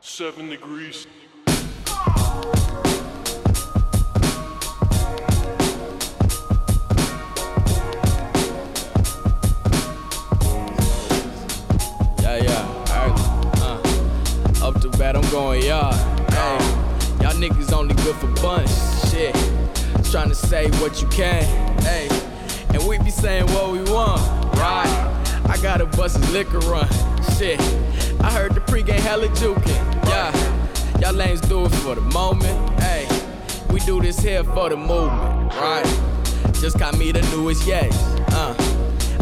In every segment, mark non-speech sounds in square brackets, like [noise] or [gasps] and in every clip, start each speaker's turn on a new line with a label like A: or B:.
A: Seven degrees.
B: Yeah, yeah, alright. Uh, up to bat, I'm going yard. Hey, y'all niggas only good for bunch. Shit, trying to say what you can. Hey, and we be saying what we want. Right, I got a bus's liquor run. Shit, I heard the pregame hella jukin'. Yeah, y'all lanes do it for the moment. Hey, we do this here for the movement. Right, just got me the newest yes. Uh,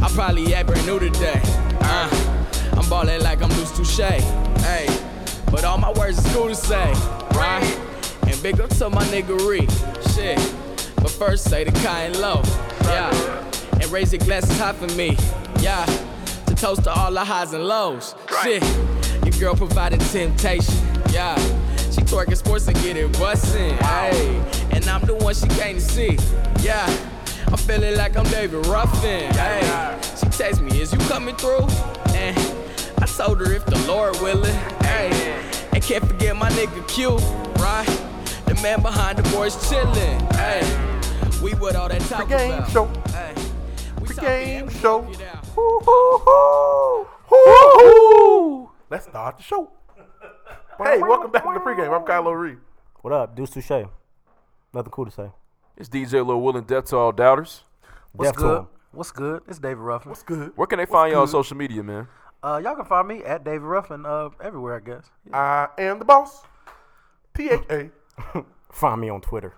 B: I probably act brand new today. Uh. I'm ballin' like I'm loose touche. Hey, but all my words is cool to say, right? And big up to my niggery, shit. But first say the kind low, yeah. And raise your glasses high for me, yeah. To toast to all the highs and lows, shit. Your girl provided temptation, yeah. She twerking sports and get it bustin', hey. And I'm the one she came to see, yeah. I'm feeling like I'm David Ruffin, hey. She text me, is you coming through? And I told her if the Lord willing, hey. And can't forget my nigga Q, right? The man behind the boys chillin', hey. We what all that talk
C: Pre-game
B: about.
C: show.
B: Hey. We talking
C: Pre-game
B: every
C: show.
B: get out.
C: Hoo-hoo-hoo. Let's start the show. Hey, welcome back to the pregame. I'm Kylo Reed.
D: What up, Deuce Touche? Nothing cool to say.
E: It's DJ Lil Will and Death to All Doubters.
F: What's
D: Death
F: good?
D: to 'em.
F: What's good? It's David Ruffin. What's good?
E: Where can they find y'all on social media, man?
F: Uh, y'all can find me at David Ruffin uh, everywhere, I guess.
C: I am the boss. T H A.
D: Find me on Twitter.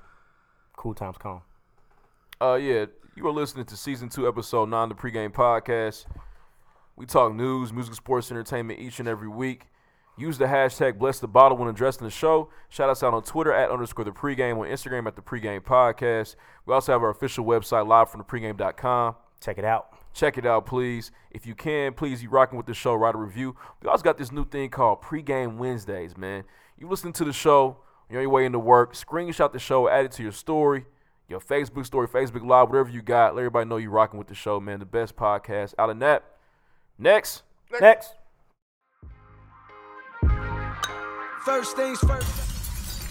D: Cool times calm.
E: Uh, yeah, you are listening to season two, episode nine, of the pregame podcast. We talk news, music, sports, entertainment each and every week. Use the hashtag bless the bottle when addressing the show. Shout us out on Twitter at underscore the pregame, on Instagram at the pregame podcast. We also have our official website live from the pregame.com.
D: Check it out.
E: Check it out, please. If you can, please, you rocking with the show, write a review. We also got this new thing called Pregame Wednesdays, man. You listen to the show, you're on your way into work, screenshot the show, add it to your story, your Facebook story, Facebook Live, whatever you got. Let everybody know you rocking with the show, man. The best podcast out of that. Next.
D: Next.
B: First things first.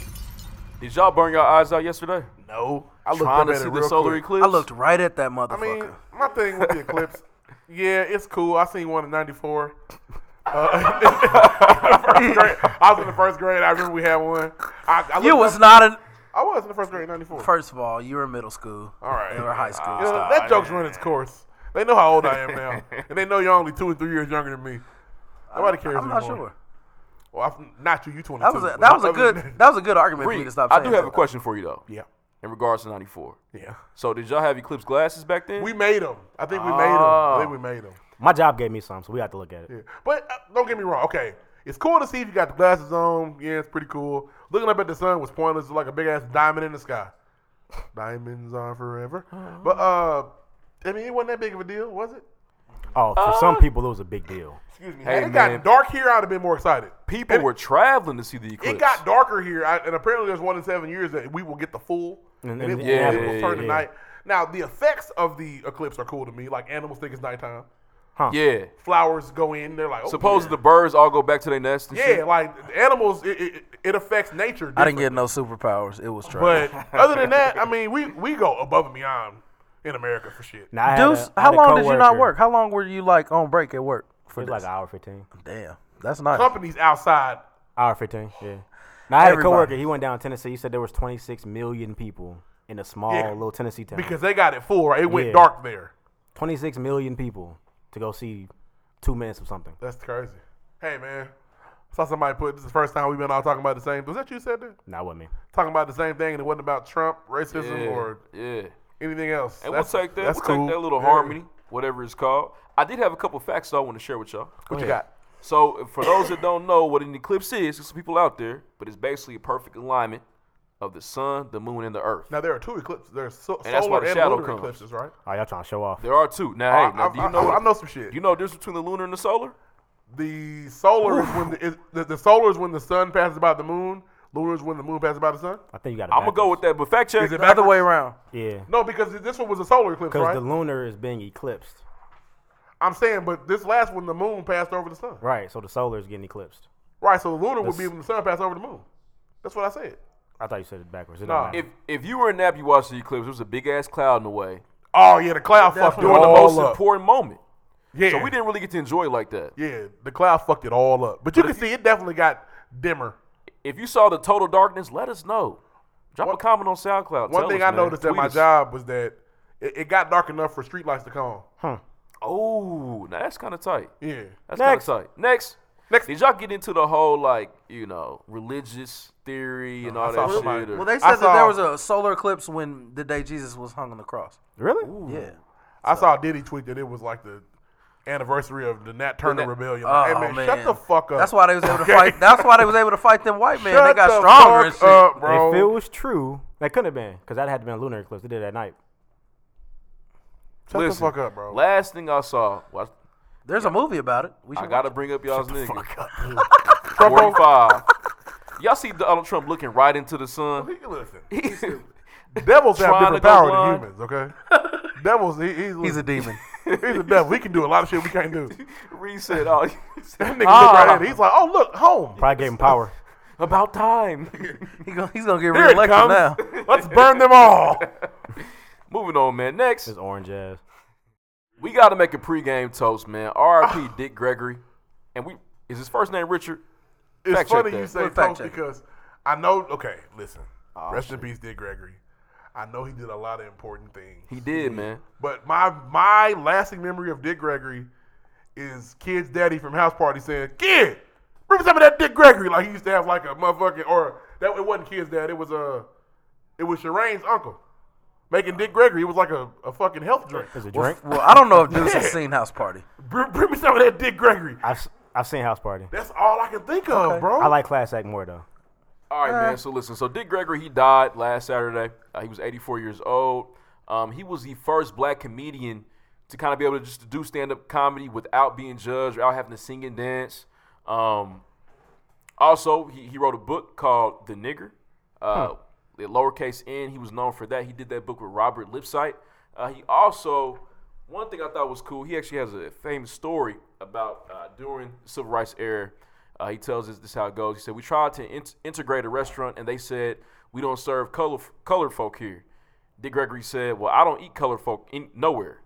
E: Did y'all burn your eyes out yesterday?
C: No. I looked
E: Trying
C: up
E: to
C: at
E: see
C: it
E: the
C: real
E: solar
C: quick.
E: eclipse?
F: I looked right at that motherfucker.
C: I mean, my thing with the
F: [laughs]
C: eclipse, yeah, it's cool. I seen one in '94. Uh, in the first grade. [laughs] I was in the first grade. I remember we had one. I, I
F: you
C: looked
F: was
C: up-
F: not in.
C: I was in the first grade in '94.
F: First of all, you were in middle school.
C: All right.
F: You were high school.
C: You know,
F: Stop.
C: that joke's run its course. They know how old I am
F: [laughs]
C: now, and they know you're only two and three years younger than me. Nobody cares
F: I'm not
C: anymore.
F: sure.
C: Well, I'm not you. You 22.
F: That was a,
C: but
F: that was a
C: other
F: good
C: than-
F: that was a good argument for me
E: Reed,
F: to stop.
E: I
F: saying
E: do have
F: that.
E: a question for you, though,
C: [laughs] yeah,
E: in regards to 94.
C: yeah.
E: So, did y'all have eclipse glasses back then?
C: We made them. I think we made them. I
E: Oh.
C: think we made them.
D: My job gave me some, so we have to look at it.
C: Yeah. But uh, don't get me wrong. Okay, it's cool to see if you got the glasses on. Yeah, it's pretty cool. Looking up at the sun was pointless. It's like a big ass diamond in the sky. Diamonds are forever.
F: Oh.
C: But uh, I mean, it wasn't that big of a deal, was it?
D: Oh, for
E: Uh,
D: some people, it was a big deal.
C: Excuse me.
E: Hey,
C: Had it gotten
E: man.
C: dark here, I'd have been more excited.
E: People
C: And-
E: were traveling to see the eclipse.
C: It got darker here, I, and apparently there's one in seven years that we will get the full, and,
D: And-
C: it
D: and-
C: will,
E: yeah,
C: it will
E: yeah,
C: turn
D: yeah.
C: tonight. Now the effects of the eclipse are cool to me. Like animals think it's nighttime,
E: Yeah.
C: flowers go in, they're like, oh,
E: Suppose the birds all go back to their nest and
C: yeah,
E: shit.
C: yeah like animals, it, it, it affects nature.
F: I didn't
C: different.
F: get no superpowers. It was trash.
C: But other than that, I mean, we we go above and beyond in America for shit.
D: Now, I had
F: Deuce,
D: a- I
F: how
D: had a
F: long did you not
D: coworker-
F: work? How long were you like on break at work?
D: It was like an hour 15.
F: Damn, that's nice.
C: Companies outside,
D: Hour 15, yeah. Now, I had
F: Everybody.
D: a coworker. He went down to Tennessee. He said there was 26 million people in a small
C: Yeah.
D: little Tennessee town.
C: because they got it full, right? It went
D: Yeah.
C: dark there.
D: 26 million people to go see two minutes of something.
C: That's crazy. Hey man, I saw somebody put this is the first time we've been all talking about the same. Was that you said that?
D: Not with me.
C: talking about the same thing and it wasn't about Trump, racism,
E: Yeah,
C: or
E: yeah.
C: anything else.
E: And we'll take that.
C: That's
E: We'll
C: cool.
E: take that little
C: Yeah.
E: harmony, whatever it's called. I did have a couple facts though I want to share with y'all.
C: What you got?
E: So for those that don't know what an eclipse is, there's some people out there, but it's basically a perfect alignment of the sun, the moon, and the earth.
C: Now there are two eclipses. There's so-
E: And that's why
C: solar
E: the
C: and
E: shadow
C: lunar
E: comes.
C: eclipses, right?
D: Oh, y'all trying to show off.
E: There are two. Now, hey,
C: I,
E: now,
C: I-
E: do you
C: I-
E: know?
C: I know some shit.
E: You know the difference between the lunar and the solar?
C: the solar is when the, is, the, the solar is when the sun passes by the moon. Lunar is when the moon passes by the sun.
D: I think you got
E: I'm gonna go with that, but fact check.
C: Is it
F: the other
C: backwards?
F: way around.
D: Yeah.
C: No, because this one was a solar eclipse,
D: Because
C: right?
D: the lunar is being eclipsed.
C: I'm saying, but this last one, the moon passed over the sun.
D: Right, so the solar is getting eclipsed.
C: Right, so the lunar would be
D: That's-
C: when the sun passed over the moon. That's what I said.
D: I thought you said it backwards. It
C: Nah.
D: don't matter.
E: If if you were in nap, you watched the eclipse. There was a big ass cloud in the way
C: Oh yeah, the cloud fucked it
E: during the
C: all
E: most
C: up.
E: important moment.
C: Yeah,
E: So we didn't really get to enjoy it like that.
C: Yeah, the cloud fucked it all up. But you can see it definitely got dimmer.
E: If you saw the total darkness, let us know. Drop a
C: One-
E: comment on SoundCloud.
C: One
E: Tell
C: thing
E: us,
C: I
E: man.
C: noticed at
E: Tweet
C: my
E: us.
C: job was that it, it got dark enough for streetlights to come on.
E: Oh, now that's kind of tight.
C: Yeah.
E: That's kind of
D: Next.
E: tight. Next.
C: Next.
E: Did y'all get into the whole like you know religious theory and all
C: saw
E: that shit?
C: somebody-
E: or-
F: Well, they
C: I
F: said that there was
C: saw-
F: a solar eclipse when the day Jesus was hung on the cross.
D: really?
F: Yeah.
C: I saw Diddy tweet that it was like the anniversary of the Nat Turner
E: Nat-
C: rebellion.
F: Oh,
C: Like, hey man, shut the fuck up.
F: That's why they was able to
C: Okay?
F: fight. That's why they was able to fight them white men.
C: Shut
F: they got
C: the
F: stronger and
C: fuck
F: shit.
C: up,
D: If it
C: bro.
D: was true, that couldn't have been because that had to been a lunar eclipse. They did it at night.
C: Shut
E: Listen,
C: the fuck up, bro.
E: Last thing I saw, well,
F: There's a movie about it. We
E: I,
F: should
E: I gotta
F: watch
E: bring up y'all's nigga.
C: [laughs]
E: [laughs]
C: Trump,
E: 45. Y'all see Donald Trump looking right into
C: [laughs]
E: the sun?
C: listen.
E: He's
C: Devils have
E: Trying to
C: different
E: go
C: power than
E: blind.
C: humans, okay? Devils, he, he's,
F: it. He's a demon.
C: [laughs] he's a devil. He can do a lot of shit we can't do.
E: Reset [laughs] all.
C: That nigga
D: Ah.
C: look right at it. He's like, oh look, home.
D: Probably gave him power.
C: [laughs]
E: About time.
F: He gonna, he's gonna get
C: Here it
F: reelected
C: comes.
F: now.
C: Let's [laughs] burn them
D: [laughs]
C: all.
E: Moving on, man. Next,
D: His orange ass.
E: we got to make a pregame toast, man. R.I.P. Dick Gregory, and we is his first name Richard.
C: It's
E: Fact check
C: funny
E: that.
C: you say
F: We'll fact
C: toast
F: check it.
C: because I know. Okay, listen. Rest in peace, Dick Gregory. I know he did a lot of important things,
E: He did, man.
C: but my my lasting memory of Dick Gregory is kid's daddy from house party saying, "Kid, bring me some of that Dick Gregory." Like he used to have like a motherfucking or that it wasn't kid's dad. It was uh, it was Shireen's uncle making Dick Gregory. It was like a, a fucking health drink.
D: Is it drink?
F: Well, I don't know if dudes have seen House Party.
C: Bring, bring me some of that Dick Gregory.
D: I've s- I've seen House Party.
C: That's all I can think of, bro.
D: I like Class Act more though.
E: All right, man. So listen. So Dick Gregory, he died last Saturday. Uh, he was 84 years old. Um, he was the first black comedian to kind of be able to just do stand-up comedy without being judged, without having to sing and dance. Um, also, he, he wrote a book called The Nigger. Uh, The lowercase N. He was known for that. He did that book with Robert Lipsight. Uh, he also one thing I thought was cool. He actually has a famous story about uh, during civil rights era. Uh, he tells us this is how it goes. He said we tried to in- integrate a restaurant, and they said we don't serve color colored folk here. Dick Gregory said, "Well, I don't eat colored folk in- nowhere.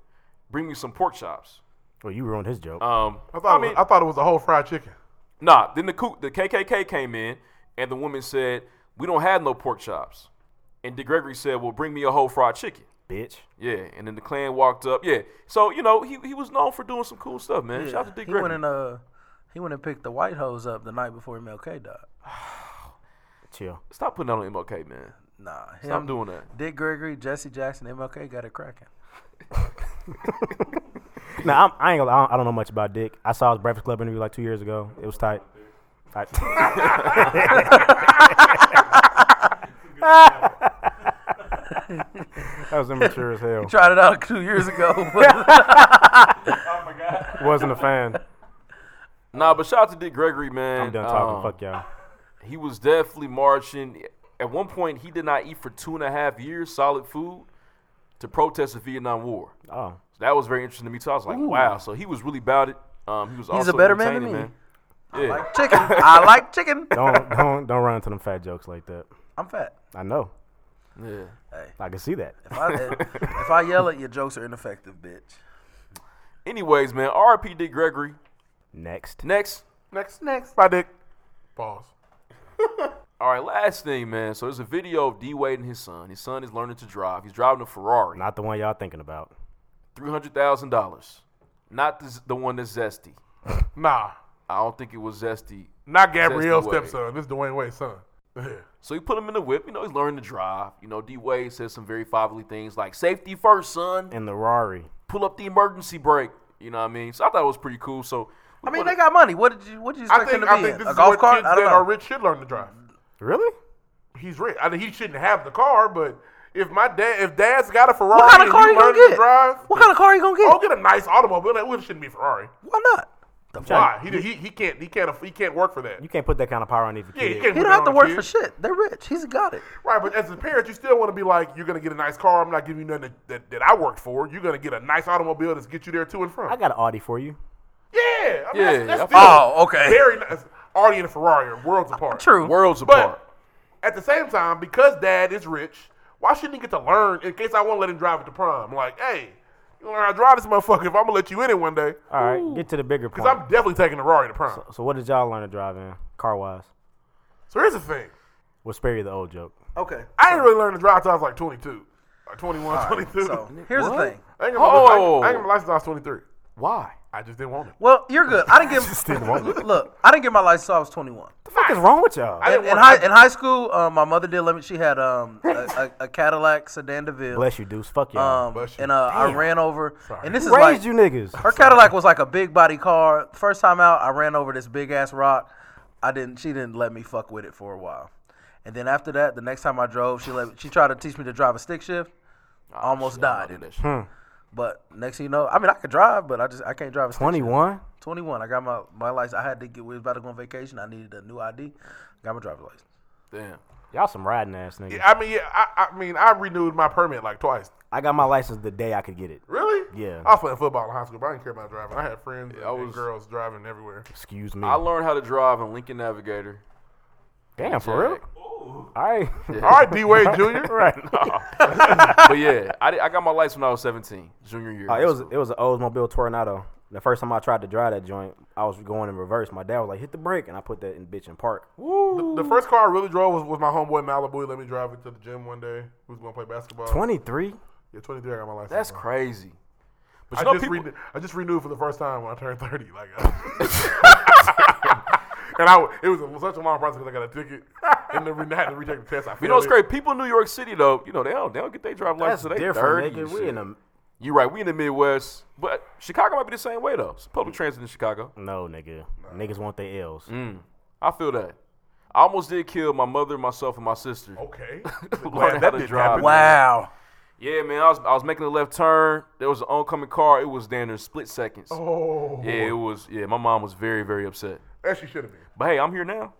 E: Bring me some pork chops."
D: Well, you ruined his
C: Uh.
D: joke.
E: Um,
C: I thought, it was- I thought it was a whole fried chicken.
E: Nah, then the coup, the KKK came in, and the woman said, "We don't have no pork chops." And Dick Gregory said, "Well, bring me a whole fried chicken."
D: Bitch.
E: Yeah, and then the Klan walked up. Yeah, so you know he, he was known for doing some cool stuff, man. Shout out to Dick
F: he
E: Gregory.
F: went and uh, he went and picked the white hoes up the night before MLK died.
D: Chill.
E: Stop putting that on MLK, man.
F: Nah, him,
E: Stop doing that.
F: Dick Gregory, Jesse Jackson, MLK got it cracking.
D: No, I'm, I ain't. Gonna, I, don't, I don't know much about Dick. I saw his Breakfast Club interview like two years ago. It was tight. [laughs] I, that was immature as hell.
F: Tried it out two years ago. But
D: Wasn't a fan.
E: Nah, but shout out to Dick Gregory, man.
D: I'm done talking.
E: Um,
D: Fuck y'all.
E: He was definitely marching. At one point, he did not eat for two and a half years solid food to protest the Vietnam War.
D: Oh,
E: That was very interesting to me too. I was like, wow. So he was really about it. Um, he was also
F: a better man than
E: entertaining, man. Yeah.
F: [laughs] like chicken. I like chicken.
D: don't don't don't run into them fat jokes like that.
F: I'm fat.
D: I know.
E: Yeah.
D: I can see that.
F: If I, if I yell at you, jokes are ineffective, bitch.
E: Anyways, man, R.P. Dick Gregory.
D: Next.
E: Next.
C: Next, next, my dick. Pause.
E: All right, last thing, man. So there's a video of D Wade and his son. His son is learning to drive. He's driving a Ferrari.
D: Not the one y'all thinking about.
E: Three hundred thousand dollars. Not the, the one that's zesty.
C: Nah,
E: I don't think it was zesty.
C: not Gabrielle's
E: Dwayne.
C: stepson. This is Dwayne Wade's son. [laughs] Yeah.
E: So he put him in the whip. You know, he's learning to drive. You know, D Wade says some very fatherly things like "safety first, son."
D: In the Rari.
E: Pull up the emergency brake. You know what I mean? So I thought it was pretty cool. So
F: I mean, they got money. What did you What did you
C: I
F: expect
C: think
F: them to
C: I
F: be?
C: think
F: in?
C: this
F: A
C: is
F: golf
C: what
F: cart?
C: kids
F: I don't
C: that
F: know.
C: are rich should learn to drive.
D: Really?
C: He's rich. I mean, he shouldn't have the car, but if my dad, if dad's got a Ferrari,
F: what kind of
C: and
F: car
C: you
F: you gonna
C: learn
F: get?
C: to drive,
F: What kind of car you gonna get?
C: oh, get a nice automobile. That well, it shouldn't be a Ferrari.
F: Why not? The fuck?
C: Why? He, he he can't he can't aff- he can't work for that.
D: You can't put that kind of power on either
C: Yeah,
D: kid.
C: he can't
F: He
C: put
F: don't
C: that
F: have to
C: on a
F: work
C: kid.
F: for shit. They're rich. He's got it.
C: Right, but as a parent, you still want to be like, you're gonna get a nice car. I'm not giving you nothing that, that, that I worked for. You're gonna get a nice automobile that's get you there to and from.
D: I got an Audi for you.
C: Yeah, I mean,
E: Yeah,
C: that's, that's
E: I
C: still
F: follow. Oh, okay.
C: Very nice. Artie and a Ferrari are worlds apart.
F: True.
E: Worlds
C: But
E: apart.
C: at the same time, because dad is rich, why shouldn't he get to learn in case I want to let him drive it to prime? Like, hey, you learn how to drive this motherfucker if I'm going to let you in it one day.
D: All right, get to the bigger point.
C: Because I'm definitely taking the Ferrari to prime.
D: so what did y'all learn to drive in car wise?
C: So here's the thing.
D: We'll spare you the old joke.
F: Okay.
C: I didn't really learn to drive till I was like 22. Like 21, 22. [laughs]
F: So here's the thing.
C: I ain't got my li- I ain't-
E: Oh.
C: I ain't got my license till I was 23.
E: Why?
C: I just didn't want it.
F: Well, you're good. I didn't
C: [laughs]
F: get look. I didn't get my license. Till I was 21.
D: The fuck is wrong with y'all?
C: I
F: In,
C: didn't
F: in
C: want
F: high
C: it.
F: in high school, um, my mother did let me. She had um a, a, a Cadillac sedan DeVille.
D: Bless you, Deuce. Fuck y'all.
F: um,
C: Bless you.
F: and uh, I ran over. And this is
D: Raised
F: like
D: you niggas.
F: her Cadillac was like a big body car. First time out, I ran over this big ass rock. I didn't. She didn't let me fuck with it for a while. And then after that, the next time I drove, she let she tried to teach me to drive a stick shift. I almost died in it.
C: Hmm.
F: But next thing you know, I mean, I could drive, but I just I can't drive a stick shift.
D: Twenty one.
F: 21. I got my, my license. I had to get, we was about to go on vacation. I needed a new ID. Got my driver's license.
E: Damn.
D: Y'all some riding ass niggas.
C: I mean, yeah, I, I mean, I renewed my permit like twice.
D: I got my license the day I could get it.
C: Really?
D: Yeah.
C: I was playing football in high school, but I didn't care about driving. I had friends
E: I
C: and
E: was-
C: girls driving everywhere.
D: Excuse me.
E: I learned how to drive in
D: [laughs]
E: Lincoln Navigator.
D: Damn, for real? All right.
C: [laughs]
D: [laughs]
C: All right, D Wade Jr.
D: right.
E: but yeah, I, did- I got my license when I was 17, junior year.
D: Uh,
E: of
D: it
E: high
D: was
E: school.
D: it was an Oldsmobile Tornado. The first time I tried to drive that joint, I was going in reverse. My dad was like, "Hit the brake," and I put that in bitch in park.
C: The first car I really drove was, was my homeboy Malibu. He let me drive it to the gym one day. We was gonna play basketball.
D: Twenty three.
C: Yeah, 23. I got my license.
E: That's
C: bro.
E: crazy. But
C: I
E: you know,
C: just
E: people,
C: rene- I just renewed for the first time when I turned 30. Like,
E: [laughs]
C: I- and I w- it was a, such a long process because I got a ticket and then re- had to retake the test. I
E: you know, it's
C: failed it.
E: crazy. People in New York City, though, you know, they don't, they don't get their driver's license.
D: That's
E: till They
D: different,
E: 30 and
D: nigga. We
E: shit.
D: in the
E: You're right. We in the Midwest, but Chicago might be the same way though. It's public
C: Mm.
E: transit in Chicago.
D: no, nigga. Niggas want their L's.
E: I feel that. I almost did kill my mother, myself, and my sister. [laughs]
C: Okay.
E: Learn
C: Glad
E: how
C: Oh, that
E: to
C: didn't
E: drive.
C: happen.
F: Wow.
E: Yeah, man. I was I was making a left turn. There was an oncoming car. It was down there in split seconds.
C: Oh,
E: Yeah, it was. Yeah, my mom was very very upset.
C: as she should have been.
E: But hey, I'm here now.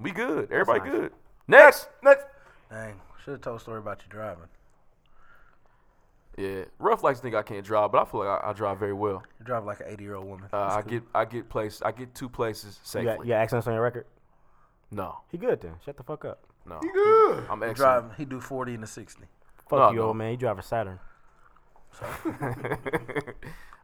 E: We good. Everybody good. Next.
C: Next.
F: Dang. Should have told a story about you driving.
E: Yeah, rough likes to think I can't drive, but I feel like I, I drive very well.
F: You drive like an 80 year old woman.
E: Uh, I get I get place I get two places
D: You
E: safely.
D: got, you got accents on your record.
E: No,
D: He good then. Shut the fuck up.
E: no,
C: Good.
E: I'm
F: He
E: excellent.
F: drive, he do 40 and a 60.
D: Fuck
E: No,
D: you,
E: no.
D: old man. You drive a Saturn.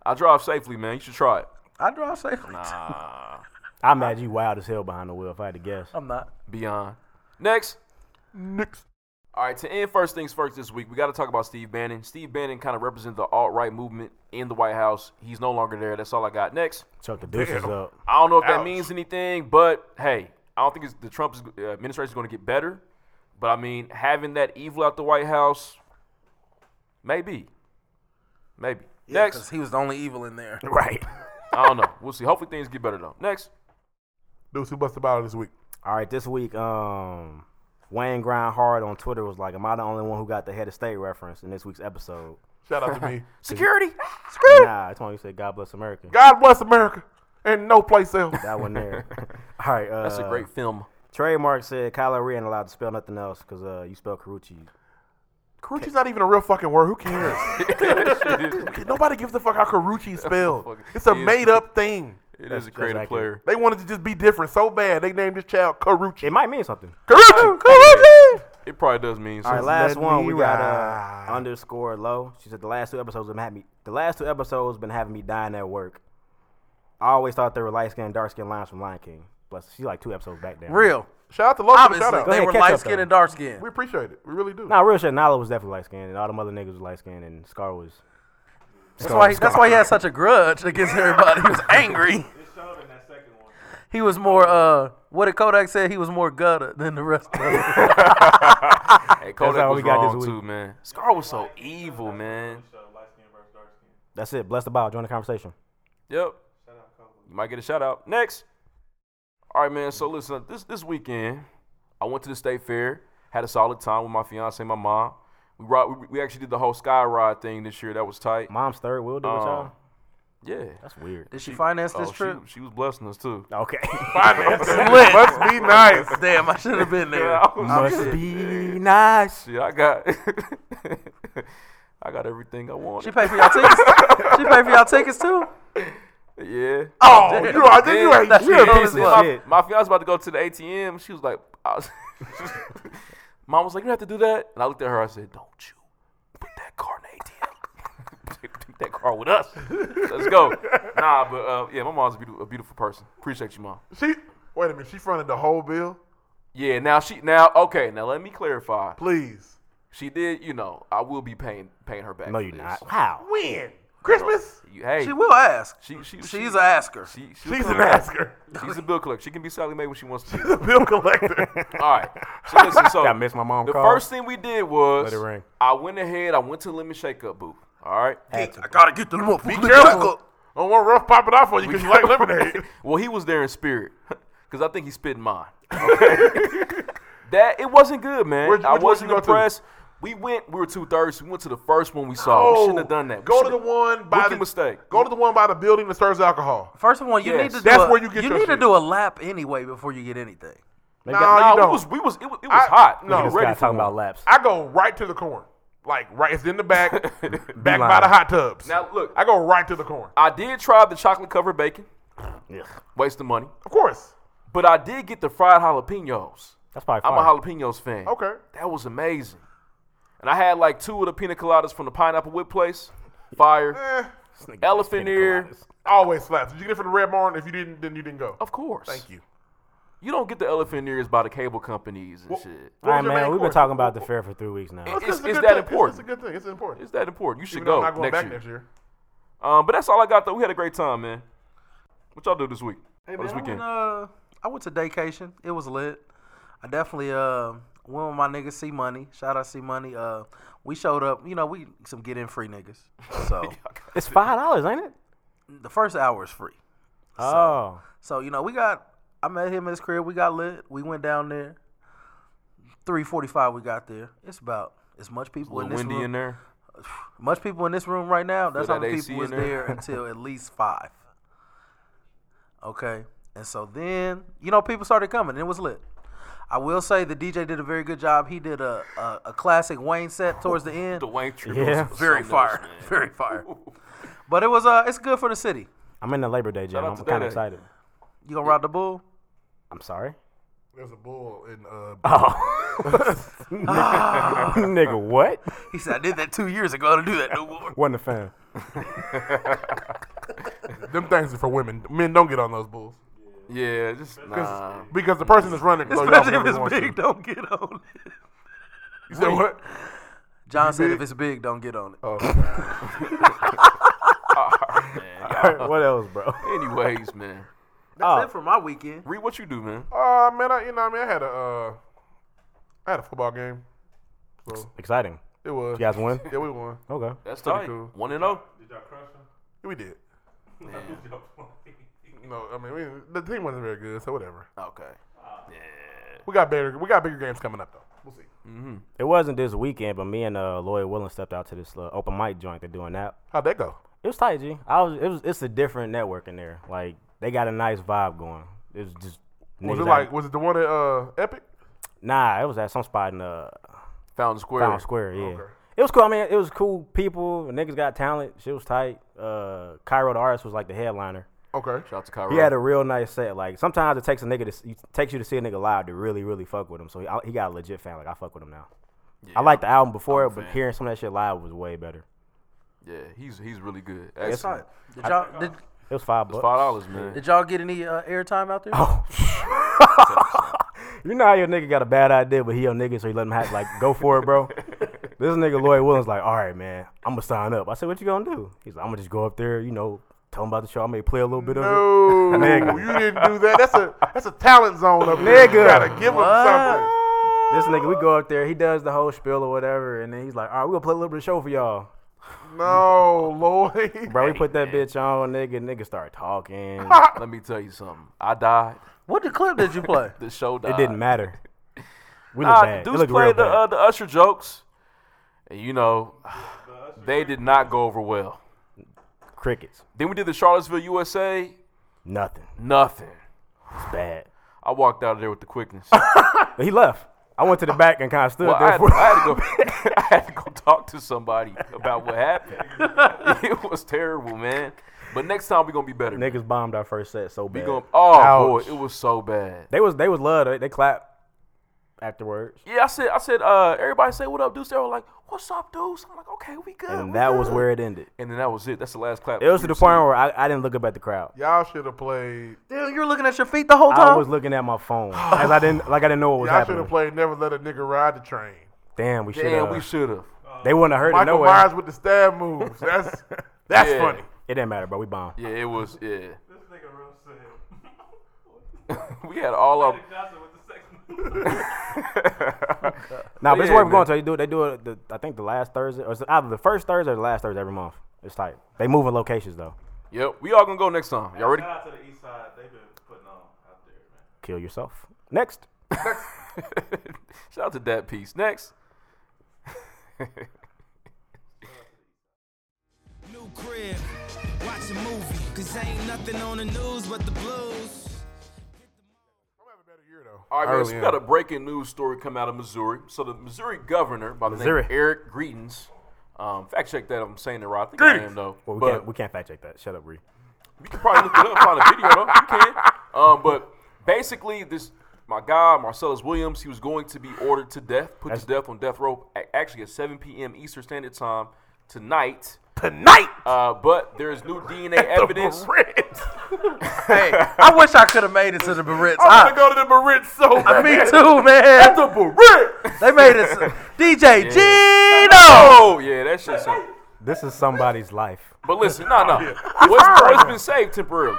E: I drive safely, man. You should try it.
F: I drive safely.
E: Ah,
D: I imagine you wild as hell behind the wheel. If I had to guess.
F: [laughs] I'm not.
E: beyond. Next.
C: Next.
E: All right, to end first things first this week, we got to talk about Steve Bannon. Steve Bannon kind of represents the alt right movement in the White House. He's no longer there. That's all I got. Next.
D: Chuck the deuces
C: Damn.
D: up.
E: I don't know if that
C: Ouch.
E: means anything, but hey, I don't think it's, the Trump is- uh, administration is going to get better. But I mean, having that evil out the White House, maybe. Maybe.
F: Yeah, 'cause
E: Next.
F: he was the only evil
C: [laughs]
F: in there.
D: [laughs] Right.
E: I don't know. We'll see. Hopefully things get better, though. Next.
C: Dudes who busted about this week.
D: [laughs] All right, this week, um, Wayne Grind Hard on Twitter was like, "Am I the only one who got the head of state reference in this week's episode?"
C: Shout out
E: [laughs]
C: to me.
E: Security.
D: nah, it's when you said "God bless America."
C: God bless America and no place else.
D: [laughs] That one [laughs] there. All right, uh,
E: That's a great film.
D: [laughs] trademark. Said Kyler Ray ain't allowed to spell nothing else because uh, you spell Carucci.
C: Karuchi's not even a real fucking word. Who
E: [laughs]
C: cares? Nobody gives a fuck how Karuchi is spelled. It's a
E: He is-
C: made up thing.
E: It is a
D: that's
E: creative
D: accurate.
E: player.
C: They wanted to just be different so bad. They named this child Karuchi.
D: It might mean something.
C: Karuchi! Karuchi!
E: It probably does mean
D: All right,
E: something.
D: last
C: let
D: one.
C: me
D: We got
C: ride.
D: uh, underscore low. She said the last two episodes have been having me. The last two episodes been having me dying at work. I always thought they were light skinned dark skinned lines from Lion King. Plus, she's like two episodes back there.
F: Real.
C: Shout out to Logan.
F: Obviously,
C: Shout out.
F: they
D: ahead,
F: were
D: catch up,
F: light skinned
D: though.
F: and dark skinned.
C: We appreciate it. We really do.
D: Nah, real shit. Nala was definitely light skinned, and all them other niggas was light skinned, and Scar was.
F: That's why, he, that's why he had such a grudge against everybody.
E: [laughs]
F: He was angry. He was more, uh, what did Kodak say? He was more gutter than the rest of us.
E: [laughs] Hey, Kodak
D: all
E: was
D: we got this
E: wrong,
D: week.
E: too, man. Scar was so evil, man.
D: That's it. Bless the ball. Join the conversation.
E: Yep. You might get a shout out. Next. All right, man. So listen, this this weekend, I went to the state fair, had a solid time with my fiance and my mom. We ride, we, we actually did the whole sky ride thing this year. That was tight.
D: Mom's third wheel do it, y'all.
E: Yeah.
D: That's weird.
F: Did she finance this
E: Oh,
F: trip?
E: She, she was blessing us too.
D: Okay. [laughs]
E: [laughs]
C: It Must be nice.
F: [laughs] Damn, I should have been there.
E: I was-
D: Must be nice.
E: shit, I got [laughs] I got everything I
F: She
E: wanted.
F: paid for y'all tickets. she paid for y'all tickets too.
E: Yeah.
C: Oh, you are, then you ain't
E: That's
C: shit.
E: what it
D: piece
E: is.
D: of
E: my,
D: shit.
E: my fiance about to go to the ATM. She was like, I was- [laughs] Mom was like, you have to do that. And I looked at her. I said, don't you put that car in the ATM. [laughs] Take that car with us. Let's go. Nah, but uh, yeah, my mom's a beautiful, a beautiful person. Appreciate you, mom.
C: She, wait a minute, she fronted the whole bill?
E: Yeah. Now she. Now okay. Now let me clarify.
C: Please.
E: She did. You know, I will be paying paying her back.
D: No,
E: for
D: you're
E: this.
D: not. How?
C: When? Christmas?
E: You- Hey,
F: She will ask.
E: She, she,
F: She's an asker.
E: She, she'll
C: She's
E: come
C: an
E: back.
C: asker. [laughs]
E: She's a bill collector. She can be Sally Mae when she wants to.
C: She's a bill collector.
E: [laughs] All right. So
C: [laughs]
D: [laughs]
E: listen, so
D: I missed my mom
E: The
D: call.
E: first thing we did was
D: Let it ring.
E: I went ahead. I went to Lemon Shake Up booth. All right.
F: I gotta get the little
C: Be careful. Don't want rough popping off on you because you like lemonade.
E: well, he was there in spirit [laughs] because I think he spit mine. Okay. [laughs] that it wasn't good, man.
C: Where'd you-
E: I
C: which one
E: wasn't
C: you go to?
E: impressed. We went. We were too thirsty. We went to the first one we saw. we Oh, shouldn't have done that. We
C: Oh, Go to the
E: shouldn't-
C: one by
E: Rookie
C: the
E: mistake.
C: Go to the one by the building that serves alcohol.
F: First of all, you
E: Yes.
F: need to.
C: That's
F: do a,
C: where you get your
F: need to
C: shit.
F: do a lap anyway before you get anything.
D: They
C: Nah,
D: got-
C: you
E: Nah,
C: don't.
E: we was. We was. It was, it was
C: I-
E: hot. We
C: no.
E: were
C: This
D: this guy
E: ready for
D: talking about
E: one.
D: laps.
C: I go right to the corn. Like right, it's in the back, back by
D: Beeline.
C: the hot tubs.
E: Now, look.
C: I go right to the corn.
E: I did try the chocolate covered bacon.
D: Ugh.
E: Waste of money.
C: Of course.
E: But I did get the fried jalapenos.
D: That's probably
E: I'm
D: fire.
E: a jalapenos fan.
C: Okay.
E: That was amazing. And I had like two of the pina coladas from the pineapple whip place. Fire.
C: Eh,
E: Elephant ear.
C: always slaps. Did you get it from the Red Barn? If you didn't, then you didn't go.
E: Of course.
C: Thank you.
E: You don't get the elephant ears by the cable companies and shit.
C: What
D: All
C: was
D: right,
C: your main
D: man. We've been
C: course?
D: talking about the fair for three weeks now.
E: It's-
C: just a
E: it's
C: good
E: that
C: thing.
E: important.
C: It's, it's a good thing. It's important.
E: It's that important. You should
C: Even though
E: go
C: I'm not going
E: next,
C: back
E: year.
C: next year.
E: Um, but that's all I got though. We had a great time, man. What y'all do this week? or this
F: I went,
E: weekend?
F: uh, I went to vacation. It was lit. I definitely uh, went with my niggas. See money. Shout out see money. Uh, we showed up. You know, we some get in
E: [laughs]
F: free niggas. So
D: It's five dollars, ain't it?
F: the first hour is free.
D: Oh,
F: So you know, we got. I met him at his crib. We got lit. We went down there. Three forty-five. We got there. It's about as much people in
E: Little
F: this
E: windy
F: room.
E: in there.
F: Much people in this room right now. That's
E: that
F: how many
E: AC
F: people was
E: in there.
F: [laughs] there until at least five. Okay, and so then you know people started coming. and It was lit. I will say the DJ did a very good job. He did a a, a classic Wayne set towards the end.
E: The Wayne tree.
D: Yeah.
E: [laughs] was
F: very
E: something
F: fire,
E: else, man.
F: [laughs] very fire. But it was uh, it's good for the city.
D: I'm in the Labor Day
E: Shout
D: gym.
E: out
D: I'm
E: to
D: kind
E: Day-Day.
D: of excited.
F: You gonna ride the bull?
D: I'm sorry. [laughs]
C: There's a bull in. Uh,
D: Nigga, what?
F: He said I did that two years ago. I don't do that no [laughs] more.
D: Wasn't a fan.
C: them things are for women. Men don't get on those bulls
E: Yeah, just nah.
C: because the person that's running. blow you off
F: Especially if
C: whenever he
F: it's
C: wants to.
F: big, don't get on it.
C: You said what?
F: John said
C: big?
F: if it's big, don't get on it.
D: [laughs] what else, bro? Oh,
E: Anyways, man.
F: That's it for my weekend.
E: Read what you do, man.
C: Uh, man, I, you know, what I mean, I had a, uh, I had a football game. So
D: Exciting.
C: it was.
D: You guys win?
C: Yeah, we won.
D: Okay.
E: That's
C: pretty
E: tight.
C: cool.
E: One and oh. zero.
C: We did. no, I mean, we, the team wasn't very good, so whatever.
E: Okay.
C: We got better. We got bigger games coming up though. We'll see.
D: It wasn't this weekend, but me and uh, Lloyd Willen stepped out to this uh, open mic joint. They're doing that.
C: How'd that go?
D: It was tight, G. I was. It was. It's a different network in there. Like they got a nice vibe going. It was just.
C: Was
D: niggas
C: it
D: out-
C: like? Was it the one at uh, Epic?
D: Nah, it was at some spot in uh,
E: Fountain Square.
D: Town Square. Yeah.
C: Okay.
D: It was cool. I mean, it was cool. People, niggas got talent. Shit was tight. Uh, Cairo the artist was like the headliner.
C: Okay.
E: Shout out to Kyrie.
D: He had a real nice set. Like sometimes it takes a nigga to see, takes you to see a nigga live to really really fuck with him. So he, I, he got a legit fan. Like I fuck with him now. I liked the album before it, but
E: fan.
D: hearing some of that shit live was way better.
E: Yeah, he's he's really good.
D: Yes,
E: Excellent.
F: Did y'all did,
D: It was five bucks.
E: Five dollars, man.
F: did y'all get any uh, airtime out there?
D: You know how your nigga got a bad idea, but he your nigga, so you let him have like go for it, bro. this nigga Lloyd Williams like, all right, man, I'm gonna sign up. I said, what you gonna do? He's like, I'm gonna just go up there, you know, tell him about the show. I may play a little bit of it.
C: No,
D: Nigga.
C: you didn't do that. That's a that's a talent zone up there. You
D: Nigga.
C: gotta give him
F: What?
C: something.
D: This nigga, we go up there, he does the whole spiel or whatever, and then he's like, all right, we gonna play a little bit of show for y'all.
C: No, Lloyd.
D: Bro, we put that bitch on, nigga. Nigga started
E: [laughs]
D: talking.
E: Let me tell you something. I died.
F: What the clip did you play?
E: The show died.
D: It didn't matter. We looked
E: Nah,
D: bad. It
E: Deuce
D: looked real
E: played the uh,
D: bad.
E: the Usher jokes, and you know, they did not go over well.
D: Crickets.
E: Then we did the Charlottesville, USA.
D: Nothing.
E: Nothing.
D: It's bad. [laughs]
E: I walked out of there with the quickness.
D: But he left. I went to the back and kind of stood
E: Well, I
D: there
E: had,
D: for. [laughs]
E: I had to go. [laughs] I had to go talk to somebody about what happened. [laughs] it was terrible, man. But next time we're gonna be better.
D: Niggas bombed our first set so bad.
E: we gonna, oh
D: Ouch.
E: boy, it was so bad.
D: They was they was love. They, they clapped afterwards,
E: Yeah, I said, I said, uh, everybody say what up, Deuce. They were like, "What's up, Deuce?" I'm like, "Okay, we good." we
D: and that was
E: good."
D: where it ended.
E: And then that was it. That's the last clap.
D: It was to
E: we
D: the point
E: received.
D: where I, I didn't look up at the crowd.
C: Y'all should have played.
F: [laughs] Dude, you were looking at your feet the whole time.
D: I was looking at my phone as I didn't like I didn't know what was
C: Y'all should have
D: happening.
C: played. Never let a nigga ride the train.
D: Damn, we should
E: Damn, we
D: have.
E: should have.
D: They wouldn't have heard it
C: Michael
D: no way.
C: Myers with the stab moves.
D: [laughs]
C: That's that's
E: Yeah.
C: funny.
D: It didn't matter, bro. We bombed.
E: Yeah, it was. Yeah,
A: This nigga real sad.
E: [laughs] we had all of.
A: Johnson with [laughs] the sex.
E: [laughs]
D: Now, but this
E: Yeah,
D: is where we're
E: man.
D: going to. They do it. They do it. The, I think the last Thursday, or is it either the first Thursday or the last Thursday every month. It's tight. They moving locations though.
E: Yep, we all gonna go next time. Y'all ready? [laughs]
A: Shout out to the east side. They've been putting on out there, man.
D: Kill yourself. Next.
E: Shout out to that piece. Next.
G: New crib, watch a movie, cause ain't nothing on the news but the blues.
E: All right, man,
C: Early
E: so we
C: on.
E: got a breaking news story come out of Missouri. So the Missouri governor by the
D: Missouri.
E: name of Eric Greetings, um, fact check that if I'm saying it right. I think I am though.
D: Well, we
E: but
D: can't. We can't fact check that. Shut up, Bree.
E: you can probably look it up, find a video though. You can. Um, but basically, this my guy Marcellus Williams, he was going to be ordered to death, put to death on death row, a- actually at 7 p.m. Eastern Standard Time tonight.
C: Tonight.
E: Uh, but there is new DNA evidence.
F: hey, I wish I could have made it to the Barrettes.
C: I'm gonna
F: I,
C: go to the Barrett so bad.
F: me too, man.
C: The Barrett.
F: They made uh, it. To, DJ Gino.
E: Oh yeah, that shit's. something.
D: This is somebody's life.
E: But listen, no, no. What's, what's been saved temporarily?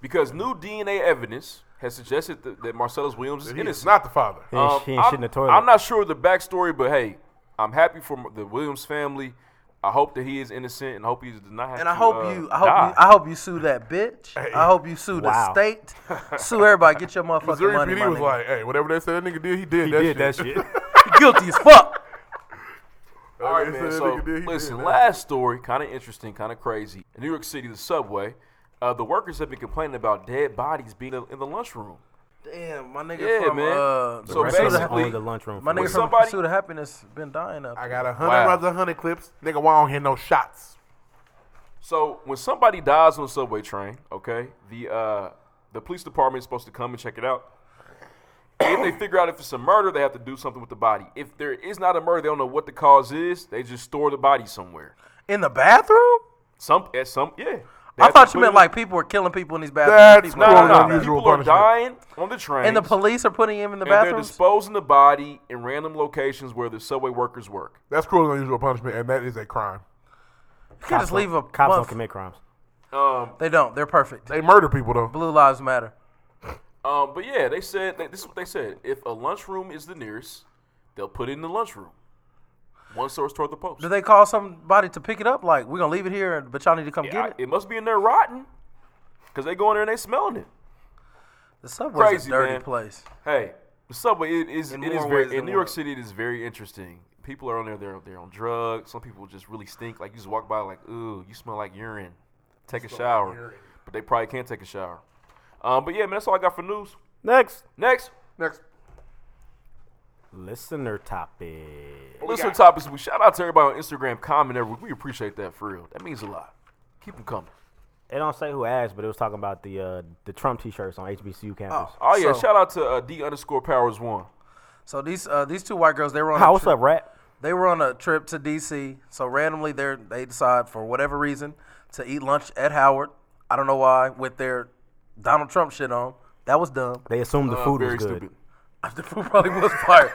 E: Because new DNA evidence has suggested that, that Marcellus Williams is
C: He's
E: innocent.
C: not the father.
D: He ain't,
E: Um,
D: he ain't
E: I'm,
D: shit in the toilet.
E: I'm not sure of the backstory, but hey, I'm happy for the Williams family. I hope that he is innocent, and I hope he does not have.
F: [laughs] And I
E: to,
F: hope
E: uh,
F: you, I hope
E: die.
F: you, I hope you sue that bitch. I hope you sue
D: Wow.
F: the state. Sue everybody. Get your motherfucking
C: Missouri
F: money. my
C: PD was
F: nigga.
C: like, "Hey, whatever they said that nigga did, he did
D: he
C: that shit."
D: did that shit.
F: You guilty as fuck.
E: All right,
C: They
E: man.
C: said
E: So
C: nigga did, he
E: listen,
C: did that.
E: last story, kind of interesting, kind of crazy. In New York City, the subway, uh, the workers have been complaining about dead bodies being in the lunchroom.
F: Damn, my nigga
E: Yeah,
F: from
E: man.
F: uh,
E: So
F: Pursuit of
D: Restaurants
E: basically-
F: Hap-
D: own the lunchroom.
F: my
D: for
F: nigga
D: real.
F: from
E: somebody-
F: Pursuit of Happiness been dying up.
C: I got a hundred
E: Wow.
C: other hundred clips. Nigga, why I don't hear no shots?
E: So when somebody dies on a subway train, okay, the uh, the police department is supposed to come and check it out. if they figure out if it's a murder, they have to do something with the body. If there is not a murder, they don't know what the cause is. They just store the body somewhere.
F: in the bathroom.
E: Some at some yeah. They
F: I
E: have to
F: thought you
E: put
F: meant
E: it-
F: like people were killing people in these
C: That's
F: bathrooms. People-
E: no
C: cruel and
E: no no.
C: unusual
E: People are
C: punishment.
E: dying on the train.
F: and the police are putting him in the
E: And they're
F: bathroom.
E: disposing the body in random locations where the subway workers work.
C: That's cruel and unusual punishment, and that is a crime.
F: You can't just leave a
D: Cops don't
F: month.
D: commit crimes.
E: Um,
F: They don't. They're perfect.
C: They murder people though.
F: Blue lives matter.
E: um, but yeah, they said they, this is what they said. If a lunchroom is the nearest, they'll put it in the lunchroom. One source toward the post.
F: Do they call somebody to pick it up? Like we're gonna leave it here, but y'all need to come
E: I-
F: get
E: it.
F: it.
E: must be in there rotten, cause they go in there and they smelling it.
F: The subway's
E: crazy,
F: a dirty
E: man.
F: place.
E: Hey, the subway it is
F: In
E: it is
F: more ways
E: very
F: than
E: in New York
F: one.
E: City it is very interesting. People are on there they're they're on drugs. Some people just really stink. Like you just walk by like ooh you smell like urine. Take a shower, but they probably can't take a shower. Um, but yeah, man, that's all I got for news.
D: Next
E: Next,
C: Next,
D: listener topic.
E: listen to topics. We shout out to everybody on Instagram, comment every week. We appreciate that for real. That means a lot. Keep them coming.
D: It don't say who asked, but it was talking about the uh, the Trump T-shirts on HBCU campus.
E: Oh yeah,
F: So-
E: shout out to uh, D underscore Powers One.
F: So these uh, these two white girls they were on.
D: Hi,
F: a
D: what's
F: trip-
D: up, rat?
F: They were on a trip to DC. So randomly they they decide for whatever reason to eat lunch at Howard. I don't know why with their Donald Trump shit on. That was dumb.
D: They assumed the
E: Uh,
D: food was
E: very
D: good.
E: stupid.
F: [laughs] The food probably was fire.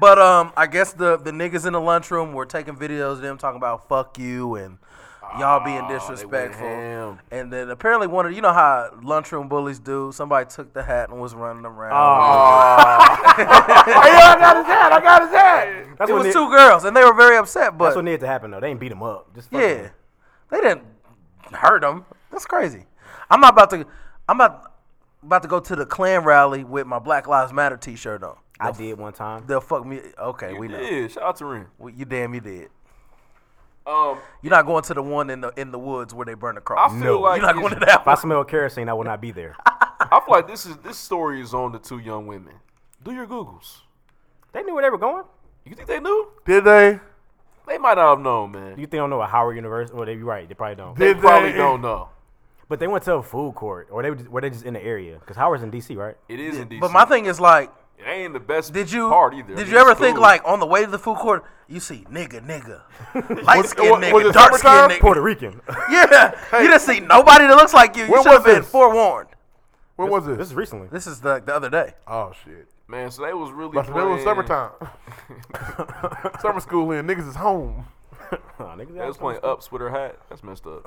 F: but um, I guess the the niggas in the lunchroom were taking videos of them talking about fuck you and y'all
D: Ah,
F: being disrespectful.
E: ham.
F: And then apparently one of you know how lunchroom bullies do. Somebody took the hat and was running around.
D: Oh, that's what
F: it was
D: need,
F: two girls and they were very upset.
D: That's what
F: But
D: needed to happen though. They ain't beat him up. Just fuck
F: yeah,
D: him.
F: they didn't hurt them. That's crazy. I'm not about to. I'm not about to go to the Klan rally with my Black Lives Matter T-shirt on.
D: I did one time.
F: They'll fuck me. Okay, we know.
E: Yeah, shout out to Ren.
F: Well, you damn, you did.
E: Um,
F: You're not going to the one in the in the woods where they burn the
E: I
F: cross.
E: feel
D: No.
E: like
F: You're not
E: it's-
F: going to that
D: If I
F: one.
D: smell kerosene, I will not be there.
E: I feel like this is this story is on the two young women. Do your googles.
D: They knew where they were going.
E: You think they knew?
C: Did they?
E: They might not have known, man.
D: You think they don't know at Howard University? Well, they be right. They probably don't.
E: They
C: Did
E: probably
C: they?
E: don't know.
D: But they went to a food court, or they were just, were they just in the area? Because Howard's in D.C., right?
E: It is in DC.
F: But my thing is like,
E: it ain't the best
F: did you
E: part either.
F: did
E: It's
F: you ever think
E: cool.
F: like on the way to the food court, you see nigga,
C: [laughs]
F: nigga, light skinned
C: was- was
F: nigga,
C: it
F: dark skinned
C: summertime?
F: nigga?
D: Puerto Rican.
F: Yeah, you didn't see nobody that looks like you. You
C: When
F: should have
C: was
F: been
C: this?
F: forewarned.
C: When was
D: this is
C: this?
D: recently.
F: This is the the other day.
C: Oh shit!
E: man? So they was really.
C: But it was
E: playing- [laughs]
C: summertime. Summer school in niggas is home.
D: Huh, niggas
E: They was
D: got-
E: playing ups with her hat. That's messed
F: [laughs]
E: up.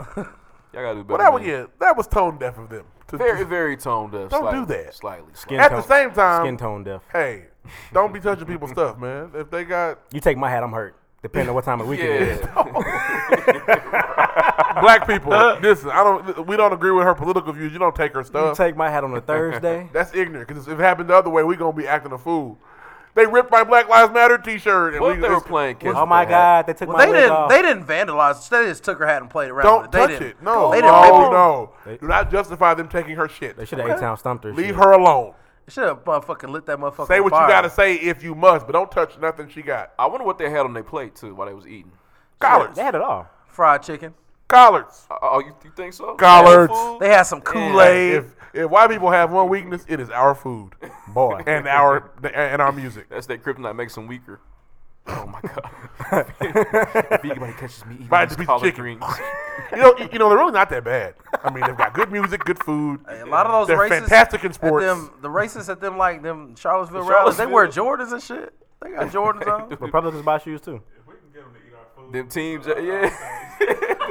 E: Y'all gotta do better.
C: Well, that was
E: man.
C: yeah, that was tone deaf of them. To-
E: Very, very tone deaf.
C: Don't
E: slightly,
C: do that.
E: Slightly.
D: skin
E: slightly.
C: At
D: tone-
C: the same time-
D: skin tone deaf.
C: hey, don't be touching people's stuff, man. If they got
D: You take my hat, I'm hurt. Depending on what time of week it is.
E: [laughs] Yeah. [laughs]
C: black people, listen, I don't. We don't agree with her political views. You don't take her
D: You
C: stuff.
D: take my hat on a Thursday.
C: That's ignorant. Because if it happened the other way, we gonna be acting a fool. They ripped my Black Lives Matter T-shirt, and
E: What
C: we
E: if they were
C: it's-
E: playing kids?
D: oh my God, they took
F: Well,
D: my
F: they
D: wig
F: didn't.
D: off.
F: They didn't vandalize. They just took her hat and played around.
C: Don't
F: with it. They
C: touch
F: didn't,
C: it. No,
F: they didn't.
C: no,
F: They
C: no. Do not justify them taking her shit.
D: They should have eight time stumped her.
C: Leave
D: shit.
C: her alone.
F: should have motherfucking lit that motherfucker.
C: Say
F: on
C: what
F: fire.
C: you gotta say if you must, but don't touch nothing she got.
E: I wonder what they had on their plate too while they was eating.
C: Collards,
D: They had it all.
F: Fried chicken.
C: collards,
E: Uh, Oh, you, you think so?
C: collards.
F: They had some Kool Aid.
C: If if white people have one weakness, it is our food
D: Boy.
C: [laughs] and our and our music.
E: That's that kryptonite makes them weaker. Oh my god! if anybody catches me eating
C: Might
E: these
C: just be
E: collard
C: chicken.
E: greens,
C: You know, you know, they're really not that bad. I mean, they've got good music, good food.
F: A lot of those
C: They're
F: racists
C: fantastic in
F: at
C: sports.
F: them- the racists at them like them Charlottesville rallies, they wear Jordans and shit. They got
C: [laughs]
F: Jordans on.
D: Republicans buy shoes too.
A: If we can get them to eat our food,
E: them teams, uh, yeah.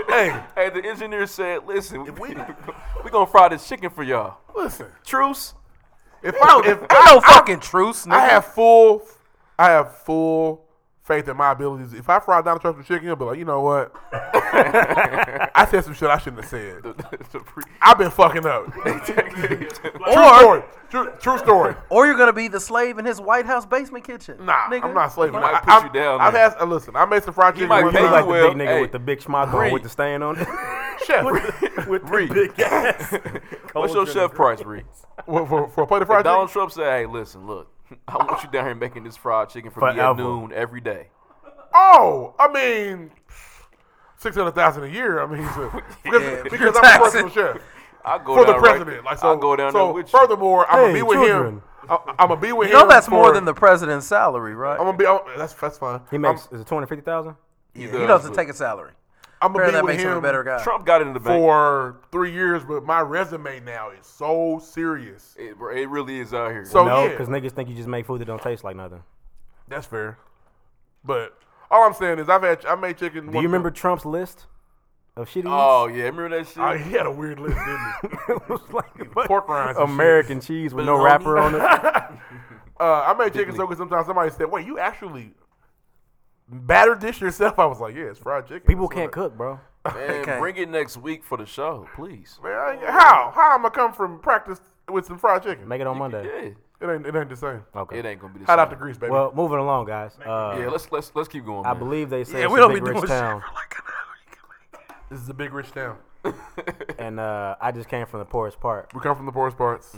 C: Hey,
E: hey, the engineer said, "Listen, we [laughs] we gonna fry this chicken for y'all."
C: listen.
E: Truce.
C: If I if
F: Ain't no fucking truce, nigga.
C: I have full, I have full faith in my abilities. If I fry Donald Trump some chicken, I'll be like, you know [laughs] what? I said some shit I shouldn't have said.
E: [laughs] The pre-
C: I've been fucking up. [laughs] true story. True, true story.
F: or you're gonna be the slave in his White House basement kitchen.
C: Nah,
F: nigga.
C: I'm not slaving.
E: He might
C: I-
E: put
C: I'm-
E: you down
C: I've
E: there.
C: had. uh, listen, I made some fried chicken.
E: might
C: one
E: pay
D: You
E: Hey,
C: time.
D: like
E: well,
D: the big nigga
E: hey,
D: with the big schmuck on with the stain on it.
C: chef
D: with the
E: Reed.
D: big ass.
E: [laughs] What's your chef price, Bree?
C: for, for, for a plate of fried chicken.
E: Donald Trump said, "Hey, listen, look, I want you down here making this fried chicken for me at
D: Forever.
E: noon every day."
C: Oh, I mean, six hundred thousand a year. I mean,
E: [laughs]
C: so- because, because I'm a
F: taxing.
C: personal chef
E: I go
C: for the
E: down right-
C: president. like so,
E: I'll go down
C: so
E: there with you.
C: furthermore, I'm gonna
D: Hey,
C: be with
D: children.
C: him. I, I'm gonna be with
F: You
C: him.
F: know that's more
C: for-
F: than the president's salary, right?
C: I'm gonna be. I'm, that's that's fine.
D: He makes is it two hundred fifty thousand?
F: yeah,
E: does,
F: he doesn't
E: but-
F: take a salary.
C: I'm, I'm
F: Apparently
C: gonna
F: that
C: be with
F: makes him a
C: him
F: better guy.
E: Trump got into the bank.
C: for three years, but my resume now is so serious.
E: It, bro, it really is out here.
C: So
D: No,
C: Oh, yeah,
D: because niggas think you just make food that don't taste like nothing.
C: that's fair. But all I'm saying is, I've had I made chicken.
D: Do
C: [laughs]
D: you remember Trump's list of shitty?
E: oh yeah, remember that shit?
C: he had a weird list, didn't he?
D: [laughs] it was like but
C: Pork rinds. and shit.
D: American cheese with no
E: Bologna.
D: wrapper on it.
C: Uh, I made chicken so good sometimes somebody said, "Wait, you actually battered this yourself?" I was like, "Yeah, it's fried chicken."
D: People
C: That's
D: can't
C: what
D: cook, bro.
C: [laughs]
E: Man,
F: Okay.
E: bring it next week for the show, please.
C: I- Man, I- how how am I come from practice with some fried chicken?
D: Make it on Monday.
E: Yeah,
C: It ain't it ain't the same.
D: Okay.
E: it ain't gonna be the
C: Hot
E: same.
C: out the grease, baby.
D: Well, moving along, guys. Uh,
E: yeah, let's let's let's keep going.
D: I
E: man.
D: believe they say
F: Yeah,
D: it's
F: we
D: a
F: don't be
D: big
F: doing
D: rich
F: shit
D: town,
F: for like an hour. You can make it.
C: this is a big rich town.
D: and uh, I just came from the poorest part,
C: We come from the poorest parts.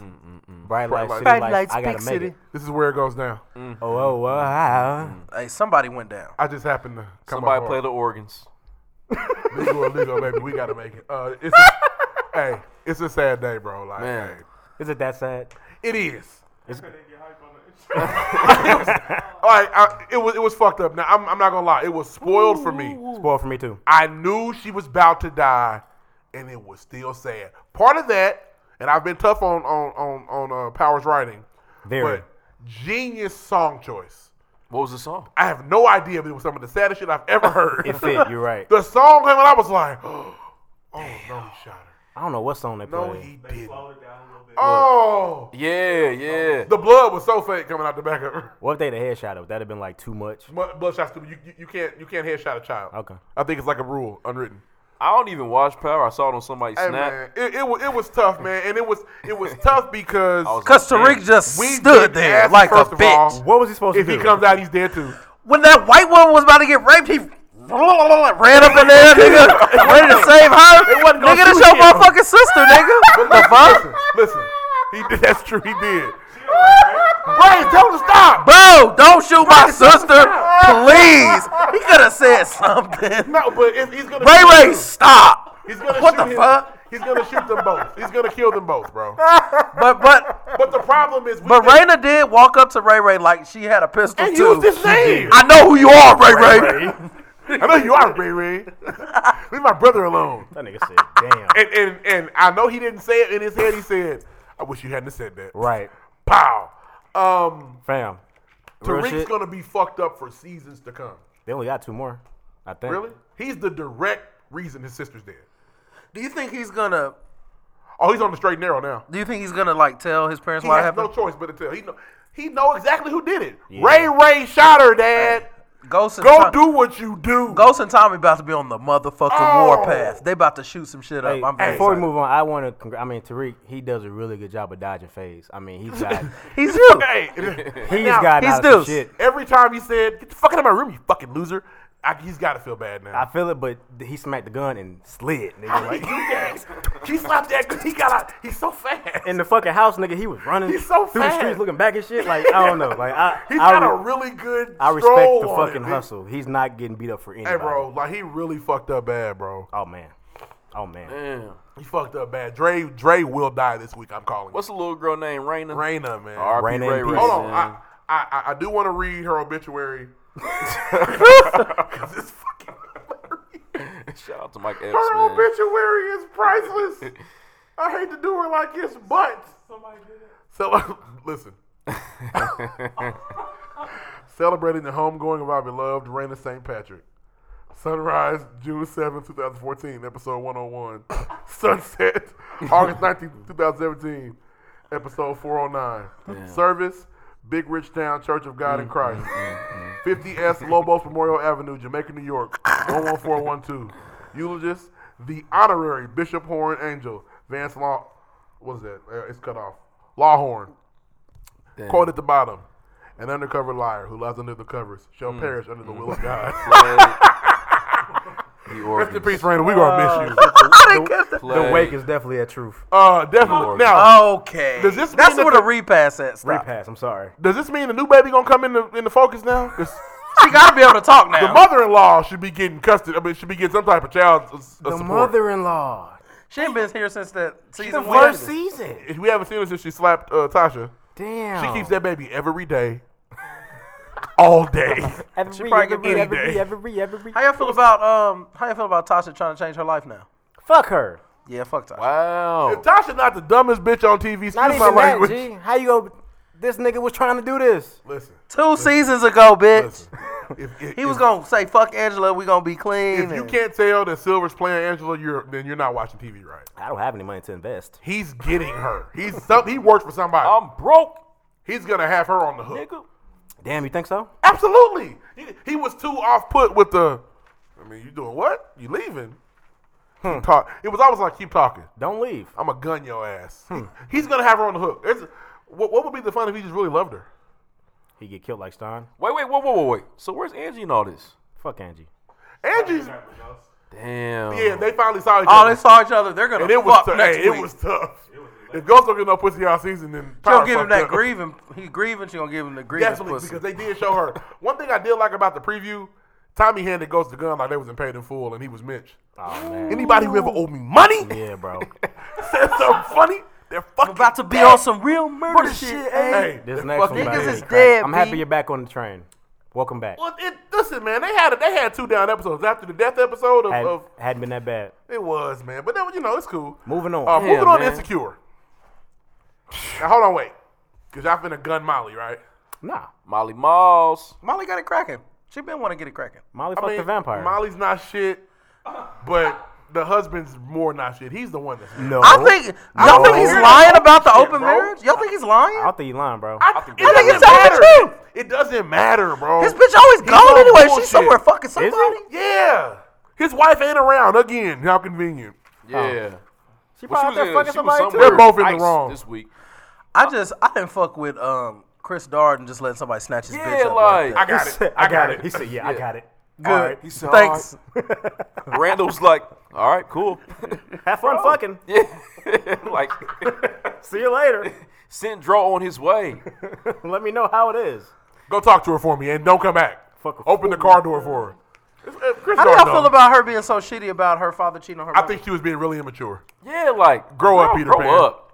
D: bright lights,
C: lights.
D: city
C: Bright
D: lights.
F: lights,
D: I gotta
F: big
D: make
F: city.
D: it.
C: This is where it goes down.
D: Oh, oh, wow.
F: Hey, somebody went down.
C: I just happened to come
E: Somebody
C: up
E: play
C: hard.
E: the organs.
C: Legal or legal, baby. We gotta make it. Uh, it's a, hey, it's a sad day, bro. Like,
E: Man.
C: hey,
D: Is it that sad?
C: it is.
A: [laughs]
C: [laughs]
A: they get hype on the
C: All right, I, it was it was fucked up. Now I'm I'm not gonna lie, it was spoiled for me.
D: Spoil for me too.
C: I knew she was about to die, and it was still sad. Part of that, and I've been tough on on on, on uh, Powers writing,
D: Very.
C: but genius song choice.
E: What was the song?
C: I have no idea, but it was some of the saddest shit I've ever heard.
D: It
C: [laughs]
D: fit. You're right.
C: the song came and I was like, [gasps] oh no, he shot her.
D: I don't know what song they
C: No,
D: played.
C: he didn't.
A: Slow it down a little bit.
C: Oh,
E: Yeah, yeah.
C: the blood was so fake coming out the back of her. [laughs]
D: What if they had headshot it? That'd have been like too much.
C: Blood blood shots. You, you you can't you can't headshot a child.
D: Okay.
C: I think it's like a rule unwritten.
E: I don't even watch Power. I saw it on somebody's
C: Hey
E: snap.
C: man, it, it was it was tough, man, and it was it
F: [laughs]
C: was tough because
E: was
F: Cause Tariq just
C: We
F: stood
C: didn't
F: there
C: ask,
F: like a
C: first of all,
F: bitch.
D: What was he supposed
C: if
D: to
C: he
D: do?
C: comes out, he's dead
F: [laughs]
C: too.
F: When that white woman was about to get raped, he [laughs] ran up in there,
C: [laughs]
F: nigga, ready to save her.
C: They wasn't gonna
F: Nigga, this
C: shoot
F: your
C: him.
F: motherfucking sister, nigga.
C: But listen, listen, listen, he did. That's true. He did. Ray, tell him to stop.
F: Bro, don't shoot my sister, please. He could
C: [laughs]
F: have said something.
C: No, but if he's gonna.
F: Ray Ray, stop.
C: He's gonna
F: What
C: shoot
F: the
C: him.
F: fuck?
C: He's gonna shoot them both. He's gonna kill them both,
F: [laughs]
C: bro.
F: But but
C: But the problem is, we
F: but
C: think-
F: Raina did walk up to Ray Ray like she had a pistol
C: and
F: too.
C: used his name.
F: I know who you are, Ray Ray.
C: I know you are, Ray
F: [laughs]
C: Ray. Leave my brother alone.
D: That nigga said,
C: [laughs]
D: damn.
C: And, and and I know he didn't say it in his head. He said, "I wish you hadn't said that."
D: Right.
C: Pow. Um,
D: Fam. Real
C: Tariq's
D: shit.
C: gonna be fucked up for seasons to come.
D: They only got two more, I think.
C: Really? He's the direct reason his sister's dead.
F: Do you think he's gonna?
C: Oh, he's on the straight and narrow now.
F: Do you think he's gonna like tell his parents
C: He
F: why it
C: has no
F: happened?
C: choice but to tell. He know, he know exactly who did it. Ray Ray shot her, Dad.
F: Ghost and
C: Go
F: Tom-
C: do what you do.
F: Ghost and Tommy about to be on the motherfucking
C: Oh.
F: warpath. They about to shoot some shit up.
D: Hey,
F: I'm
D: before
F: very
D: we move on, I want to. Congr- I mean, Tariq, he does a really good job of dodging phase. I
C: [laughs]
D: mean, he's got,
F: He's you.
C: Hey,
D: [laughs] he's
C: now,
D: got
F: he's
D: out of some
F: deuce.
D: shit.
C: every time he said, "Get the fuck out of my room, you fucking loser," I, he's got to feel bad now.
D: I feel it, but th- he smacked the gun and slid.
C: [laughs]
D: Nigga,
C: Like,
D: like,
C: you guys, he slapped that. He got out. He's so fast.
D: in the fucking house, nigga, he was running
C: He's so
D: through
C: fast.
D: the streets, looking back and shit. Like I don't know.
C: [laughs]
D: Like I,
C: He's
D: I,
C: got a
D: re-
C: really good. stroll
D: I respect the
C: on it,
D: fucking
C: dude.
D: hustle. He's not getting beat up for anybody.
C: Hey, bro, like he really fucked up bad, bro.
D: Oh man, oh man.
E: Damn.
C: He fucked up bad. Dre, Dre will die this week. I'm calling.
E: What's the little girl named Raina?
C: it. Raina, man?
E: R.I.P.
D: Raina in
E: Ray Ray.
D: peace.
C: Hold on,
E: man.
C: I, I, I- I do want to read her obituary. [laughs] 'Cause it's fucking hilarious.
E: [laughs] Shout out to Mike Epps,
C: Her
E: man.
C: obituary is priceless. I hate to do her like this, but
A: Somebody did it.
C: Cele- [laughs] listen. Celebrating the homegoing of our beloved Raina St. Patrick. Sunrise, June seventh, two 2014, episode 101. [coughs] Sunset, [coughs] August nineteenth, two 2017, episode 409. Service, Big Rich Town Church of God in Christ. 50S Lobos Memorial Avenue, Jamaica, New York, 11412. Eulogist, the honorary Bishop Horn Angel, Vance Law. What is that? Uh, it's cut off. Lawhorn.
E: Damn.
C: Quote at the bottom. An undercover liar who lies under the covers shall perish under the will of God.
E: The
C: Rest in
E: organs.
C: peace, Raina. We're gonna miss you.
D: Uh, The
E: Play.
D: wake is definitely a truth.
C: [laughs] Uh, definitely.
D: Oh.
E: Lord.
C: Now,
F: Okay.
C: Does this mean
F: That's
C: that
F: where
C: the-
F: the repass at. Stop.
D: Repass. I'm sorry.
C: does this mean the new baby gonna come in the, in the focus now? 'Cause
F: She gotta be able to talk now.
C: the mother-in-law should be getting custody. I mean, should be getting some type of child uh, s- uh,
D: The
C: support.
D: mother-in-law.
F: she ain't been here since that season
D: The
F: one.
D: first season.
C: If we haven't seen her since she slapped uh, Tasha.
D: Damn.
C: She keeps that baby every day, all
D: [laughs]
C: day.
D: every,
F: She probably
D: every,
F: get
D: every,
C: any day.
D: every, every,
F: How y'all feel about um? How y'all feel about Tasha trying to change her life now?
D: Fuck her.
F: Yeah, fuck Tasha.
C: If
E: Wow.
C: Tasha not the dumbest bitch on TV. Excuse
D: Not
C: my
D: even that,
C: language.
D: G. How you go? This nigga was trying to do this.
C: [laughs] Listen,
F: Two seasons ago, bitch.
C: listen. If, if,
F: He was
C: if-
F: gonna say fuck Angela. We gonna be clean.
C: If you
F: and-
C: can't tell that Silver's playing Angela, you're then you're not watching TV right.
D: I don't have any money to invest.
C: He's getting her. He's some, he works for somebody.
E: I'm broke,
C: He's gonna have her on the hook.
E: nigga.
D: Damn, you think so?
C: Absolutely. He, he was too off put with the. I mean, you doing what? You leaving?
F: Hmm.
C: Keep Talk. It was always like, keep talking.
D: Don't leave.
C: I'm gonna gun your ass.
F: Hmm.
C: He's gonna have her on the hook. It's, what, what would be the fun if he just really loved her?
D: He get killed like Stein.
E: Wait, wait, whoa, whoa, whoa, wait. So where's Angie and all this?
D: Fuck Angie.
C: Angie's.
A: That was us.
E: Damn.
C: Yeah, they finally saw each
F: Oh,
C: other.
F: they saw each other. They're gonna
C: and it was
F: fuck
C: tough.
F: next
C: Hey, it
F: week.
C: was tough. If Ghost don't get no pussy all season, then
F: she
C: Power
F: gonna give him
C: fucked
F: that
C: up.
F: grieving. He grieving. She gonna give him the grieving
C: Definitely,
F: pussy.
C: because they did show her. One thing I did like about the preview, Tommy handed Ghost the gun like they wasn't paid in full, and he was Mitch.
D: Oh man.
C: Anybody who ever owed me money
D: Yeah, bro.
C: said something funny, they're fucking
F: about to be
C: dead.
F: on some real murder
C: What
F: shit.
C: the shit,
F: eh?
C: hey. [laughs]
D: This
C: They're
D: next
C: fucking
D: one. about
F: niggas
D: to
F: is
D: be
F: dead,
D: crazy. I'm happy
F: B.
D: you're back on the train. Welcome back.
C: Well, it, listen, man, they had they had two down episodes after the death episode of,
D: Had,
C: of
D: hadn't been that bad.
C: it was man, but that was- you know it's cool.
D: Moving on.
C: Uh,
F: Oh,
E: Yeah,
C: moving on, to
E: man.
C: insecure. Now hold on, wait, because y'all finna gun Molly, right?
D: Nah.
E: Molly Malls.
F: Molly got it cracking. She been want to get it cracking.
D: Molly fucked the vampire.
C: Molly's not shit, but the husband's more not shit. He's the one that's
D: no.
F: I think y'all
D: No.
F: think he's
C: You're
F: lying
C: not
F: about the
C: shit,
F: open
C: bro.
F: marriage. Y'all think he's lying?
D: I don't think you lying, bro.
C: I, it
F: I think
C: doesn't
F: it's all the
C: matter.
F: truth.
C: It doesn't matter, bro.
F: His bitch always
C: He's
F: gone
C: on
F: anyway.
C: bullshit.
F: She's somewhere fucking
D: it?
F: somebody.
C: Yeah, his wife ain't around again. How convenient.
E: Yeah.
D: she
E: Well,
D: probably out there fucking
E: she Oh. was
D: somebody
E: somewhere
C: They're
D: too.
C: both in the
E: ice
C: wrong.
E: this week.
F: I
E: Uh,
F: just I didn't fuck with um Chris Darden just letting somebody snatch his
E: Yeah,
F: bitch up
E: like-
F: like that.
C: I got
D: [laughs] He
C: it.
D: said, I got it. He said, yeah, I
E: Yeah.
D: got it.
F: Good.
E: All right. He said,
F: Thanks.
E: Randall's like, all right, cool. [laughs]
D: Have fun fucking.
E: like,
D: See you later.
E: send Dro on his way.
D: Let me know how it is.
C: Go talk to her for me and don't come back.
D: Fuck a
C: Open the car door for her. It's- uh, Chris
F: How do
C: Jordan
F: y'all feel
C: knows.
F: about her being so shitty about her father cheating on her?
C: I
F: mom?
C: think she was being really immature.
E: Yeah, like,
C: Grow up,
E: girl,
C: Peter
E: Grow
C: Pan.
E: up.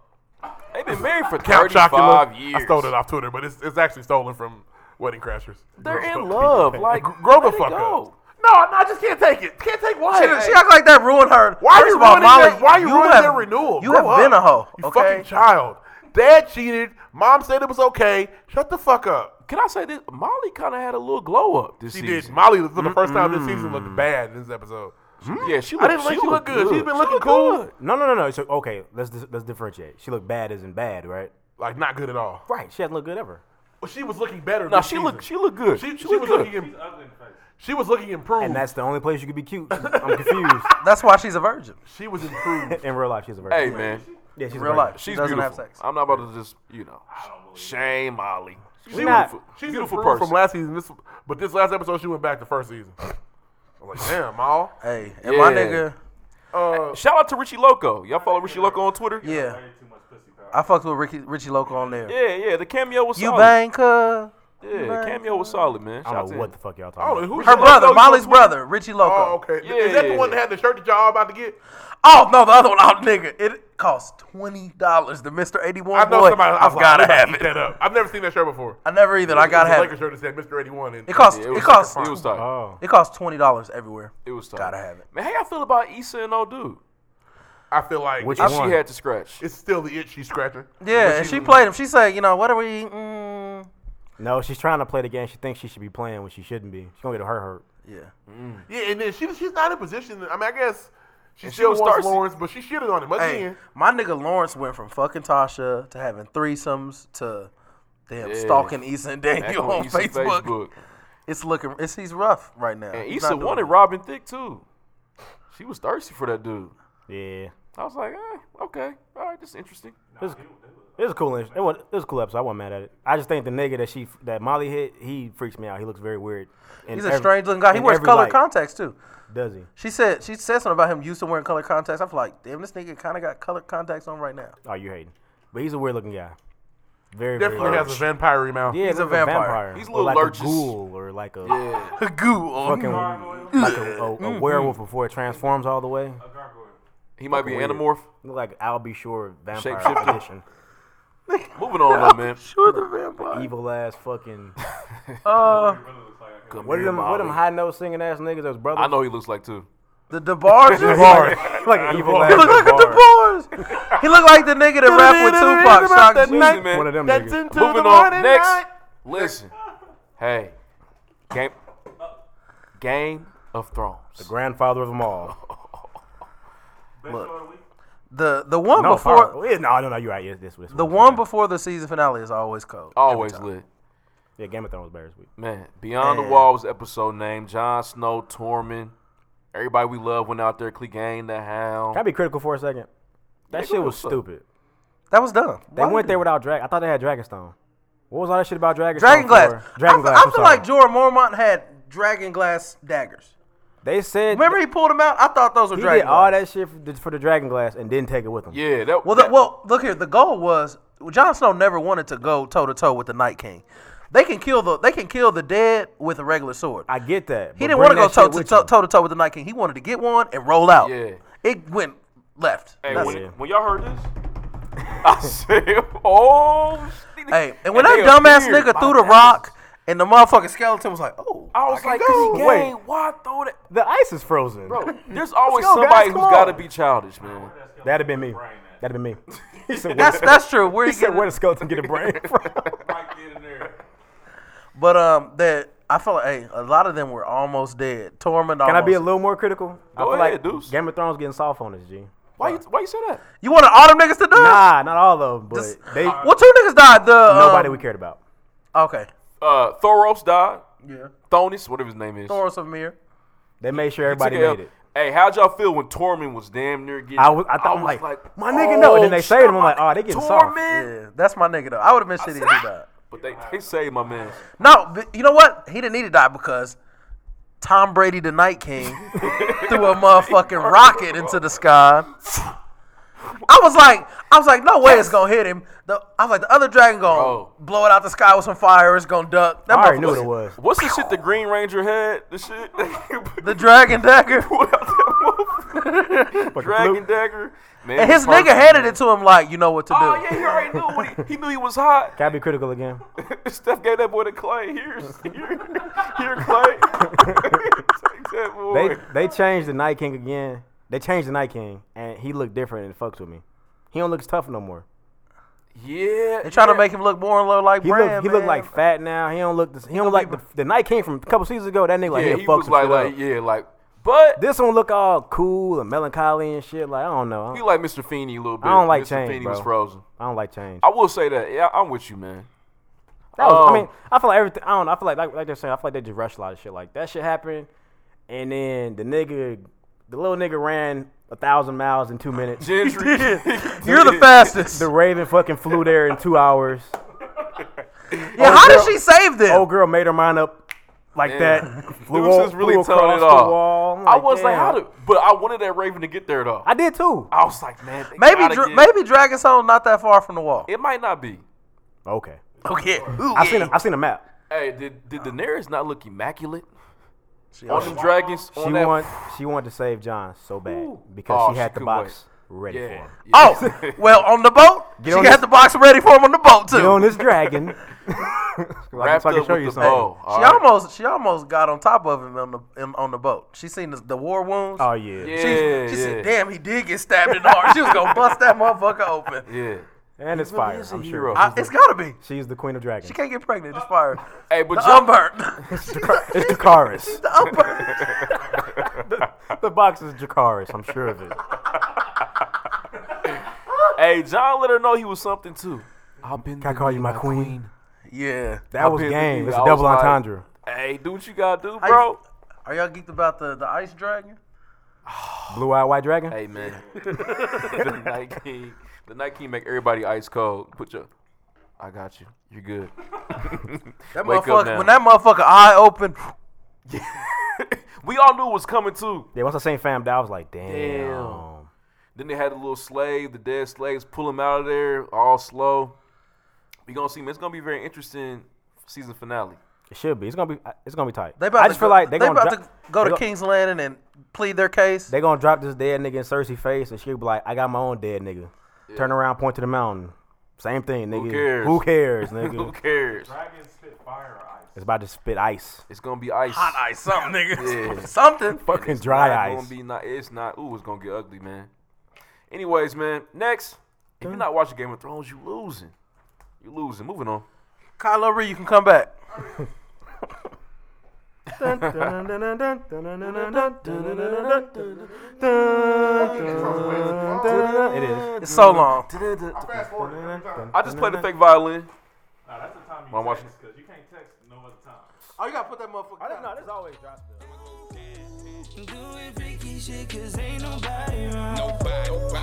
E: They've been married for
C: Count
E: 35
C: Chocula.
E: years.
C: I stole it off Twitter, but it's, it's actually stolen from Wedding Crashers.
E: They're
C: Grow
E: in
C: up.
E: love. Like,
C: Grow the
E: let it
C: fuck
E: go.
C: up. No, no, I just can't take it. Can't take what?
F: She, she act like that ruined her.
C: Why are
F: First
C: you
F: of all,
C: ruining
F: Molly,
C: their, why you ruining
F: have,
C: their renewal?
F: You
C: Grow
F: have been a
C: up.
F: hoe.
C: You
F: Okay.
C: fucking child. Dad cheated. Mom said it was okay. Shut the fuck up.
E: Can I say this? Molly kind of had a little glow up this
C: She
E: season. Mm,
C: did. Molly for the first time this season looked bad in this episode.
E: Yeah, she looked,
C: I didn't think she looked good. She's been looking
E: looked
C: cool.
E: good.
D: No, no, no, no. So, okay, let's dis- let's differentiate. She looked bad isn't bad, right?
C: Like not good at all.
D: Right. She hasn't looked good ever.
C: Well, she was looking better.
E: No,
C: this
E: she
C: season.
E: looked she looked good.
C: She, she,
E: looked
C: was
E: good.
C: looking.
A: She's
C: im-
A: ugly in face.
C: She was looking improved.
D: And that's the only place you could be [laughs] cute. I'm confused.
F: That's why she's a virgin.
C: she was
D: [laughs]
C: improved.
D: In real life, she's a
E: Hey
D: virgin.
E: man,
D: yeah, she's a
F: Real
D: virgin.
F: life.
E: she's
F: she doesn't
E: beautiful.
F: have sex.
E: I'm not about to just you know shame Molly. She's
D: We're not-
E: beautiful.
C: She's
E: beautiful
C: improved
E: person.
C: from last season. This, but this last episode, she went back to first season. I'm like, damn, all.
F: Hey, and my
E: Yeah.
F: nigga,
C: Uh,
E: [laughs] Shout out to Richie Loco. Y'all follow Richie Loco on Twitter?
F: yeah,
A: Way too much pussy power.
F: I fucked with Ricky Richie Loco on there.
E: Yeah, oh. yeah. The cameo was
F: You
E: solid.
F: bang, cuz.
E: Yeah, cameo was solid, man.
D: I
E: Shout out
D: don't
E: to
D: know what
E: him.
D: the fuck y'all
C: oh,
D: talking about.
C: who's
F: Her
C: your-
F: brother,
E: Loco,
F: Molly's
E: Twitter?
F: brother, Richie Loco.
C: Oh, okay. Is that the one that had the shirt that y'all about to get?
F: Oh no, the other one, oh nigga, it cost twenty dollars. The Mister Eighty One
C: I know
F: Oh, boy,
C: somebody. I
F: I've
C: was like,
F: gotta
C: "I'm about
F: have
C: to eat
F: it.
C: That up. I've never seen that shirt before.
F: I never either. I
C: It's a
F: gotta have
C: Lakers
F: it.
C: shirt that said Mr. 81. And
F: It costs.
E: Yeah,
F: It,
E: was
F: costs.
E: tight. It was tight.
D: Oh.
F: It costs twenty dollars everywhere.
E: It was tight.
F: Gotta have it.
E: Man, how y'all feel about Issa and old dude?
C: I feel like
D: Which
E: If
C: it's,
D: one?
E: she had to
F: [laughs]
E: scratch.
C: it's still the itch she's scratching.
F: Yeah, and she played him. She said, you know, what are we? Mm,
D: No, she's trying to play the game she thinks she should be playing when she shouldn't be. She's gonna get her hurt.
F: yeah.
C: Yeah, and then she she's not in position. I mean, I guess she
E: And she
C: still
E: was
C: wants
E: thirsty.
C: Lawrence, but she shitted on him
F: Hey,
C: again.
F: my nigga Lawrence went from fucking Tasha to having threesomes to damn stalking Issa and
E: Back
F: Daniel on
E: Issa's
F: Facebook. It's looking. It's he's rough right now.
E: And
F: He's
E: Issa
F: not doing
E: wanted
F: it.
E: Robin Thicke too. She was thirsty for that dude.
D: Yeah.
E: I was like, eh, okay, all right, this is interesting.
D: This, this is cool. It was, it was a cool episode. I wasn't mad at it. I just think the nigga that she that Molly hit, he freaks me out. He looks very weird. in
F: He's a
D: every-
F: strange looking guy. He
D: in
F: wears
D: every
F: color
D: light.
F: contacts too.
D: Does he?
F: She said she said something about him used to wearing color contacts. I'm like, damn, this nigga kind of got color contacts on right now.
D: Oh, you hating? But he's a weird looking guy. Very
C: Definitely
D: very
C: has a vampire mouth.
D: Yeah,
F: He's a
D: like
F: vampire.
E: He's a
D: or
E: little
D: like
E: lurches.
D: a ghoul or like a
E: Yeah,
F: [laughs] Goo.
D: fucking like a, a, a werewolf before it transforms all the way.
A: A gargoyle.
E: he might be an animorph.
D: Look like Albie Shore vampire
E: Shapeshifter.
D: edition.
E: Moving on though, man.
F: Sure, the vampire.
D: Evil ass fucking.
F: Uh,
A: He really looks like a
E: Come
D: What
E: here,
D: them? What them
E: Molly.
D: high note singing ass niggas? Those brothers.
E: I know he looks like too.
F: the DeBarge.
D: [laughs] like an evil
F: He
D: ass.
F: looked like a
D: bar.
F: DeBarge. He looked like the nigga that rapped with Tupac. Shock
E: Listen,
F: G.
E: man.
D: One of them
C: That's
D: niggas.
C: into
E: Moving
C: the
E: on.
C: morning
E: Next.
C: night.
E: Listen. Hey. Game Game of Thrones.
D: Grandfather of them
F: [laughs]
D: all.
A: Best show of the week.
F: The the one
D: No,
F: before
D: fire- yeah, no, no, no. You're right. Yes, this, this
F: the one before the season finale is always cold.
D: Oh.
E: Always lit.
D: Yeah, Game of Thrones was better this week.
E: Man, Beyond the
F: Man.
E: Wall was the episode named Jon Snow, Tormund. Everybody we love went out there, Clegane the
D: Can I
E: Hound.
D: be critical for a second? That
E: go
D: shit was
E: ahead, son.
D: stupid.
F: That was dumb.
D: They went there without drag. I thought they had Dragonstone. What was all that shit about Dragonstone?
F: Dragon glass.
D: for? oh, Dragon
F: I,
D: glass.
F: feel- I
D: I'm
F: feel
D: sorry.
F: like Jorah Mormont had dragon glass daggers.
D: they said
F: Remember he pulled them out? I thought those were
D: he did
F: dragon.
D: all
F: glass.
D: that shit for the, for the Dragon glass and didn't take it with him.
E: Yeah, that
F: Well, the,
E: that-
F: well, look here. The goal was Jon Snow never wanted to go toe to toe with the Night King. They can kill the they can kill the dead with a regular sword.
D: I get that.
F: he didn't want to go toe to toe,
D: toe.
F: toe to toe with the Night King. He wanted to get one and roll out.
E: Yeah.
F: It went left.
E: Hey,
F: That's-
E: when,
D: Yeah.
E: when y'all heard this, [laughs] I said, "Oh!" shit."
F: Hey, and when
E: they
F: that dumbass
E: appeared.
F: nigga
E: My
F: threw the
E: ass.
F: rock and the motherfucking skeleton was like, oh,
E: I was
D: [laughs]
F: can
E: like,
F: go.
E: "Clegane,
D: Wait.
E: why throw that?"
D: The ice is frozen.
E: Bro, there's always
D: go, guys,
E: somebody
D: come
E: who's got to
D: on.
E: be childish, man.
D: That'd have been me. That'd have
F: [laughs]
D: been me. He said, where,
F: that's that's true.
D: [laughs]
F: Where
D: he
F: you
D: said,
F: get
D: where the skeleton get a brain
F: [laughs]
D: from?
A: Right then and there.
F: But um, that I felt like hey, a lot of them were almost dead. Torment.
D: Can I be a little more critical? I
E: Go
D: feel
E: ahead,
D: like
E: Deuce.
D: Game of Thrones getting soft on us, G.
E: Why you why you say that?
F: You wanted all them niggas to
D: [laughs]
F: die?
D: Nah, not all of them, but
F: Just-
D: they
F: Well, two niggas died. The
D: nobody
F: um,
D: we cared about.
F: Okay.
E: Uh, Thoros died.
F: Yeah.
E: Thonis, whatever his name is.
F: Thoros of Mir.
D: They made sure everybody
E: Took a L.
D: made it.
E: Hey, how'd y'all feel when Tormund was damn near getting?
D: I was, I thought,
E: was
D: like, my nigga, no. And then they
E: shit,
D: saved him. I'm
E: my
D: like, oh, they
E: nigga,
D: getting soft.
E: Tormund.
F: Yeah, that's my nigga though. I would have been shitty if
D: "Ah!"
F: he died.
E: But they, they saved my man.
F: No, but you know what? He didn't need to die because Tom Brady the Night King threw a motherfucking rocket into the sky. I was like, I was like, no way it's gonna hit him. The, I was like, the other dragon gonna
E: Bro.
F: blow it out the sky with some fire. It's gonna duck. That
D: I already
F: motherfucker
D: knew what it was.
E: What's the shit the Green Ranger had? The shit [laughs]
F: The dragon dagger.
E: Dragon Dagger. Man,
F: And his
E: the first-
F: nigga handed it to him like, you know what to do.
E: Oh yeah, he already knew. When he, he knew he was hot. [laughs]
D: Can I be critical again?
E: Steph gave that boy to Clay. Here's here, here Clay. [laughs] Take that boy.
D: They they changed the Night King again. They changed the Night King, and he looked different and fucked with me. He don't look as tough no more.
E: yeah,
F: They trying to make him look more and low like
D: He
F: Brand.
D: look he look
F: man.
D: like fat now. He don't look this, he don't like the, the Night King from a couple seasons ago. That nigga like
E: Yeah,
D: he,
E: he
D: fucked
E: was like, like,
D: up.
E: yeah, like, but
D: This one look all cool and melancholy and shit. Like I don't know. I
E: he
D: don't,
E: like Mr. Feeney a little bit.
D: I don't like
E: Mr.
D: change,
E: Feeney
D: bro.
E: was frozen.
D: I don't like change.
E: I will say that. Yeah, I'm with you, man.
D: That was,
E: Um,
D: I mean, I feel like everything. I don't. know. I feel like, like like they're saying. I feel like they just rushed a lot of shit. Like that shit happened, and then the nigga, the little nigga ran a thousand miles in two
E: [laughs]
D: minutes.
E: Gentry, [laughs]
F: [laughs] You're the fastest.
D: the Raven fucking flew there in two hours.
F: yeah, how did she save them?
D: Old Oh, girl made her mind up like
E: Yeah. [laughs]
D: that.
E: Dude,
D: o-
E: just really
D: flew across
E: telling it
D: the
E: off.
D: wall. I'm
E: I was like,
D: damn.
E: how did? But I wanted that Raven to get there though. I,
D: I did too.
E: was like, man, they
F: maybe
E: gotta
F: dra-
E: get-
F: maybe Dragon's Home not that far from the wall.
E: it might not be.
D: Okay,
F: Okay.
D: I seen a, I seen a map.
E: Hey, did did Daenerys not look immaculate
F: She-
E: on the dragons?
D: She
E: on that
D: want she wanted to save John so bad
E: Ooh.
D: because
E: Oh,
D: she had
E: she
D: the
E: couldn't
D: box ready for
E: [laughs] Yeah.
D: him.
E: yeah.
D: [laughs]
F: Oh, well, on the boat, she
D: on
F: got
D: this-
F: the box ready for him on the boat too.
D: Get on this
E: [laughs]
D: dragon. [laughs]
E: wrapped
D: I can
E: up
D: show
E: with
D: you
E: the
D: something.
E: bow. All
F: she
E: right.
F: almost she almost got on top of him on the in, on the boat. She seen the, the war wounds.
D: Oh yeah.
E: Yeah,
F: She, she
E: yeah.
F: said, "Damn, he did get stabbed in the heart. She was gonna bust that motherfucker open.
E: Yeah.
D: and it's
E: really
D: fire.
E: is a
D: I'm
E: hero.
D: sure
F: I- it's gotta be.
D: she's the queen of dragons.
F: She can't get pregnant. It's fire.
E: Hey, but
F: The
E: John,
F: unburnt.
D: [laughs]
F: [laughs]
D: It's Jacaris.
F: the unburnt.
D: the box is Jacaris. I'm sure of it. uh,
E: hey, John let her know he was something too. I've been
D: Can I call you my queen?
F: Yeah.
D: That was
E: been
D: game.
E: thinking-
D: It's
E: I
D: a
E: was
D: double
E: like-
D: entendre.
E: Hey, do what you gotta do,
D: [laughs]
E: bro.
F: Are y'all geeked about the, the ice dragon?
D: Blue eyed white dragon.
E: Hey
D: [laughs]
E: man, [laughs] the Night King, the Night King make everybody ice cold. Put your, I got you. You're good. [laughs]
F: That
E: Wake up
F: motherfucker.
E: now.
F: When that motherfucker eye open,
E: we all knew it was coming too.
D: Yeah, once I seen fam, that I was like, damn.
E: Damn. Then they had a little slave, the dead slaves, pull him out of there, all slow. We gonna see. Man, it's gonna be very interesting season finale.
D: It should be. It's gonna be. It's gonna be tight.
F: they about
D: I just
F: to
D: feel
F: go,
D: like they, gonna
F: about
D: drop,
F: to go
D: they
F: to
D: gon-
F: King's Landing and plead their case.
D: They gonna drop this dead nigga in Cersei face, and she'll be like, I got my own dead nigga. Turn around, point to the mountain. Same thing, nigga.
E: cares?
D: Who cares,
E: Who
D: nigga?
E: cares?
A: Dragons spit fire or ice.
D: it's about to spit ice.
E: It's gonna be ice.
F: Hot
E: [laughs]
F: ice, something, nigga.
E: Yeah.
F: something.
D: Fucking
E: It's
D: dry
E: not
D: ice.
E: Gonna be not, it's not. Ooh, it's gonna get ugly, man. Anyways, man. Next, if you're not watching Game of Thrones, you losing. You losing. Moving on.
F: Kylo Ree, you can come back.
D: It is.
F: It's so long.
A: Fast forward every time.
E: I just played the fake violin.
A: Nah, that's the time you
E: Wanna watch
A: text because you can't text no other time.
F: Oh, you gotta put that motherfucker.
B: Doing freaky shit 'cause ain't nobody around.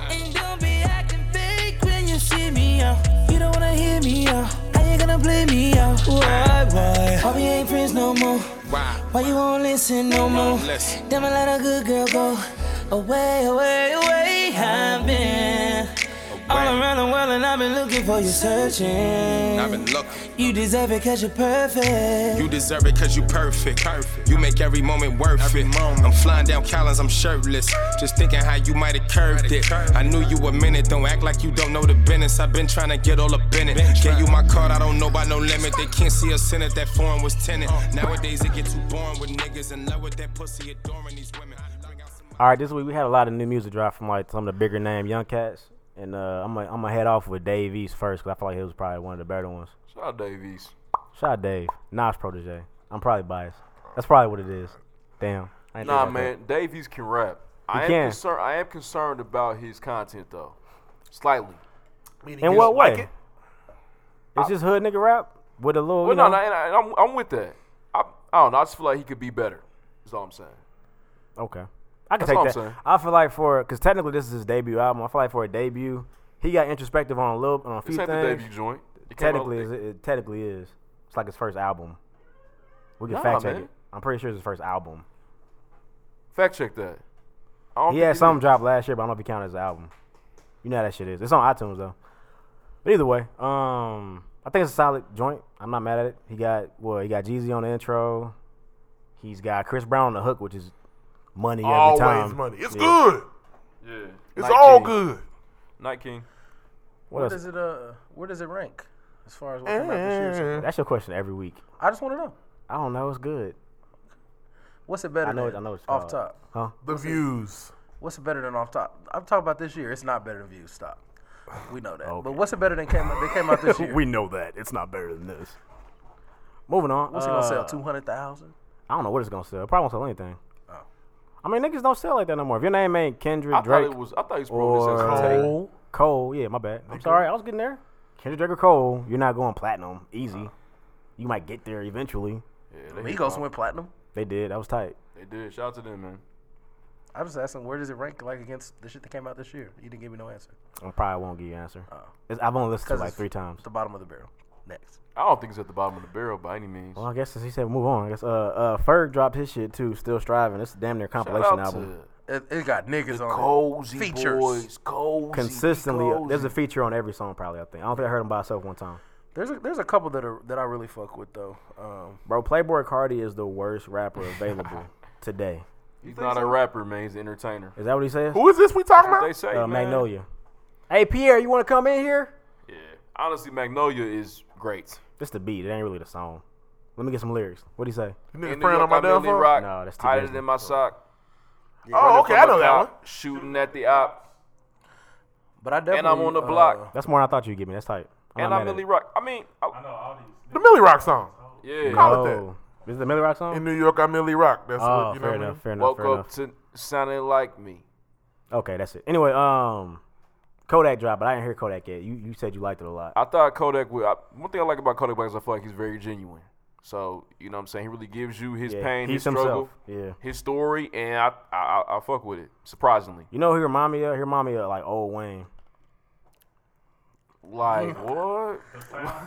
B: And don't be acting fake when you see me out. You don't wanna hear me out. How you gonna play me out? Why, why? Why we ain't friends no more? Why? Why you won't listen no more? Damn, I let a good girl go. Away, away, away. I've been all around the world and I've been looking for you, searching.
H: I've been looking.
B: You deserve it cause you're perfect.
H: You deserve it cause you perfect. perfect. You make every moment worth it. I'm flying down Collins, I'm shirtless. Just thinking how you might have curved it. I knew you a minute, don't act like you don't know the business. I've been trying to get all up in it. Gave you my card, I don't know by no limit. They can't see a sinner that foreign was tenant. Nowadays it get too boring with niggas in love with that pussy adoring these women. Bring out some-
D: All right, this week we had a lot of new music drop from like some of the bigger name young cats, and uh, I'm gonna I'm gonna head off with Dave East first because I feel like he was probably one of the better ones.
E: Shout out Davies.
D: Shout out Dave, Nas protege. I'm probably biased. That's probably what it is. Damn. I ain't think
E: Nah,
D: about that.
E: man. Davies can rap. I am
D: can.
E: concerned. I am concerned about his content though, slightly.
D: In what way? It's just hood nigga rap with a little.
E: Well,
D: you
E: no,
D: know,
E: no, and I, and I'm, I'm with that. I, I don't know. I just feel like he could be better. Is all I'm saying.
D: Okay. I can
E: That's all
D: take
E: I'm
D: that.
E: saying.
D: I feel like for because technically this is his debut album. I feel like for a debut, he got introspective on a little on a few
E: This ain't the
D: things.
E: debut joint. It came out-
D: Technically, is it, it technically is. It's like his first album. We can
E: Nah,
D: fact check
E: man.
D: it. I'm pretty sure it's his first album.
E: Fact check that. I don't
D: He
E: think
D: had
E: did.
D: something dropped last year, but I don't know if he counted as an album. You know how that shit is. It's on iTunes though. But either way, um, I think it's a solid joint. I'm not mad at it. He got well, he got Jeezy on the intro. He's got Chris Brown on the hook, which is money
C: Always
D: [laughs] every time.
C: money. It's
D: Yeah.
C: good.
E: Yeah.
C: It's
E: Night
C: all
E: King.
C: good.
E: Night King.
D: What
F: Where
D: else?
F: does it uh where does it rank as far as what came out this year?
D: That's your question every week.
F: I just want to know.
D: I don't know. It's good.
F: What's it better
D: I know
F: than
D: it- I know it's
F: off
D: called.
F: top?
D: Huh?
C: The views.
F: What's it better than off top? I'm talking about this year. It's not better than views. Stop. We know that. But what's it better than came out, that came
D: [laughs]
F: out this year?
D: know that. It's not better than this. Moving on.
F: what's it gonna sell?
D: uh,
F: Two hundred thousand.
D: I don't know what it's gonna sell. It probably won't sell anything. I mean, niggas don't sell like that no more. If your name ain't Kendrick
E: I thought
D: Drake
E: it was. I thought he was
D: or
E: promoting this as a tape.
D: Cole, Cole, yeah, my bad. I'm sorry, I was getting there. Kendrick Drake or Cole, you're not going platinum easy. You might get there eventually.
E: Yeah, they, hit
F: Migos
E: him.
F: went platinum.
D: They did. That was tight.
E: They did. Shout out to them, man.
F: I'm just asking where does it rank like against the shit that came out this year? You didn't give me no answer.
D: I probably won't give you an answer. It's, I've only listened to
F: 'Cause
D: it like
F: it's
D: three times.
F: The bottom of the barrel. Next.
E: I don't think it's at the bottom of the barrel by any means.
D: Well, I guess since he said move on, I guess uh, uh Ferg dropped his shit too. Still striving. It's a damn near
E: Shout
D: compilation
E: out
D: album.
E: to
F: It, it got niggas on
E: Cozy
F: Features.
E: Boys. Cozy.
D: Consistently, uh,
E: Cozy.
D: there's a feature on every song probably. I think I don't think I heard him by itself one time.
F: it. There's a, there's a couple that are that I really fuck with though. Um,
D: Bro, Playboy Cardi is the worst rapper available today.
E: He's not a rapper, man. He's an entertainer.
D: Is that what he says?
C: Who is this we talking
E: What they
C: about?
E: say,
D: Uh,
E: man.
D: Magnolia. Hey Pierre, you want to come in here?
E: Yeah. Honestly, Magnolia is great.
D: This the beat. It ain't really the song. Let me get some lyrics. What would he say?
C: You
E: In
C: niggas
E: New
C: praying on
E: York,
C: my
E: I'm in the
C: downfall?
E: rock,
D: No, that's too
E: Hotter
D: Disney.
E: than my sock.
C: Oh, okay. I know that one.
E: About Shooting at the op.
F: but I definitely
E: And I'm on the
F: uh,
E: block.
D: That's more than I thought you'd give me. That's tight. I'm
E: and
D: not
E: I'm
D: mad at
E: Millie
D: it.
E: Rock. I mean, I,
A: I know all these.
C: The Millie Rock song.
E: yeah.
C: Call it that.
D: Oh, this is the Millie Rock song.
C: In New York, I'm Millie Rock. That's
D: oh,
C: what you know.
D: fair
C: What I mean?
D: enough. Fair enough.
E: Woke
D: Fair
E: up
D: enough.
E: to sounding like me.
D: Okay, that's it. Anyway, um, Kodak dropped, but I didn't hear Kodak yet. You you said you liked it a lot.
E: I thought Kodak would. I, one thing I like about Kodak Black is I feel like he's very genuine. So you know what I'm saying? He really gives you his
D: Yeah,
E: pain,
D: he's
E: his struggle,
D: himself, yeah.
E: his story, and I, I I I fuck with it surprisingly.
D: You know who uh, he remind me of? He remind me of like old Wayne.
F: Mm.
E: Like
D: [laughs]
E: what?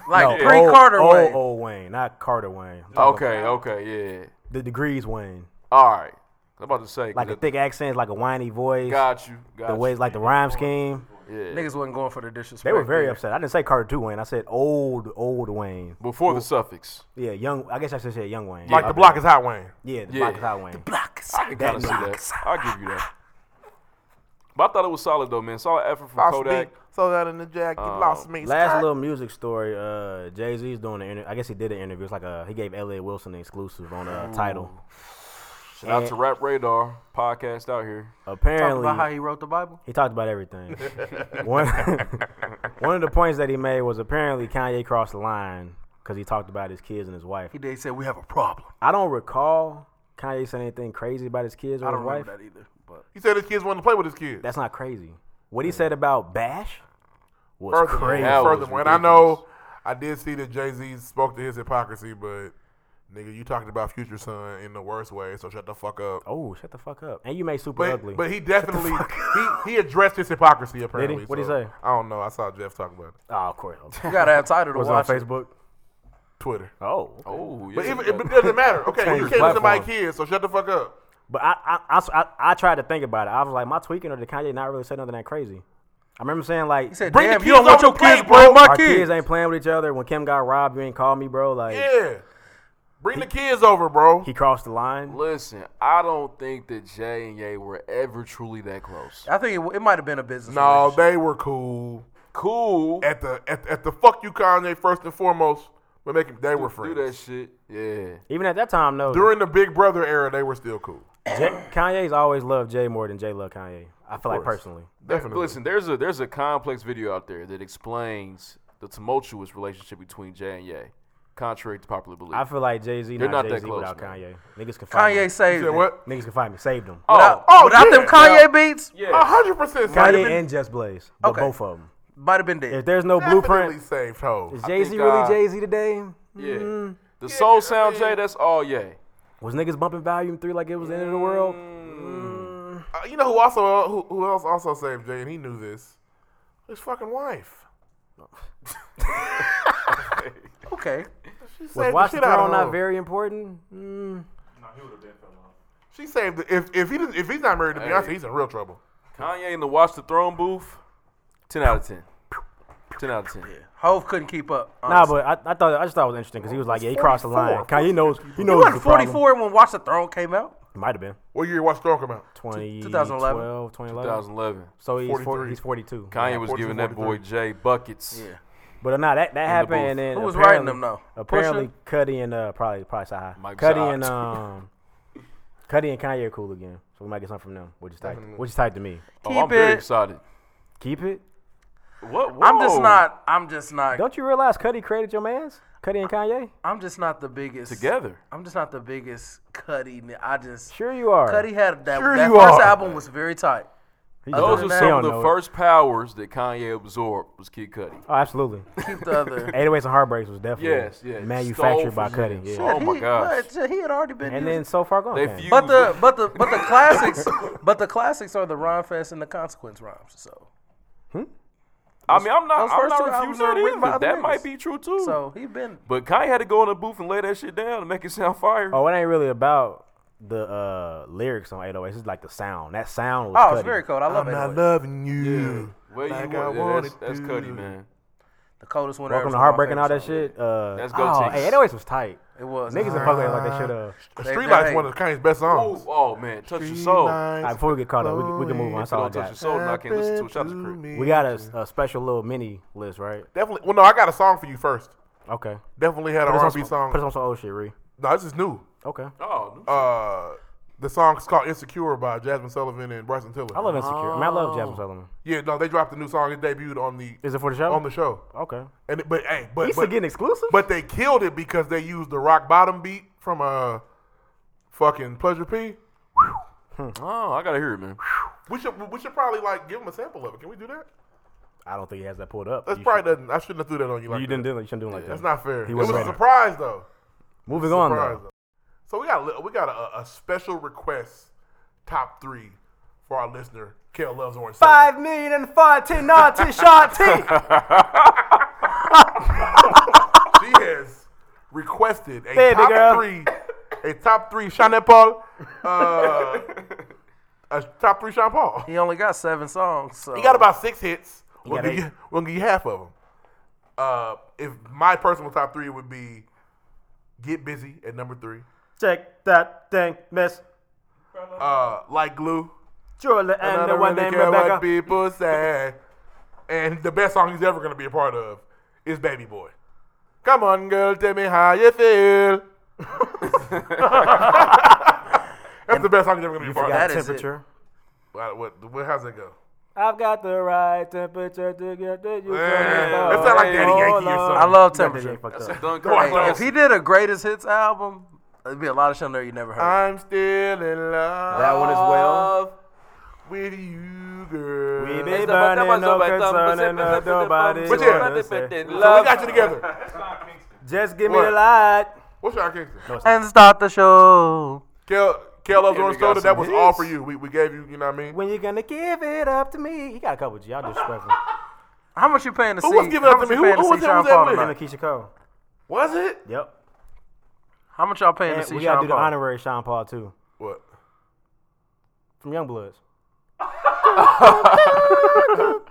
F: like
D: No, Oh,
F: pre
D: old-
F: Carter
D: old,
F: Wayne.
D: Old Wayne, not Carter Wayne.
E: Okay, okay, yeah.
D: The degrees Wayne.
E: All right. I'm about to say
D: Like a thick accent, like a whiny voice.
E: Got you. Got
D: the
E: you.
D: way it's like the rhyme scheme.
E: yeah.
F: Niggas wasn't going for the disrespect.
D: They were very
F: there.
D: upset. I didn't say Carter Two Wayne. I said old old Wayne.
E: Before the suffix,
D: Yeah, young. I guess I should say young Wayne.
C: Like the block is hot, Wayne.
D: yeah, the
E: Yeah.
D: block is hot Wayne.
E: I can kind of see that. I'll give you that. But I thought it was solid though, man. Solid effort from
C: Lost
E: Kodak. Oh.
C: me. So that in the jacket, lost me.
D: Last little music story. Uh, Jay Z's doing an interview. I guess he did an interview. It's like a he gave Elliot Wilson an exclusive on a title.
E: Shout out to Rap Radar podcast out here.
F: Talking
D: Apparently,
F: about how he wrote the Bible.
D: he talked about
F: [laughs]
D: everything. one, [laughs] one of the points that he made was apparently Kanye crossed the line because he talked about his kids and his wife.
F: He did say we have a problem.
D: I don't recall Kanye saying anything crazy about his kids or
F: I don't
D: his wife.
F: remember that either. But
C: He said his kids wanted to play with his kids.
D: That's not crazy. What he said about Bash was
C: Furthermore,
D: crazy.
E: That was
C: furthermore, and I
E: ridiculous.
C: know I did see that Jay Z spoke to his hypocrisy, but nigga, you talked about Future Son in the worst way, so shut the fuck up.
D: Oh, shut the fuck up! And you made super ugly.
C: But, but he definitely he, he addressed his hypocrisy apparently.
D: What'd he
C: so
D: say?
C: I don't know. I saw Jeff talk about it.
D: oh, of course.
F: you gotta have title to
D: Was it on
F: watch. it.
D: Facebook?
C: Twitter.
D: Oh,
E: Oh, yeah.
C: But, even,
E: you got-
C: but it doesn't matter.
D: [laughs]
C: Okay, you
D: his
C: can't listen to my
D: platform.
C: kids, so shut the fuck up.
D: But I, I- I, s- I, I tried to think about it. I was like, my tweaking or did Kanye not really say nothing that crazy? I remember saying like,
F: He said,
C: Bring the
F: "Damn, you
C: kids
F: don't want
C: over
F: your
C: the plate,
F: kids
C: bro.
F: playing my
D: our kids.
F: kids."
D: ain't playing with each other. When Kim got robbed, you ain't call me, bro. Like
C: Yeah, bring the kids over, bro.
D: he crossed the line.
E: Listen, I don't think that Jay and Ye were ever truly that close.
F: I think it, w- it might have been a business.
C: No,
F: relationship.
C: they were cool.
E: Cool.
C: At the at, at the fuck you Kanye first and foremost, but making they were
E: Do that
C: friends.
E: shit. Yeah.
D: Even at that time, though,
C: During the Big Brother era, they were still cool.
D: Jay, Kanye's always loved Jay more than Jay loved Kanye. I feel like personally.
C: Definitely.
E: Listen, there's a there's a complex video out there that explains the tumultuous relationship between Jay and Ye, contrary to popular belief.
D: I feel like Jay Z
E: They're
D: not,
E: not that
D: Jay Z
E: close,
D: without
E: man.
D: Kanye. Niggas can find
F: Kanye saved
C: You
F: it.
C: said what?
D: me. Niggas can find me. Saved them.
E: oh,
F: Without,
C: Oh,
F: without them
C: yeah.
F: Kanye beats,
E: yeah.
C: A hundred percent.
D: Kanye
C: saved.
D: and Just Blaze, but
F: Okay.
D: both of them.
F: might have been
D: If
F: dead.
D: there's no
C: Definitely
D: blueprint,
C: saved hoes.
D: is Jay Z
E: think,
D: really
E: uh,
D: Jay Z today?
E: yeah. The soul sound Jay, that's all Ye.
D: Was niggas bumping Volume Three like it was the end of the world?
C: Uh, you know who also who, who else also saved Jay, and he knew this. His fucking wife.
F: Okay.
C: She saved
D: Was
C: the
D: Watch the
C: shit out
D: Throne
C: of
D: not
C: him.
D: very important? Mm.
A: No, he would have been fell off.
C: She saved the, if if he doesn't- if he's not married to Beyonce, he's in real trouble.
E: Kanye in the Watch the Throne booth, 10 out of 10. 10 out of 10.
F: Hove couldn't keep up.
D: Nah,
F: honestly.
D: but I, I thought I just thought it was interesting because he was like, yeah, he crossed the line.
C: 44.
D: Kanye knows. He knows.
F: he
D: the
F: wasn't
D: problem.
F: 44 when Watch the Throne came out.
D: Might have been
C: What year watch Throne come out?
D: 2012, 2011.
E: 2011.
D: So he's 40,
C: 43.
D: he's 42.
E: Kanye was
C: 14,
E: giving that boy Jay buckets.
D: But uh, nah, that that happened.
E: booth.
D: And then
F: Who was
D: apparently-
F: writing them, though?
D: Apparently,
F: Pusha?
D: Cuddy and uh, probably probably Sahai.
E: Mike
D: Cuddy
E: Sahai.
D: and um, Cuddy and Kanye are cool again, so we might get something from them, which is tight, which is tight to me.
E: Oh,
F: Keep
E: I'm very
F: it.
E: excited.
D: Keep it.
E: What?
F: I'm just
E: Whoa.
F: not. I'm just not.
D: Don't you realize Cuddy created your man's Cuddy and Kanye?
F: I'm just not the biggest.
E: together.
F: I'm just not the biggest Cuddy. ni- I just
D: Sure you are.
F: Cuddy had that.
C: Sure
F: that
C: you
F: first
C: are.
F: album was very tight.
D: He
E: Those
D: don't-
E: are
D: he
E: some
D: don't
E: of the
D: know Oh, it.
E: first powers that Kanye absorbed was Kid Cudi.
D: Oh, absolutely.
F: Keep
D: [laughs]
F: the other.
D: 808s and Heartbreaks was definitely
E: Yes, yes. Stole
D: manufactured by
E: from
D: Cuddy.
E: him.
D: Yeah.
E: Oh my
F: he,
E: gosh.
F: what? he had already been.
D: And
F: using-
D: then so far gone.
E: They
D: Kanye.
E: fused.
F: but the but the but the classics, but the classics are the rhyme fest and the consequence rhymes. So
E: I mean, I'm not.
F: those
E: I'm
F: first
E: not
F: two albums
E: refusing
F: are
E: that
F: written by
E: either.
F: other
E: That
F: niggas.
E: might be true too.
F: so he been.
E: but Kanye had to go in the booth and lay that shit down to make it sound fire.
D: Oh, it ain't really about the uh, lyrics on 808s. It's like the sound. That sound was
F: Oh, it's
D: Cudi.
F: very cold. I love
C: I'm
F: it.
C: not loving you.
E: Where you
C: Like I
E: want, yeah,
C: wanted
E: that's, that's
C: to.
E: Cudi, man.
F: The coldest winter.
D: Welcome to
F: ever was my
D: Heartbreak and all that
F: favorite
D: shit. Uh,
E: That's go
D: oh,
E: Tees.
D: hey, 808s was tight.
F: song. It was.
D: Niggas in public like they should have.
F: They-
C: Streetlight's
F: they-
C: one of Kanye's best songs.
E: Oh, oh, man, touch your
D: All
E: soul.
D: right, before we get caught up, we, can- we can move on. That's all I
E: Don't touch your
D: got.
E: soul, and I can't listen to it. Shout out to Crip.
D: We got a, a special little mini list, right?
C: definitely. Well, no, I got a song for you first.
D: Okay.
C: Definitely had an
D: Put us on
C: R&B
D: some,
C: song.
D: put us on some old shit, Ree.
C: No, this is new.
D: Okay.
E: Oh,
C: Uh, the song is called "Insecure" by Jasmine Sullivan and Bryson Tiller.
D: I love Insecure. Man, I love
C: Oh.
D: Jasmine Solomon.
C: Yeah, no, they dropped a new song. It debuted on the
D: Is it for the show?
C: on the show.
D: Okay.
C: And it- but hey, but
D: He's
C: but,
D: getting exclusive?
C: but they killed it because they used the rock bottom beat from uh fucking Pleasure P.
E: oh, I gotta hear it, man.
C: We should we should probably like give them a sample of it. Can we do that?
D: I don't think he has that pulled up.
C: That's
D: You
C: probably doesn't. I shouldn't have threw that on you like
D: should-
C: that.
D: You didn't do it. You shouldn't do it like that.
C: That's not fair.
D: He
C: it was a
D: wasn't ready.
C: surprise though.
D: Moving on,
C: Surprise,
D: though.
C: though. So we got a, li- we got a, a special request top three for our listener. Kale loves orange. soda.
D: Five million and five ten
C: [laughs]
D: naughty shorty.
C: She has requested a
D: Baby
C: top
D: girl.
C: three, a top three Sean Paul, uh, a top three Sean Paul.
F: He only got seven songs. So
C: He got about six hits. We'll
D: got
C: give,
D: eight.
C: you, we'll give you half of them. Uh, if my personal top three would be Get Busy at number three,
D: Check that thing, Miss
C: uh, Like Glue,
D: Julia
C: I
D: and the
C: don't
D: one
C: really
D: named
C: care what
D: Rebecca.
C: people say. And the best song he's ever gonna be a part of is Baby Boy. Come on, girl, tell me how you [laughs] feel. That's the best song he's ever gonna be a part
D: Got
F: That is it.
D: temperature.
C: of. What, what, what- how's that go?
D: I've got the right temperature to get to you.
C: Eh, That sound like Daddy Yankee or something.
F: I love
D: That
F: temperature.
D: ain't fucked up.
E: Done
F: Hey,
E: Clark.
F: if he did a greatest hits album, there'd be a lot of shit on there you never heard.
C: I'm still in love
D: That one as well.
C: with you, girl. so
D: We be burning no concern and no nobody
C: But yeah.
D: wanna say.
C: we got you together.
A: That's not Kingston.
D: Just give me
C: What?
D: the light.
C: What's your Kingston?
F: Uh, and start the show.
C: Kel, Kel loves
E: Yeah, we
C: Orange
E: got
C: Soda. That
E: some
C: was all
E: hits.
C: for you. We, we gave you, you know what I mean?
D: When you gonna give it up to me? You got a couple G. Y'all disrespectful.
F: How much you paying to see?
C: was giving
F: how
C: up
F: much
C: to
F: you
C: me? Who-
F: paying to
C: who
F: see
C: was that-
F: Sean
C: was that
F: Paul
C: with?
D: Him
F: tonight?
D: and Keisha Cole.
C: Was it?
D: Yep.
F: How much y'all paying to
D: And
F: see
D: we gotta
F: Sean
D: do the
F: Paul?
D: honorary Sean Paul too
C: What?
D: from Youngbloods. you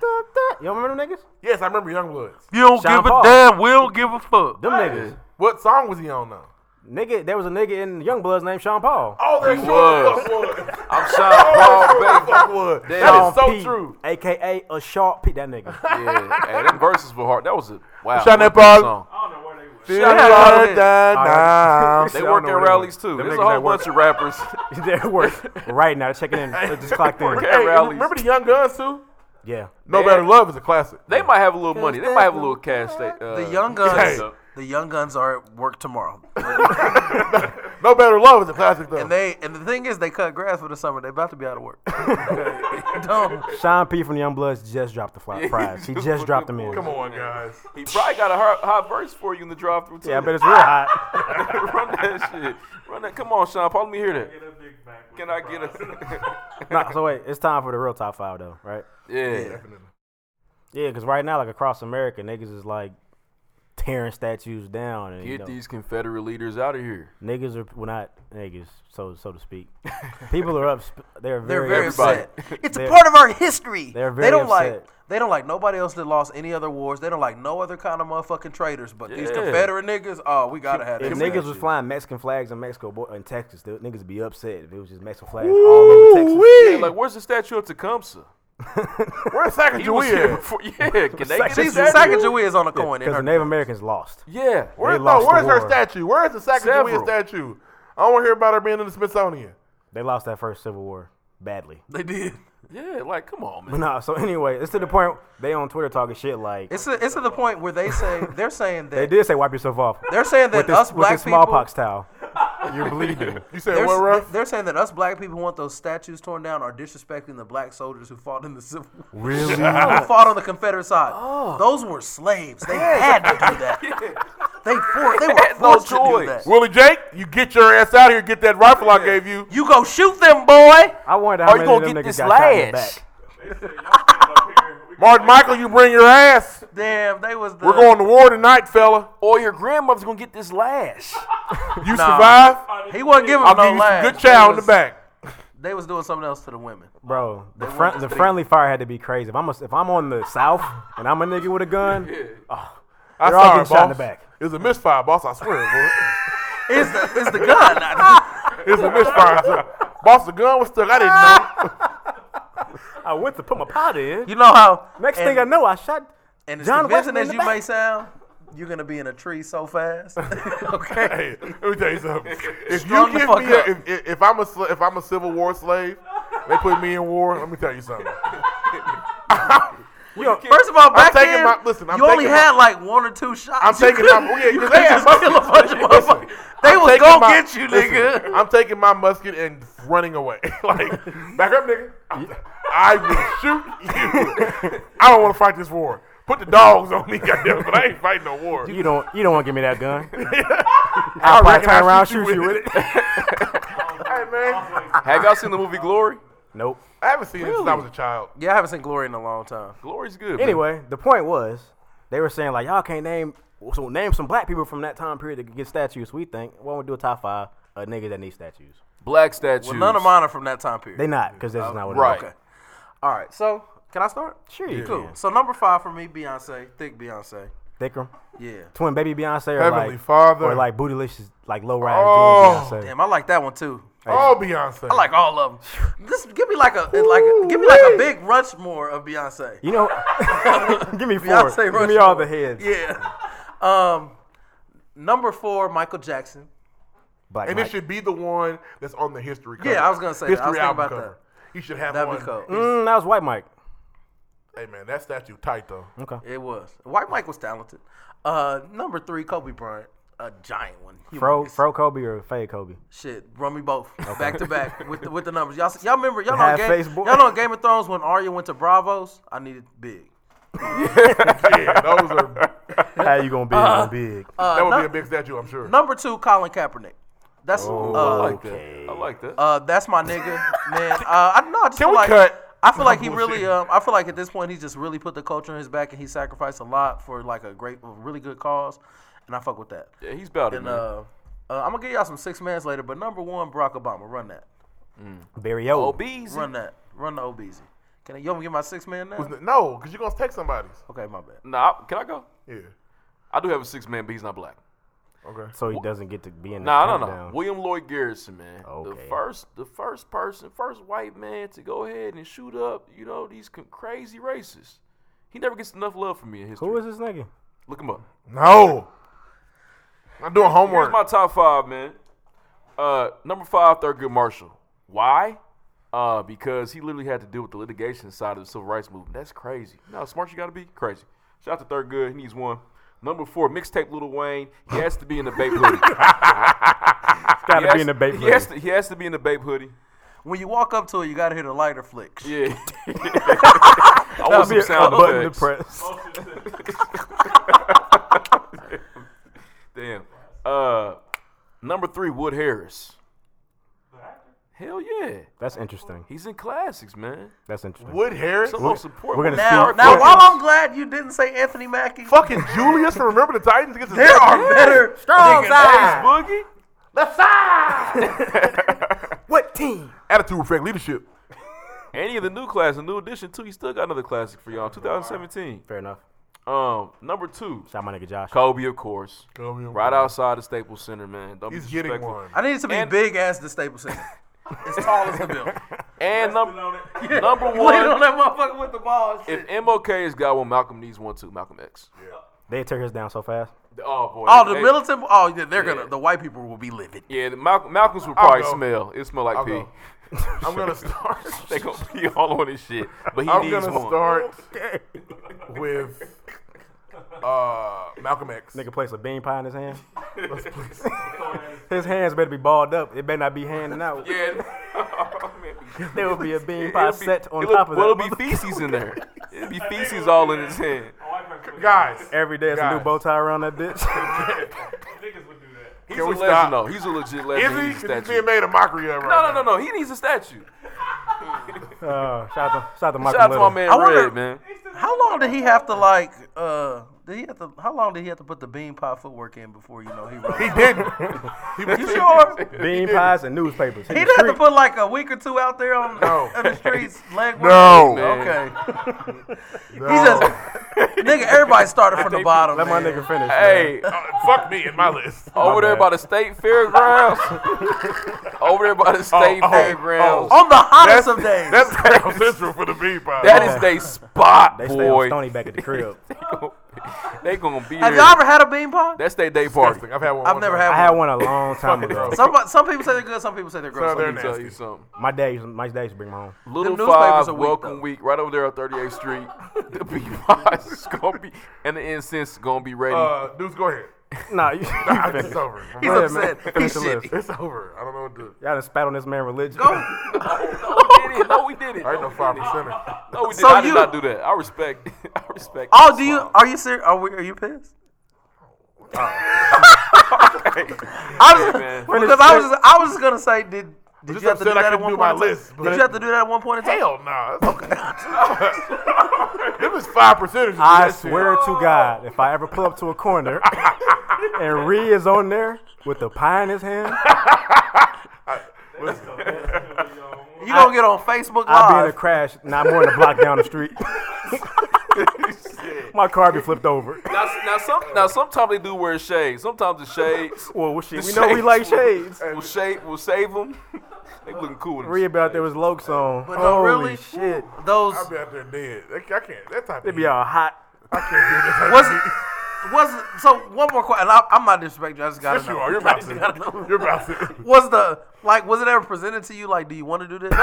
D: don't remember them niggas?
C: Yes, I remember Youngbloods.
F: You don't
D: Sean
F: give a
D: Paul.
F: damn. We'll give a fuck.
D: Them niggas.
C: What song was he on though?
D: Nigga, there was a nigga in Youngbloods named Sean Paul.
C: Oh, that
E: was.
C: [laughs] was.
E: I'm Sean Paul, baby. Damn.
C: Oh, That is so
D: P,
C: true.
D: AKA a sharp P. That nigga.
E: Yeah, hey, them verses were hard. That was a wow.
C: Sean
E: what a
C: Paul.
E: song.
A: I don't know where they were.
C: Feel
F: Shout out
C: like
F: to
C: that
D: All right.
C: now.
E: They
D: Y'all
E: work
D: know
E: at
D: where they
E: rallies
D: [laughs] Them
E: too. There's a
D: niggas
E: whole
D: that work-
E: bunch of rappers.
D: They're working right now. Checking in. They just clocked in.
E: Work at
C: Hey,
E: rallies.
C: remember the Young Guns too?
D: Yeah.
C: No Better Love is a classic.
E: They might have a little money. They might have a little cash. They, uh,
F: The
E: [laughs]
F: Young Guns.
E: Hey.
F: The Young Guns are at work tomorrow,
C: No Better Love is a classic though.
D: Oh.
F: and they and the thing is they cut grass for the summer. They're about to be out of work. [laughs] Don't.
D: Sean P from Youngbloods just dropped the fly prize. He
E: [laughs]
D: just dropped them in.
C: Come on, guys.
E: He probably got a hot, hot verse for you in the drive-through too.
D: Yeah, I bet it's real hot.
E: [laughs]
D: [laughs]
E: Run that shit. Run that. Come on, Sean Paul. Let me hear that.
A: Get a big back. with
E: Can
A: the
E: I get
A: fries.
E: a?
D: Nah, so wait, it's time for the real top five though, right?
E: [laughs] yeah.
D: Yeah, because right now, like across America, niggas is like tearing statues down. And, you
E: Get
D: know,
E: these Confederate leaders out of here.
D: niggas are well not niggas, so so to speak. People are up. They're
F: They're
D: very,
F: very
E: Everybody.
F: upset. [laughs] It's a
D: They're-
F: part of our history.
D: they're
F: they
D: very
F: don't like
D: upset.
F: they don't like nobody else that lost any other wars. They don't like no other kind of motherfucking traitors. But these
E: Yeah.
F: Confederate niggas, oh, we gotta have
D: If
F: this.
D: niggas
F: shit.
D: was flying Mexican flags in Mexico boy, in Texas, the niggas would be upset if it was just Mexican flags all over Texas.
E: Yeah, like where's the statue of Tecumseh?
C: [laughs] Where's
E: He was here
C: Sacagawea? [laughs]
E: before. Yeah, can they get a
F: She's
E: statue?
F: Sacagawea is on the coin. in
D: Because
F: her
D: the Native Americans lost.
E: Yeah.
C: Where's,
D: They
C: no,
D: lost the
C: where's her
D: war.
C: statue? Where's the Sacagawea
E: Several.
C: statue? I don't want to hear about her being in the Smithsonian.
D: They lost that first Civil War badly. [laughs]
F: they did.
E: Yeah, like come on, man.
D: But nah, so anyway, it's to the point they on Twitter talking shit like
F: It's to, it's to the point where they say they're saying
D: they
F: that
D: did say wipe yourself off
F: they're saying that
D: with this,
F: us
D: with
F: black
D: this smallpox
F: people
D: towel. You're
E: [laughs]
D: bleeding.
C: You said
F: they're,
C: what,
F: s-
C: Ruff?
F: they're saying that us black people want those statues torn down are disrespecting the black soldiers who fought in the Civil War.
D: really?
F: who fought on the Confederate side. Those were slaves. They had to do that. They for, they were
E: no
F: forced to do
E: choice.
F: that.
C: Willie Jake, you get your ass out here. Get that rifle I gave you.
F: You go shoot them, boy.
D: I wonder how
E: you
D: many
E: gonna
D: of them niggas
E: get this
D: got shot in the
E: last?
D: back.
A: They said, y'all stand up here. We
C: Martin Michael, you bring your ass.
F: Damn, they was the.
C: We're going to war tonight, fella.
E: Or your grandmother's gonna get this lash.
C: You survive,
F: He wasn't giving
C: I'll give
F: them no
C: you some
F: laughs.
C: good chow in the
F: They was-
C: back.
F: They was doing something else to the women.
D: Bro, the
F: want
D: front,
F: this
D: the
F: big-
D: friendly fire had to be crazy. If I'm a, if I'm on the south and I'm a nigga with a
C: I
D: gun, They're all
C: saw her,
D: getting shot in the
C: boss.
D: back.
C: It was a misfire, boss. I swear,
F: It's the it's the gun. I-
C: boy. It was a misfire. sir. boss, the gun was stuck. I
F: [laughs]
C: didn't know.
D: I went to put my pot in.
F: you know how
D: Next
F: and-
D: thing I know, I shot
F: and as
D: John
F: convincing
D: Weston in
F: as
D: the
F: you
D: back.
F: may sound, you're gonna be in a tree so fast.
C: Hey,
F: okay.
C: let me tell you something. If you
F: Strung the
C: give
F: fuck
C: me, a,
F: up.
C: if, if, if I'm a sl- if I'm a Civil War slave, they put me in war. Let me tell you something.
F: First of all, back
C: taking
F: then,
C: my- listen, I'm
F: you only
C: taking
F: had like one or two shots.
C: I'm
F: You
C: taking my. oh,
F: couldn't-
C: Yeah, 'cause
F: you
C: they
F: couldn't
C: had
F: just kill a bunch of
C: muskets. [laughs] Listen,
F: motherfuckers. They
C: I'm
F: was
C: taking
F: gonna
C: my-
F: get you,
C: listen,
F: nigga.
C: I'm taking my musket and running away. [laughs] like, back up, nigga. I will shoot you. I don't want to fight this war. Put the dogs on me, [laughs] goddamn, but I ain't fighting no war.
D: you don't you don't want to give me that gun.
C: I
D: I'll probably
C: reckon I
D: turn around
C: shoot you
D: shoot you
C: with
D: with it.
C: [laughs] Hey, man.
E: Have y'all seen the movie Glory?
D: Nope.
C: I haven't seen it since I was a child.
F: Yeah, I haven't seen Glory in a long time.
E: Glory's good. man.
D: Anyway, the point was they were saying like y'all can't name so name some black people from that time period that could get statues. We think why don't we do a top five of niggas that need statues?
E: black statues.
F: Well, none of mine are from that time period.
D: They not because that's not what it
E: Right.
D: is.
F: Okay. All right. So can I start?
D: Sure you
F: Cool.
D: can.
F: So number five for me, Beyonce, thick Beyonce.
D: Thicker,
F: Yeah.
D: twin baby Beyonce, or
C: Heavenly
D: like
C: Father.
D: or like bootylicious like low riding
C: Oh,
D: jeans Beyonce.
F: Damn, I like that one too.
C: Oh, Beyonce.
F: I like all of them. This give me like a like a, give me like a big Rushmore of Beyonce.
D: You know, [laughs] give me four.
F: Beyonce
D: give
F: Rushmore.
D: me all the heads.
F: Yeah. Um, number four, Michael Jackson.
D: Black
C: And
D: Mike.
C: it should be the one that's on the history cover.
F: Yeah, I was gonna say that.
C: history
F: I was thinking
C: album
F: about
C: cover. You should have
F: That'd be
C: one.
F: cool.
D: Mm, that was white Mike.
C: Hey man, that statue tight
F: [laughs]
C: though.
F: It was. White Mike was talented. Uh, number three, Kobe Bryant, a giant one.
D: Fro,
F: Humongous.
D: Fro Kobe or Fade Kobe?
F: Shit, run me both back to back with the, with the numbers. Y'all, y'all remember? Y'all know,
D: Half
F: on Game,
D: face boy.
F: y'all know on Game of Thrones when Arya went to Bravos. I needed big.
C: Yeah, those are.
D: How you gonna be
E: Uh-huh.
D: big?
C: That would
F: Uh, no-
C: be a big statue, I'm sure.
F: Number two, Colin Kaepernick. That's
C: Oh,
F: uh,
E: I like that. I like that.
F: uh, that's my nigga, man. Uh, I know. I just
C: Can
F: feel
C: we
F: like
C: cut?
F: I feel like he
C: Bullshit.
F: really. Um, I feel like at this point he's just really put the culture on his back and he sacrificed a lot for like a great, a really good cause, and I fuck with that.
E: yeah, he's about it,
F: And
E: man.
F: uh, uh, I'm gonna give y'all some six minutes later, but number one, Barack Obama. Run that.
D: Barry O.
E: Obese.
F: Run that. Run the obese. Can I, you want me to get my six man now?
C: No, because you're gonna take somebody's.
F: Okay, my bad.
E: Nah, I- can I go?
C: Yeah.
E: I do have a six man, but he's not black.
C: Okay.
D: So he doesn't get to be in the
E: Nah, no, no.
D: countdown.
E: William Lloyd Garrison, man. The
D: Okay.
E: first, the first person, first white man to go ahead and shoot up, you know, these c- crazy racists. He never gets enough love from me in history.
D: Who is this nigga?
E: Look him up.
C: No. I'm doing
E: Here's
C: homework.
E: my top five, man. Uh, number five, Thurgood Marshall. Why? Uh, because he literally had to deal with the litigation side of the civil rights movement. That's crazy. You know how smart you got to be? Crazy. Shout out to Thurgood. He needs one. Number four, mixtape Little Wayne. He has to be in the
D: [laughs]
E: Bape hoodie.
D: Gotta
E: He
D: be
E: has-
D: in the Bape.
E: He has, to, he has to be in the Bape hoodie.
F: When you walk up to it, you gotta hear the lighter flick.
D: [laughs]
E: Yeah. [laughs] I want some sound
D: button to
E: effects.
D: press.
E: Damn. Uh, number three, Wood Harris. Hell yeah.
D: That's interesting.
E: He's in classics, man.
D: That's interesting.
C: Wood Harris,
E: Someone support.
D: we're
E: We're
D: gonna
E: gonna
F: Now,
D: Steve
F: now
D: Kirk
F: while
D: is-
F: I'm glad you didn't say Anthony Mackie,
C: fucking Julius from Remember the Titans against
F: there are better
D: Strong
F: niggas.
D: side.
E: Boogie.
D: What team?
C: attitude reflect leadership.
E: And he in the new class, a new edition too. He still got another classic for y'all. 2017.
D: Fair enough.
E: Um, number two,
D: Shout my nigga Josh.
E: Kobe, of course.
C: Kobe, of
E: right
C: course.
E: outside the Staples Center, man. Don't
C: He's
E: be
C: getting
E: disrespectful.
C: one.
F: I need it to be
E: And-
F: big as the Staples Center. as tall as the [laughs] building.
E: And number
A: on it.
E: number
F: Lean on
E: one,
F: that motherfucker with the ball. and shit.
E: if MLK has got one, Malcolm needs one too. Malcolm X.
D: They tear his down so fast.
E: Oh boy.
F: Oh, the
E: Hey,
F: militant. Oh, yeah, they're
E: Yeah.
F: gonna. The white people will be livid.
E: Yeah, the Mal- Malcolm's would probably
C: go.
E: smell. It smell like
C: I'll
E: pee.
C: go. I'm gonna start.
E: [laughs] They gonna pee all on his shit, but he
C: I'm
E: needs
C: gonna
E: one.
C: start with uh, Malcolm X.
D: Nigga place a bean pie in his
E: [laughs]
D: hand. his hands better be balled up. It better not be handing out.
E: [laughs] Yeah.
D: There will be a bean
E: [laughs] It'll
D: pie
E: be-
D: set on
E: it'll-
D: top of
E: Well,
D: that.
E: it'll [laughs] be feces in there. It'll be feces all in his hand.
A: My white person would do
C: Guys,
D: Every day it's a new
C: Guys.
D: bow tie around that
E: [laughs]
D: bitch.
A: that. Niggas would do that.
E: He's
C: Can
E: a
C: we
E: legend,
C: stop?
E: though. He's a legit
C: is
E: legend. He
C: he?
E: needs a
C: 'Cause he's
E: statue.
C: being made a mockery of. Right
E: No, no,
C: now.
E: no, no. He needs a statue.
D: Uh, shout out to, shout out to Michael
E: Shout out to
D: Little.
E: my man
F: I wonder-
E: Red, man.
F: How long did he have to like? uh Did he have to? How long did he have to put the bean pie footwork in before you know he? Wrote
C: He didn't. He was
F: you sure?
D: Bean pies and newspapers.
F: He didn't have to put like a week or two out there on, [laughs]
C: No.
F: on the streets, leg
C: No.
F: work?
E: Man.
F: Okay. He just [laughs] nigga. Everybody started from the bottom.
D: Let my
F: man.
D: nigga finish. man.
E: Hey,
C: Uh, fuck me in my list.
E: over there
D: bad.
E: by the state
C: [laughs]
E: fairgrounds. over there by the state
C: oh,
E: fairgrounds.
F: on the hottest
C: That's
F: of days.
C: That's [laughs] South Central for the bean pie.
E: That is they spot,
D: They stay on
E: boy.
D: Stony back at the crib.
E: they gonna be
F: Have
E: there.
F: y'all ever had a bean pie?
E: That's their day party.
C: I've had one.
F: I've
C: one
F: never
C: time.
F: had
D: I
F: one.
D: had one a long time ago.
F: Some some people say they're good. Some people say they're gross.
C: So they're
E: Let me tell
C: nasty.
E: you something.
D: My dad, used, my dad used to bring me home.
E: Little
F: newspapers
E: Five
F: are weak,
E: Welcome
F: though.
E: Week, right over there on 38th Street.
C: [laughs]
E: the beehives is gonna be and the incense is gonna be ready.
C: Uh, dudes, go ahead.
D: Nah, [laughs] you,
C: Nah, it's over.
F: He's
D: Yeah, man.
F: upset.
D: Finish
F: He's
D: the
F: shitty.
C: It's over. I don't know what to do.
D: y'all done spat on this man religion. [laughs]
E: no, we did it. No, we did it.
C: I ain't no five percenter.
E: No, we did.
F: So
E: I did
F: you-
E: not do that. I respect. [laughs] I respect.
F: Oh,
E: the
F: do you?
E: song.
F: Are you serious? Are we? Are you pissed? [laughs] I was
E: man.
F: because I was I was just gonna say did did
C: just
F: you have to do
C: upset I
F: that at
C: couldn't
F: one
C: do my
F: point? in time?
C: list, but-
F: did you have to do that at one point in time?
C: Hell nah. It's
F: [laughs]
C: okay. Them is five percenters.
D: I swear to God, if I ever pull up to a corner and Ree is on there with the pie in his hand,
F: You gonna get on Facebook
D: I'll be in a
F: Live?
D: crash, not more than a block down the street. [laughs] my car be flipped over.
E: Now, now, some, now sometimes they do wear shades. Sometimes the
C: [laughs]
E: shades
D: Well, well, shit,
E: The
D: we know we
E: shades
D: like shades.
E: will- will shave will save them. they looking cool. in
D: Ree
E: this.
D: about there was Loke song.
F: But no,
D: Holy
F: really,
D: shit.
F: Those
C: I'll be out there dead. I I can't. That type
D: They
C: of
D: be all hot.
F: was was so one more question. I, I'm not disrespecting. you, I just gotta
C: Yes,
F: know.
C: you are. You're
F: I
C: about
F: just
C: to.
F: gotta know.
C: You're about to.
F: [laughs] Was the like was it ever presented to you like do you want to do this?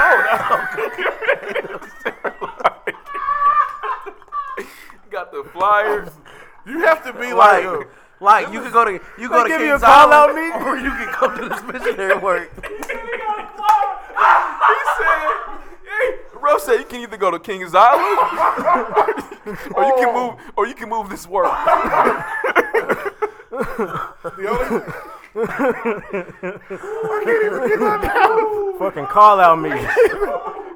E: got the flyers.
C: You have to
F: [laughs]
C: be like.
F: like like you could go to you go to
D: give
F: King
D: you a call out
F: Solomon,
D: meeting?
F: [laughs] or you can come to this missionary work.
E: He said, hey, Ruff said you can either go to King's Island [laughs] or you can move or you can move this world.
C: The only,
D: Fucking call out meeting.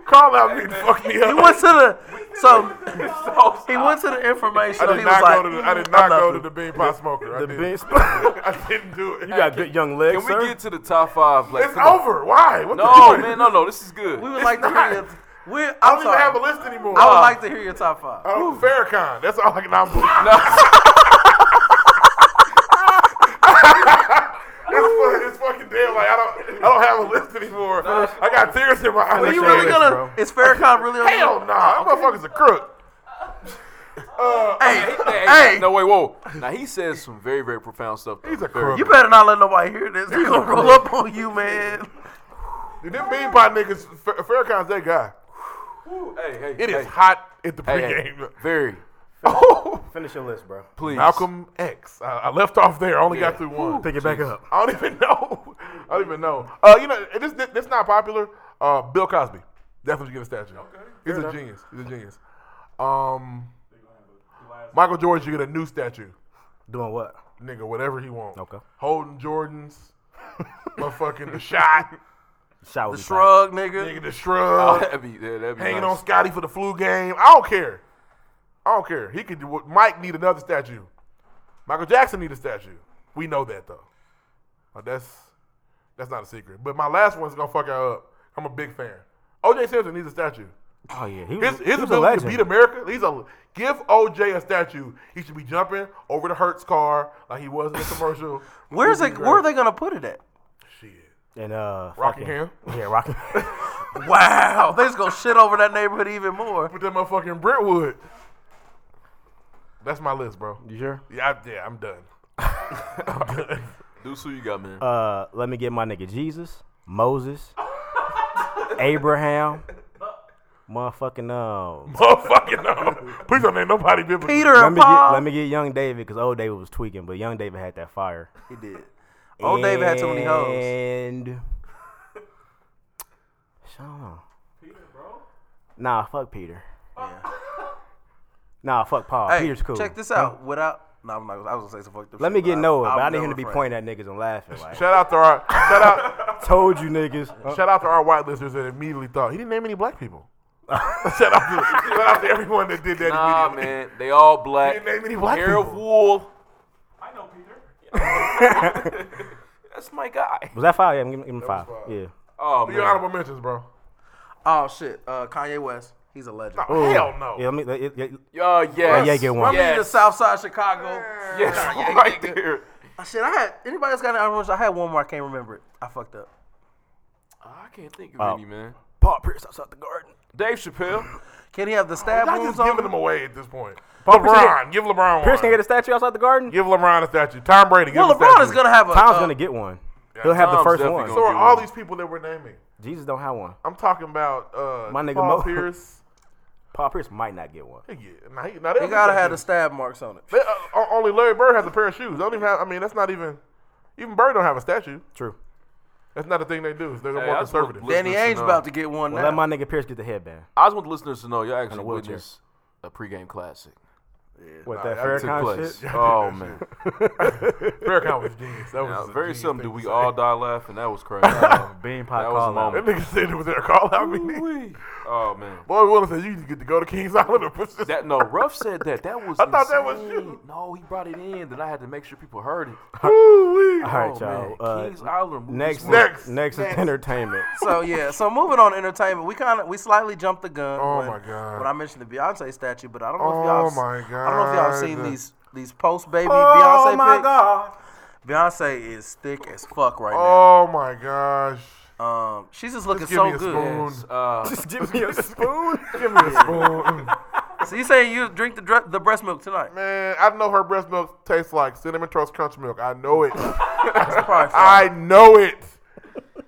C: call out me. Fuck
F: [laughs]
C: me
F: He
C: up.
F: went to the so he went to the information.
C: I
F: he
C: did
F: was
C: not
F: like,
C: go to the. I did
F: "I'm
C: not go to
F: nothing."
C: the bean pie smoker. I
D: The
C: didn't.
D: bench. you
C: [laughs] I didn't do it.
D: got good young legs,
E: Can we
D: sir.
E: get to the top five? Like,
C: It's
E: come on.
C: over. Why? What [laughs]
E: No,
C: the
E: man, no, no, this is good.
F: We would like to hear. Your, we I'm
C: I don't
F: sorry.
C: even have a list anymore.
F: I would like to hear your top five.
C: Oh, Farrakhan. That's all I can. I'm, [laughs] it's, fucking, it's fucking damn. Like I don't. I don't have a list anymore. I got tears in my eyes.
F: Are you
C: saying
F: really
C: this,
F: gonna?
C: bro.
F: Is Farrakhan really? on your-
C: Hell nah. That motherfucker's a crook.
F: Hey,
E: Hey,
F: hey,
E: no, wait, whoa. Now he says some very, very profound stuff. though.
C: He's a
E: Very-
C: crook.
F: you better not let nobody hear this. They're gonna roll up on [laughs] you, man.
C: Dude, them bean pie niggas. Fa- Farrakhan's that guy.
E: Hey, hey,
C: It is
E: hey,
C: hot at the
E: hey, hey,
C: pregame.
E: very.
D: Finish your list, bro.
E: Please,
C: Malcolm X. I, I left off there. I Only got through one.
D: Pick it back up.
C: [laughs] I don't even know. I don't even know. Uh, you know, this this, this not popular. Uh, Bill Cosby. Definitely get a statue. He's a genius. He's a genius. Um, Michael Jordan should get a new statue.
D: Doing what?
C: Nigga, whatever he wants.
D: Okay.
C: [laughs] Holding Jordans. motherfucking the shot.
D: Shot
F: The
D: would be tight.
E: [laughs]
F: shrug, nigga.
C: Nigga, the shrug.
E: that'd be, yeah, that'd be
C: hanging
E: nice.
C: on Scotty for the flu game. I don't care. I don't care. He could. do what- Mike need another statue. Michael Jackson need a statue. We know that though. Like, that's that's not a secret. But my last one's gonna fuck y'all up. I'm a big fan. OJ Simpson needs a statue.
D: Oh yeah, he was,
C: His, his
D: he was a
C: ability to
D: legend.
C: beat America. He's a give OJ a statue. He should be jumping over the Hertz car like he was
D: [laughs]
C: in the commercial.
F: Where's
C: He'd
F: it?
C: be
F: Where are
C: great.
F: they gonna put it at?
C: Shit.
D: and uh,
C: Rockingham?
D: fucking- [laughs] Yeah, Rocking.
F: Wow, they just gonna shit over that neighborhood even more.
C: Put that motherfucking Brentwood. That's my list, bro.
D: you sure?
C: Yeah, I, yeah, I'm done.
E: Deuce, who you got, man?
D: Uh, let me get my nigga Jesus, Moses, Abraham, motherfucking um.
C: Motherfucking Oh, no. Please don't name nobody biblical.
F: Peter
D: Let
F: and
D: me get
F: Paul.
D: let me get young David because old David was tweaking, but young David had that fire.
F: He did. Old David had too many hoes.
D: And Sean. Nah, fuck Peter. [laughs] Nah, fuck Paul.
F: Hey,
D: Peter's cool.
F: check this out. Without, no, I'm not. I was gonna say some fucked up.
D: Let
F: shit,
D: me get
F: I-
D: Noah,
F: I'll
D: but I need him
F: never
D: to be
F: refrain.
D: pointing at niggas and laughing. Like,
F: [laughs]
C: Shout out to our shout out
D: told you niggas.
C: shout out to our white listeners that immediately thought he didn't name any black people. [laughs] shout, out to, shout out to everyone that did that
E: Nah,
C: immediately.
E: man, they all black.
C: Didn't [laughs] name any black
E: Harold
C: people.
E: Wool.
A: I know Peter.
E: That's my guy.
D: [laughs] Was that five? Yeah, give him, give him five. Yeah.
E: Oh
C: Your
E: man,
C: honorable mentions, bro.
F: Oh shit, uh, Kanye West. He's a legend.
C: Oh, hell no.
D: Yeah, let me. Let, let-
E: oh yes.
D: yeah, get one.
F: Remember you to
E: Yes,
F: South Side Chicago.
E: yes, [laughs] right there.
F: Oh, Shit, I had anybody else got an honorable mention? I had one more. I can't remember it. I fucked up.
E: I can't think of
D: Oh.
E: any, man.
D: Paul Pierce outside the garden.
E: Dave Chappelle.
F: Can he have the stab
C: Y'all
F: wounds
C: just
F: on?
C: giving them away at this point.
D: Pierce
C: LeBron, give LeBron
D: Pierce can
C: one.
D: get a statue outside the garden.
C: Give LeBron a statue. Tom Brady. Give
F: well,
C: him a
F: LeBron
C: statue.
F: is gonna have a.
D: Tom's
F: uh,
D: gonna get one. He'll have the
E: Tom's
D: first
E: definitely
D: one.
E: gonna
C: So are
E: get
C: all
E: one.
C: these people that we're naming.
D: Jesus don't have one.
C: I'm talking about uh,
D: My nigga
C: Paul
D: Mo.
C: Pierce.
D: Paul Pierce might not get one.
C: Yeah, nah, he, nah, they
F: They gotta have the stab marks on it.
C: They, uh, only Larry Bird has a pair of shoes. They don't even have. I mean, that's not even. Even Bird don't have a statue.
D: True.
C: That's not the thing they do. They're
E: Hey,
C: more
E: I just wanna
C: conservative.
E: bless-
F: Danny
E: Listeners
F: Ainge
E: know.
F: about to get one
D: Well,
F: now.
D: let my nigga Pierce get the headband.
E: I just want the listeners to know y'all actually
D: wheelchair.
E: witnessed a pregame classic.
D: What
C: that
D: that
C: took
D: Farrakhan
E: place.
D: shit?
C: [laughs]
E: Oh man,
C: Farrakhan was genius. That was
E: Now,
C: a
E: very
C: genius
E: something.
C: thing
E: Do we
C: to
E: all
C: say.
E: die laughing? That was crazy.
D: Bean
E: That
D: pot
E: was
D: call
E: a
D: out.
E: moment.
C: [laughs] That nigga said it was their call out meeting.
E: Ooh-wee. oh man.
C: Boy Willis said you need to get to go to Kings Island and push this. [laughs]
E: That no, Ruff said that. That was.
C: I thought that was
E: insane.
C: you.
E: No, he brought it in. Then I had to make sure people heard it.
C: Ooh-wee.
D: All right,
E: oh,
D: y'all.
E: man.
D: Uh,
E: Kings Island. movie
D: next,
E: star.
C: Next.
D: next, next
C: [laughs]
D: is entertainment.
F: [laughs] So yeah, so moving on to entertainment, we kind of we slightly jumped the gun.
C: Oh
F: when,
C: my God.
F: When I mentioned the Beyonce statue, but I don't know
C: Oh
F: if y'all. s-
C: my
F: I don't know if y'all seen
C: God. Oh,
F: these these post baby Beyonce pics.
D: god.
F: Beyonce is thick as fuck right
C: Oh my gosh.
F: now. Um, she's just looking
C: give
F: so
C: me a
F: good.
C: spoon. [laughs]
E: Yes, uh,
D: [laughs] Just give me a spoon.
C: Give me a spoon.
F: [laughs] So you saying you drink the dre- the breast milk tonight?
C: Man, I know her breast milk tastes like cinnamon toast crunch milk. I know it.
F: That's probably fine.
C: [laughs] I know it.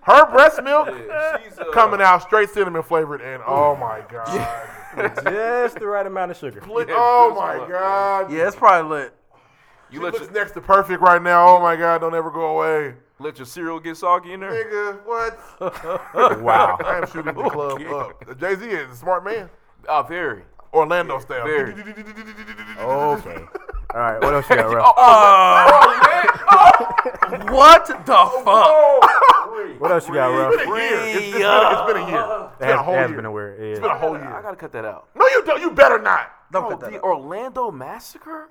C: Her breast milk
E: she's uh,
C: coming out straight cinnamon flavored, and oh my god.
D: Just the right amount of sugar.
C: [laughs] Oh
E: feels
C: my
E: like-
C: god.
F: yeah, it's probably lit.
E: You
C: She
E: let your,
C: looks next to perfect right now. Oh my god, don't ever go away.
E: let your cereal get soggy in there.
C: Nigga, what?
D: Wow.
C: I am shooting the club up. Jay Z is a smart man.
E: Oh, very.
C: Orlando style.
E: Very.
D: Oh. okay. All right. What else you got, Ruff?
C: Oh,
F: What the
C: Oh,
F: fuck?
D: What else you got, Ruff?
C: It's, it's, been, it's been a year. It's
D: It
C: been a
D: has,
C: whole
D: it has
C: year.
D: been a weird.
C: It's
D: Yeah.
C: been a whole
E: I
C: year.
E: gotta cut that out.
C: No, you don't. You better not.
F: Don't
E: Oh,
F: cut that
E: the
F: out.
E: Orlando massacre.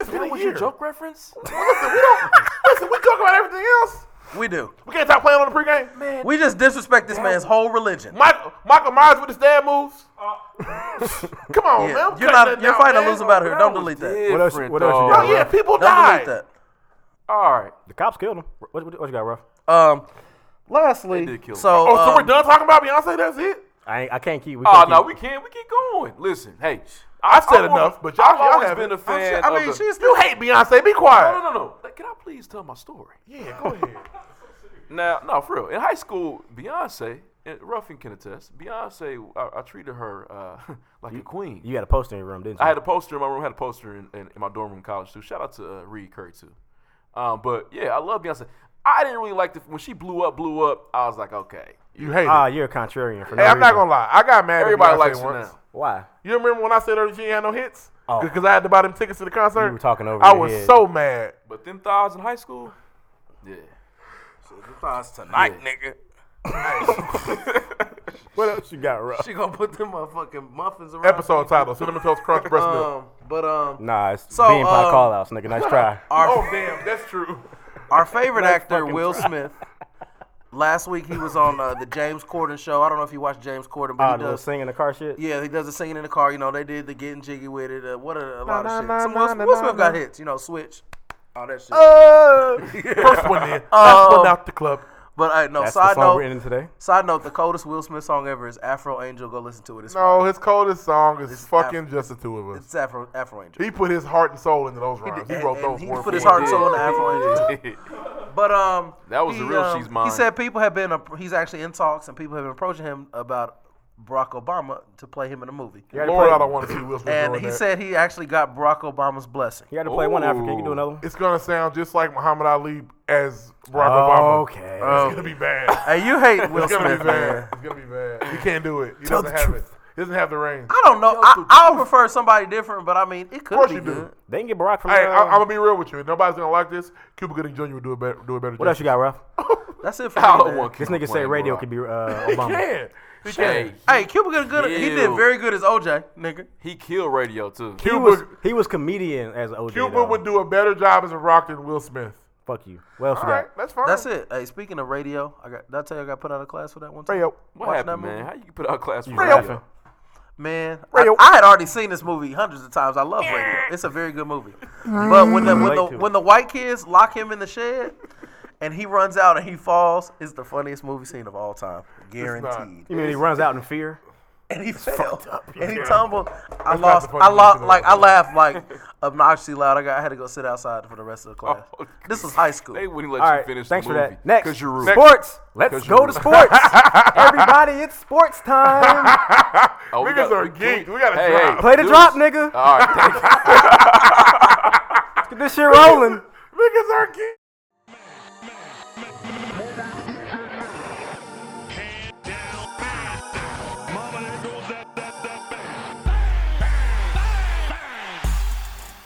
E: That was your
C: year.
E: joke reference.
C: [laughs] Listen, we don't. Listen, we talk about everything else.
F: We do.
C: We can't stop playing on the pregame.
F: We just disrespect this man's whole religion.
C: Michael, Michael Myers with the stab moves. [laughs] Come on,
F: Yeah,
C: man. I'm
F: You're
C: cutting
F: not.
C: that
F: You're
C: down,
F: fighting a
C: man.
F: losing battle here.
E: That
F: Don't
E: was
F: delete that.
D: What
E: different,
D: else- what else you
E: though.
C: Oh
D: got,
C: yeah, people
F: Don't
C: died.
F: delete that.
E: All right.
D: The cops killed him. What, what, what you got, Ruff?
F: Um,
E: They did
F: lastly,
E: kill him.
F: so,
C: Oh, so we're
F: um,
C: done talking about Beyonce. That's it.
D: I ain't, I can't keep. We
E: Oh
D: can't
E: no,
D: keep-
E: we can't. We keep going. Listen, hey,
C: I've said
E: I've
C: enough,
E: always-
C: but y'all,
E: I've
C: y'all
E: always
C: have
E: been a fan.
F: shit, I
E: of
F: mean,
E: the-
F: she's
C: You hate Beyonce. Be quiet.
E: No, no, no, no. Can I please tell my story?
C: Yeah, go ahead.
E: Now, no, for real. In high school, Beyonce, and Ruffin can attest. Beyonce, I, I treated her uh, [laughs] like a queen.
D: You had a poster in your room, didn't you?
E: I had a poster in my room. I had a poster in, in, in my dorm room in college too. Shout out to uh, Reed Curry too. Um, but yeah, I love Beyonce. I didn't really like the when she blew up, blew up. I was like, okay,
C: You hate.
D: Ah,
C: it.
D: you're a contrarian for no
C: Hey, I'm not
D: reason.
C: gonna lie. I got mad.
E: everybody
C: at Beyonce
E: likes her
C: once.
E: now.
D: Why?
C: You remember when I said earlier she ain't had no hits?
D: Oh.
C: Because I had to buy them tickets to the concert.
D: You were talking over
C: I
D: your
C: was
D: head.
C: so mad.
E: But them thighs in high school, yeah.
F: tonight, nigga.
D: What else you got, Rob?
F: She gonna put them motherfucking muffins around.
C: Episode title: Cinnamon Toast Crunch Breast Milk.
F: Um, but um,
D: Nah, it's
F: So,
D: bean pie
C: uh,
F: um,
D: call outs, nigga. Nice
C: [laughs]
D: try. Ah,
F: our
C: Oh damn, that's true.
F: Our favorite actor, Will Smith. Last week he was on uh, the James Corden show. I don't know if you watch James Corden, but
D: Ah,
F: he
D: the little
F: does.
D: singing the car shit.
F: Yeah, he does the singing in the car. You know, they did the getting jiggy with it. Uh, what a, a lot
C: na,
F: of shit.
C: na,
F: Some
C: na,
F: Will,
C: na,
F: Will
C: na,
F: Smith
C: na.
F: got hits. You know, Switch, all that shit.
C: First one in, last
F: Uh,
C: one out the club.
F: but I no
D: That's the
F: side
D: song we're
F: note.
D: ending today.
F: Side note: the coldest Will Smith song ever is Afro Angel. Go listen to it. It's
C: No, his coldest song is fucking
F: Af-
C: just the two of us.
F: It's Afro Afro Angel.
C: He put his heart and soul into those rhymes. He,
F: And-
C: wrote
F: and
C: those
F: he
C: words.
F: put his
C: for
F: heart and
C: us.
F: soul in
C: [laughs]
F: the
E: [laughs]
F: Afro Angel. But um,
E: That was
F: he,
E: the real
F: um,
E: she's mine.
F: He said people have been. He's actually in talks, and people have been approaching him about Barack Obama to play him in a movie.
C: Lord, I don't want to see Will Smith
F: And
C: doing
F: he
C: that.
F: said he actually got Barack Obama's blessing.
D: You got to play one African. You can
E: Ooh.
D: do another one.
C: it's gonna sound just like Muhammad Ali as Barack Obama.
D: Okay.
C: It's gonna be bad.
F: [laughs] Hey,
E: [laughs]
F: you hate Will
C: It's gonna
F: Smith,
C: be
F: man.
C: bad. It's gonna be bad. He can't do it. He
D: Tell
C: doesn't
D: the
C: have
D: truth.
C: it. He doesn't have the range.
F: I don't know. I, I would prefer somebody different, but I mean, it could
C: course
F: be
C: you do.
F: good.
D: They can get Barack from.
C: Hey,
D: uh,
C: I, I'm gonna be real with you. If nobody's gonna like this. Cuba Gooding Jr. would do a better, do a better
D: what else you got, Ralph?
F: That's it
E: [laughs]
F: for
E: I
F: me.
E: don't
F: Man.
E: want
D: This
E: Cuba
D: nigga say
E: playing
D: radio
E: Barack.
D: could be uh,
C: He
D: Obama.
C: can. He
E: Hey,
C: can.
F: Hey, Cuba did good. He did
E: Ew.
F: very good as OJ, nigga.
E: he killed radio too.
D: He
C: Cuba,
D: was he was comedian as OJ.
C: Cuba
D: though.
C: would do a better job as a rock than Will Smith.
D: Fuck you. What else
C: All
D: you got?
C: right, that's fine.
F: That's it. Hey, speaking of radio, I got. Did I tell you I got put out of class for that one time?
C: Rayo.
E: What
F: Watch
E: happened,
F: that movie.
E: man? How you put out class for
D: You
E: radio?
D: laughing.
F: Man, I,
C: Radio.
F: I had already seen this movie hundreds of times. I love Radio. It's a very good movie. But when the when the
D: Relate to it.
F: when the white kids lock him in the shed and he runs out and he falls, it's the funniest movie scene of all time, guaranteed.
D: You mean he runs out in fear?
F: And he fell and he tumbled. I
C: not
F: lost.
C: the
F: I
C: funniest
F: lost.
C: scene of
F: Like I
C: all
F: laughed like obnoxiously loud. I got. I had to go sit outside for the rest of the class.
E: Oh,
F: this was high school.
E: They wouldn't let
D: All
E: you
D: right.
E: finish
D: Thanks
E: the
D: for
E: movie.
D: that. Next.
E: Cause you're rude.
D: Sports. Let's
E: 'Cause
D: go
E: you're
D: to
E: rude.
D: sports. Everybody, it's sports time.
E: Oh, we
C: Niggas
E: got-
C: are
E: we- can
C: geek. We gotta
E: hey,
C: drop.
E: Hey,
D: Play the
E: dudes.
D: drop, nigga.
E: All right, thank you.
D: Let's Get this shit rolling.
C: Niggas are kidding.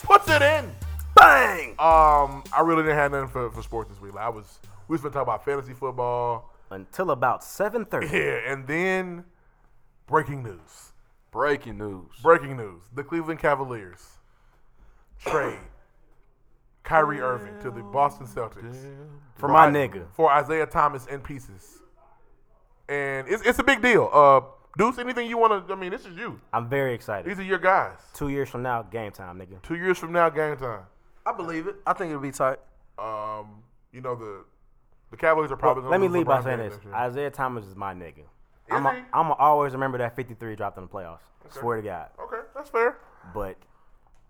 C: Puts it in.
D: Bang.
C: Um, I really didn't have nothing for, for sports this week. Like, I was we was gonna talk about fantasy football.
D: Until about seven thirty.
C: [laughs] Yeah, and then breaking news.
E: Breaking news.
C: Breaking news. The Cleveland Cavaliers trade Kyrie Irving to the Boston Celtics.
D: [laughs] For my nigga.
C: for Isaiah Thomas in pieces, and it's, it's a big deal. Uh, Deuce, anything you want to? I mean, this is you.
D: I'm very excited.
C: These are your guys.
D: Two years from now, game time, nigga.
C: Two years from now, game time.
F: I believe it. I think it'll be tight.
C: Um, you know the the Cowboys are probably.
D: Let me
C: gonna
D: leave by
C: LeBron
D: saying
C: James next
D: this.
C: year.
D: Isaiah Thomas is my nigga. I'm
C: he?
D: going to always remember that 53 dropped in the playoffs. Swear to God.
C: okay, that's fair.
D: But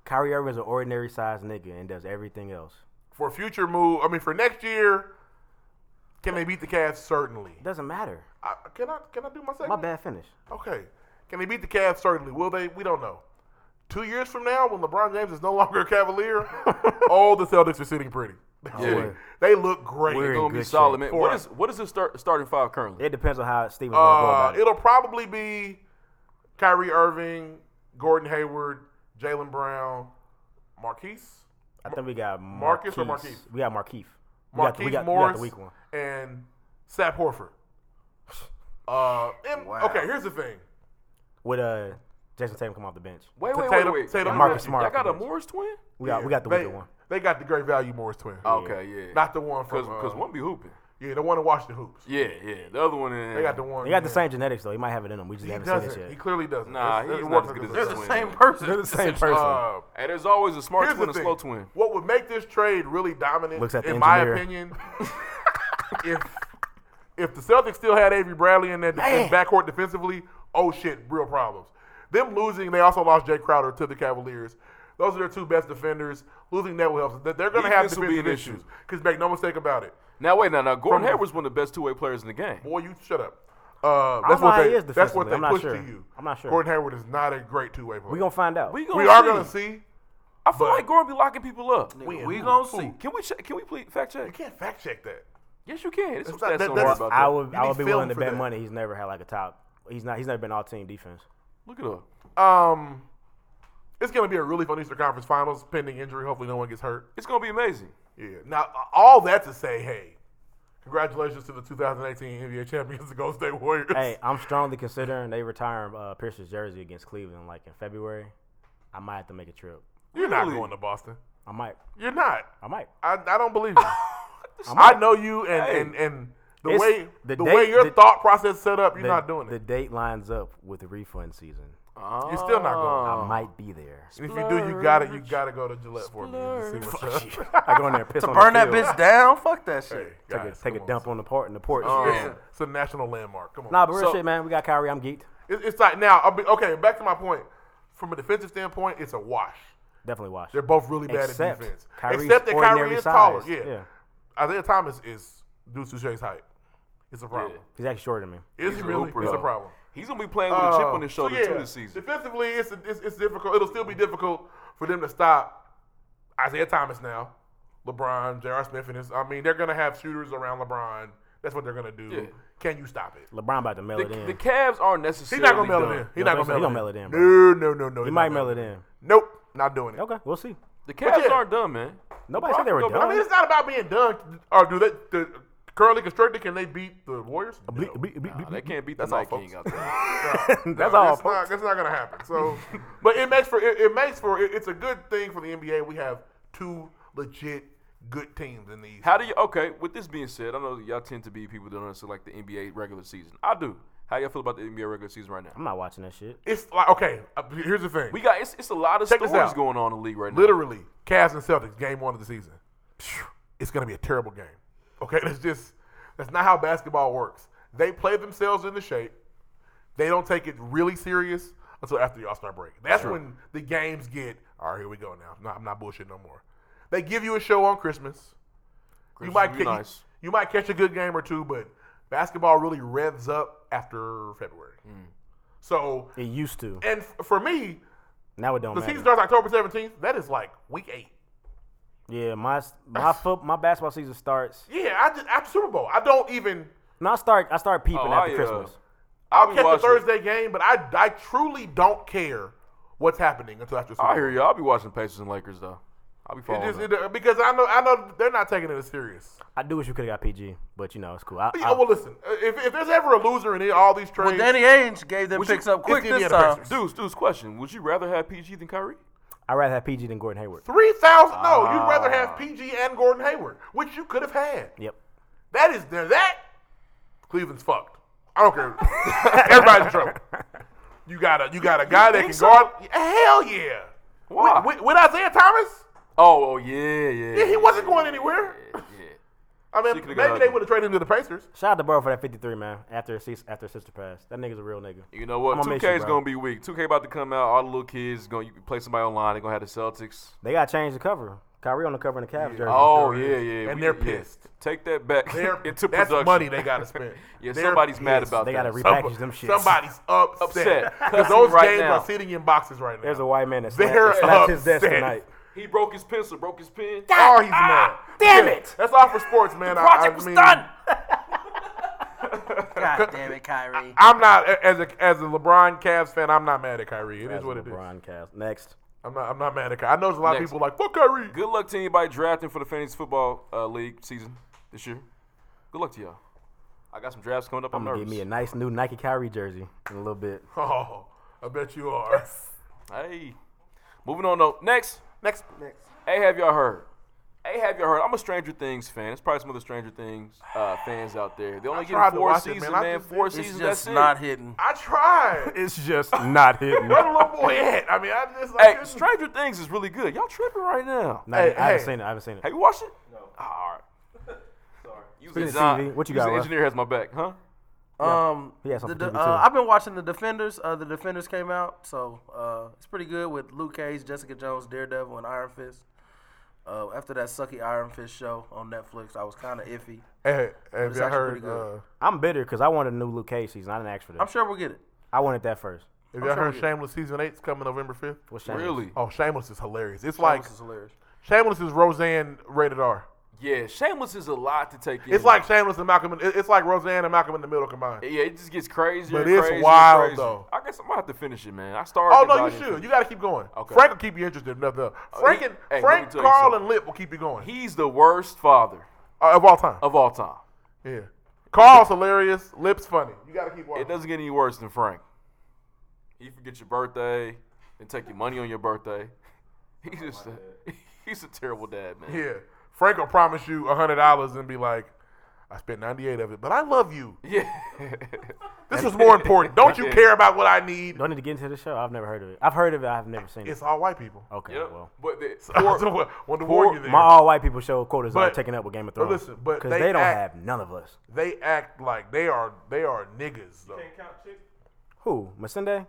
D: Kyrie Irving is an ordinary sized nigga and does everything else.
C: For future move, I mean, for next year, can they beat the Cavs? Certainly.
D: Doesn't matter.
C: I, can I? Can I do my second?
D: My bad finish.
C: Okay. Can they beat the Cavs? Certainly. Will they? We don't know. Two years from now, when LeBron James is no [laughs] longer a Cavalier, all the Celtics are sitting pretty. They're sitting- They look great.
D: We're
E: It's
D: in
E: gonna be
D: good
E: solid,
D: shape.
E: man.
C: For
E: What
C: it.
E: is what is the start, starting five currently?
D: It depends on how Steven's going to go
C: Uh,
D: about it.
C: it'll probably be Kyrie Irving, Gordon Hayward, Jalen Brown, Marquise,
D: I think we got
C: Marcus or Markeith?
D: We got Markeith. We got,
C: Marquise
D: the- we got, we
C: Morris,
D: got the weak one.
C: and Sap Horford. Uh, and- Okay, here's the thing.
D: With uh, Jason Tatum come off the bench.
E: Wait, wait,
C: Tatum-
E: wait, wait.
C: Tatum
E: Y'all
D: Marcus
E: got-
D: Smart.
E: Y'all got a Morris twin?
D: We got, we got the
C: they,
D: weaker one.
C: They got the great value Morris twin.
E: Oh, Okay, yeah.
C: Not the one from
E: because
C: uh,
E: because one be hooping.
C: Yeah, the one in Washington hoops.
E: Yeah, yeah. The other one in.
C: They got the one.
D: They got the
C: yeah.
D: same genetics, though. He might have it in him. We just
C: He
D: haven't seen it
C: doesn't. He
D: yet.
C: clearly doesn't.
E: Nah,
C: That's-
E: he's
C: that's
E: not as
C: one
E: good as
C: thing.
E: the
C: There's
E: twin.
D: [laughs]
F: person.
D: They're the same person.
C: Uh,
E: Hey, there's always a smart
C: here's
E: twin
C: the
E: and
C: thing.
E: a slow twin.
C: What would make this trade really dominant,
D: Looks at the
C: in my
D: engineer. [laughs]
C: opinion, if if the Celtics still had Avery Bradley in that in backcourt defensively, oh shit, real problems. Them losing, they also lost Jay Crowder to the Cavaliers. Those are their two best defenders. Losing that will help. They're going to have
E: Defense will be
C: defensive
E: an
C: issues.
E: issue.
C: Because make no mistake about it.
E: Now wait, now now Gordon
C: From-
E: Hayward's one of the best two way players in the game.
C: Boy, you shut up. Uh,
D: don't
C: that's,
D: know
C: what
D: how
C: they,
D: he is
C: that's what
D: defensively.
C: they
D: I'm not
C: push
D: sure.
C: to you.
D: I'm not sure.
C: Gordon Hayward is not a great two way player.
D: We're going to find out.
E: We, gonna
C: we are
E: see.
C: going to see.
E: I feel
C: but-
E: like Gordon be locking people up.
F: We gonna see.
E: Can we check, can we please fact check?
C: You can't fact check that.
E: Yes, you can. It's
C: That's
E: some
C: not-
E: stats
C: that-
E: on
C: that's-
E: about that.
D: I would,
C: You
D: I
C: need
D: would be
C: film
D: willing to
C: for
D: bet
C: that.
D: money he's never had like a top. He's not. He's never been all team defense.
E: Look it up.
C: Um, it's gonna be a really fun Eastern Conference Finals, pending injury. Hopefully, no one gets hurt.
E: It's gonna be amazing.
C: Yeah. Now, all that to say, hey, Congratulations to the 2018 NBA champions, the Golden State Warriors.
D: hey, I'm strongly considering they retiring uh, Pierce's jersey against Cleveland, like in February. I might have to make a trip.
C: You're not
E: really?
C: going to Boston.
D: I might.
C: You're not.
D: I might.
C: I, I don't believe
D: [laughs]
C: you. I know you, and
E: Hey.
C: and, and the
D: It's-
C: way the,
D: the
C: way
D: date-
C: your
D: the-
C: thought process set up, you're
D: the,
C: not doing
D: The
C: it.
D: date lines up with the refund season.
C: You're still not going.
D: I might be there.
C: And if you do, you got to You got to go to Gillette for me. and see what's up.
D: I go in there, and piss on
F: Burn
D: the
F: that
D: field,
F: bitch down. Fuck that shit.
C: Hey, [laughs]
D: Take
C: guys,
D: a, take
C: come
D: a
C: on, Oh,
D: dump on the port in the porch.
C: son. It's, it's a national landmark. Come on.
D: [laughs] Nah, but real
E: So-
D: shit, man. We got Kyrie. I'm geeked.
C: It- it's like now. I'll be, okay, back to my point. From a defensive standpoint, it's a wash.
D: Definitely watch.
C: They're both really bad at
D: Except
C: defense.
D: Kyrie's
C: Except that Kyrie
D: ordinary
C: is taller.
D: size.
C: Yeah.
D: Yeah.
C: Isaiah Thomas is due to Shay's height. It's a problem.
D: He's actually shorter than me.
C: It's really
E: Looper,
C: it's a
E: though.
C: problem.
E: He's gonna be playing with a chip
C: Uh,
E: on his shoulder
C: so yeah,
E: too this season.
C: Defensively, it's, it's it's difficult. It'll still be difficult for them to stop Isaiah Thomas now, LeBron, J.R. Smith, and his. I mean, they're gonna have shooters around LeBron. That's what they're gonna do.
E: Yeah.
C: Can you stop it?
D: LeBron about to mail
E: The,
D: it in.
E: the Cavs aren't
C: He's
E: necessarily.
C: not gonna mail
E: done.
C: it in. He's not
D: He
C: gonna
D: gonna
C: mail it
D: mail
C: in.
D: it in,
C: No, no, no, no.
D: he might mail it in.
C: Nope, not doing it.
D: Okay, we'll see.
E: The Cavs
C: yeah.
E: aren't done, man.
D: Nobody
E: LeBron
D: said they were
E: can go
D: done.
C: I mean, it's not about being done. Or do they? The, currently constructed, can they beat the Warriors?
D: [laughs]
C: No.
E: Nah, they can't beat the
C: That's all,
E: Night King out
C: folks.
E: there.
D: That's
C: No,
D: all,
C: That's not,
D: folks.
C: that's not gonna happen. So, but it makes for it, it makes for it, it's a good thing for the NBA. We have two legit good teams in these.
E: [laughs] How do you? Okay, with this being said, I know y'all tend to be people that don't understand like the NBA regular season. I do. How y'all feel about the NBA regular season right now?
D: I'm not watching that shit.
C: It's like okay. uh, Here's the thing.
E: We got it's, it's a lot of
C: Check this
E: stories
C: out.
E: going on in the league right now.
C: literally Cavs and Celtics game one of the season. Phew, It's gonna be a terrible game. Okay, [laughs] that's just that's not how basketball works. They play themselves into shape. They don't take it really serious until after the All Star break. That's when the games get all right. Here we go now. No, I'm not bullshit no more. They give you a show on Christmas. you
E: Christmas
C: might
E: will
C: ca-
E: be nice.
C: you, might catch a good game or two, but basketball really revs up after February.
E: Hmm.
C: So
D: It used to.
C: and f- for me,
D: Now it don't
C: the
D: matter.
C: season starts October 17th. That is like week eight.
D: yeah, my my foot my basketball season starts.
C: Yeah, I just after Super Bowl. I don't even.
D: No, I start I start peeping
E: Oh,
D: after
E: I, uh,
D: Christmas.
E: I'll
C: I'll
E: be
C: catch the
E: watching.
C: Thursday game, but I I truly don't care what's happening until after Super Bowl.
E: I hear you. I'll be watching Pacers and Lakers though. I'll be
C: It
E: following.
C: just,
E: them.
C: it, because I know I know they're not taking it as serious.
D: I do wish we could have got PG, but you know it's cool. I,
C: Yeah,
D: I,
C: well, listen, if, if there's ever a loser in all these trades,
F: Well, Danny Ainge gave them
C: Would you-
F: picks up
C: it's
F: quick
C: the
F: this
C: Indiana
F: time.
C: Pacers.
E: Dudes, dudes, question: Would you rather have PG than Kyrie?
D: I'd rather have PG than Gordon Hayward.
C: three thousand. No, you'd rather have PG and Gordon Hayward, which you could have had.
D: Yep.
C: That is there. That Cleveland's fucked. I don't care. Everybody's in trouble. You got a you got a guy that
E: think
C: can
E: so?
C: guard. Hell yeah.
E: Why?
C: With, with, with Isaiah Thomas,
E: Oh, oh yeah, yeah.
C: yeah, he wasn't going anywhere.
E: Yeah, yeah.
C: I mean,
E: She could've
C: maybe
E: got
C: they
E: ugly.
C: would have traded him to the Pacers.
D: Shout out to Burrow for that 53, man. After his sis- after his sister passed, that nigga's a real nigga.
E: You know what?
D: I'ma
E: Two
D: miss
E: K
D: you,
E: is
D: bro.
E: gonna be weak. Two K about to come out. All the little kids gonna you can play somebody online. They're gonna have the Celtics.
D: They got to change the cover. Kyrie on the cover in the Cavs jersey.
E: Oh
C: sure
E: yeah,
C: is.
E: yeah.
C: And
E: we-
C: they're
E: yeah.
C: pissed.
E: Take that back
C: They're,
E: [laughs] into
C: that's
E: production.
C: money they got to spend.
E: [laughs] Yeah,
C: They're
E: somebody's mad
C: pissed.
E: about
D: They
E: that.
D: gotta
E: Some-
D: repackage them shits.
C: Somebody's upset [laughs]
E: Upset.
C: because
E: Cussing
C: those
E: right
C: games
E: now.
C: are sitting in boxes right now.
D: There's a white man that snapped,
C: They're
D: that snapped his desk
C: upset.
D: tonight.
E: He broke his pencil, broke his pen.
C: oh, he's mad.
D: damn
C: Yeah,
D: it.
C: That's all for sports, man. The I, I
D: project was
C: mean,
D: done.
C: [laughs]
F: God damn it, Kyrie.
C: I'm not as a as a LeBron Cavs fan. I'm not mad at Kyrie. It is
D: That's
C: what it is.
D: LeBron Cavs. Next.
C: I'm not. I'm not mad at Kyrie. I know there's a lot of
E: Next.
C: people like fuck Kyrie. [laughs]
E: Good luck to anybody drafting for the fantasy football uh, league season this year. Good luck to y'all. I got some drafts coming up. I'm,
D: I'm gonna
E: nervous.
D: give me a nice new Nike Kyrie jersey in a little bit.
C: Oh, I bet you are.
E: hey, moving on though. Next,
C: Next, next.
E: hey, have y'all heard? Hey, have y'all heard? I'm a Stranger Things fan. There's probably some other Stranger Things uh, fans out there. They only
C: tried
E: get
C: to
E: four
C: watch it,
E: seasons,
C: man. I
E: man.
C: just-
E: Four
C: it's
E: seasons.
F: It's
E: that's
F: just
E: it.
F: not hitting.
C: I tried.
D: It's just not hitting. [laughs]
C: Where the little boy at? I mean, I just. I
E: Hey,
C: couldn't-
E: Stranger Things is really good. Y'all tripping right now?
D: I,
C: Hey,
D: I haven't
C: hey.
D: seen it. I haven't seen it.
E: Have you watched it? No. all right. Sorry.
D: of TV, what you got,
E: The
D: Russ?
E: engineer has my back, huh?
F: Um,
D: He had
F: the,
D: something
F: de-
D: to do,
F: uh,
D: too.
F: I've been watching the Defenders. Uh, the Defenders came out, so uh, it's pretty good with Luke Cage, Jessica Jones, Daredevil, and Iron Fist. Uh, after that sucky Iron Fist show on Netflix, I was kind of iffy.
C: Hey, have
F: It's
C: y'all
F: actually
C: heard?
F: pretty good.
C: Uh,
D: I'm bitter because I wanted a new Luke Cage season. I didn't ask for that.
F: I'm sure we'll get it.
D: I wanted that first.
C: have y'all heard? Shameless season eight's coming November fifth.
D: What's that?
E: Really?
C: Oh, Shameless is hilarious. It's
F: Like,
C: like
F: this is hilarious.
C: Shameless is Roseanne rated R.
E: Yeah, Shameless is a lot to take in.
C: It's like Shameless and Malcolm. In, it- it's like Roseanne and Malcolm in the Middle combined.
E: yeah, it just gets crazier.
C: But
E: and
C: it's
E: crazier and
C: wild,
E: crazier.
C: though.
E: I guess I'm gonna have to finish it, man. I started.
C: Oh no, you should. You got to keep going.
E: Okay. Oh,
C: Frank will keep you interested. Enough. though. Frank
E: he-
C: and
E: hey, let me
C: Frank,
E: tell you
C: Carl,
E: something.
C: and Lip will keep you going
E: He's the worst father
C: Uh, of all time.
E: of all time.
C: Yeah. Carl's hilarious. Lips funny. You gotta keep watching.
E: It doesn't get any worse than Frank. You forget your birthday and take your money on your birthday. [laughs] He's just a, [laughs] he's a terrible dad, man.
C: Yeah. Frank will promise you a hundred dollars and be like, I spent ninety eight of it, but I love you.
D: [laughs]
E: Yeah.
C: This was more important.
E: [laughs]
C: Don't you care about what I need?
D: Do I need to get into the show? I've never heard of it. I've heard of it. I've never seen
C: It's
D: it.
C: all white people.
D: Okay,
E: Yep.
D: well. [laughs]
E: But the,
C: So, [laughs]
E: poor,
C: what- wanted to warn you there.
D: My all white people show quotas are
C: But-
D: uh, taken up with Game of
C: but
D: Thrones.
C: listen, but
D: because
C: they
D: they, don't
C: act-
D: have none of us.
C: they act like they are they are niggas though.
A: Can't count chick.
D: Who? Masende?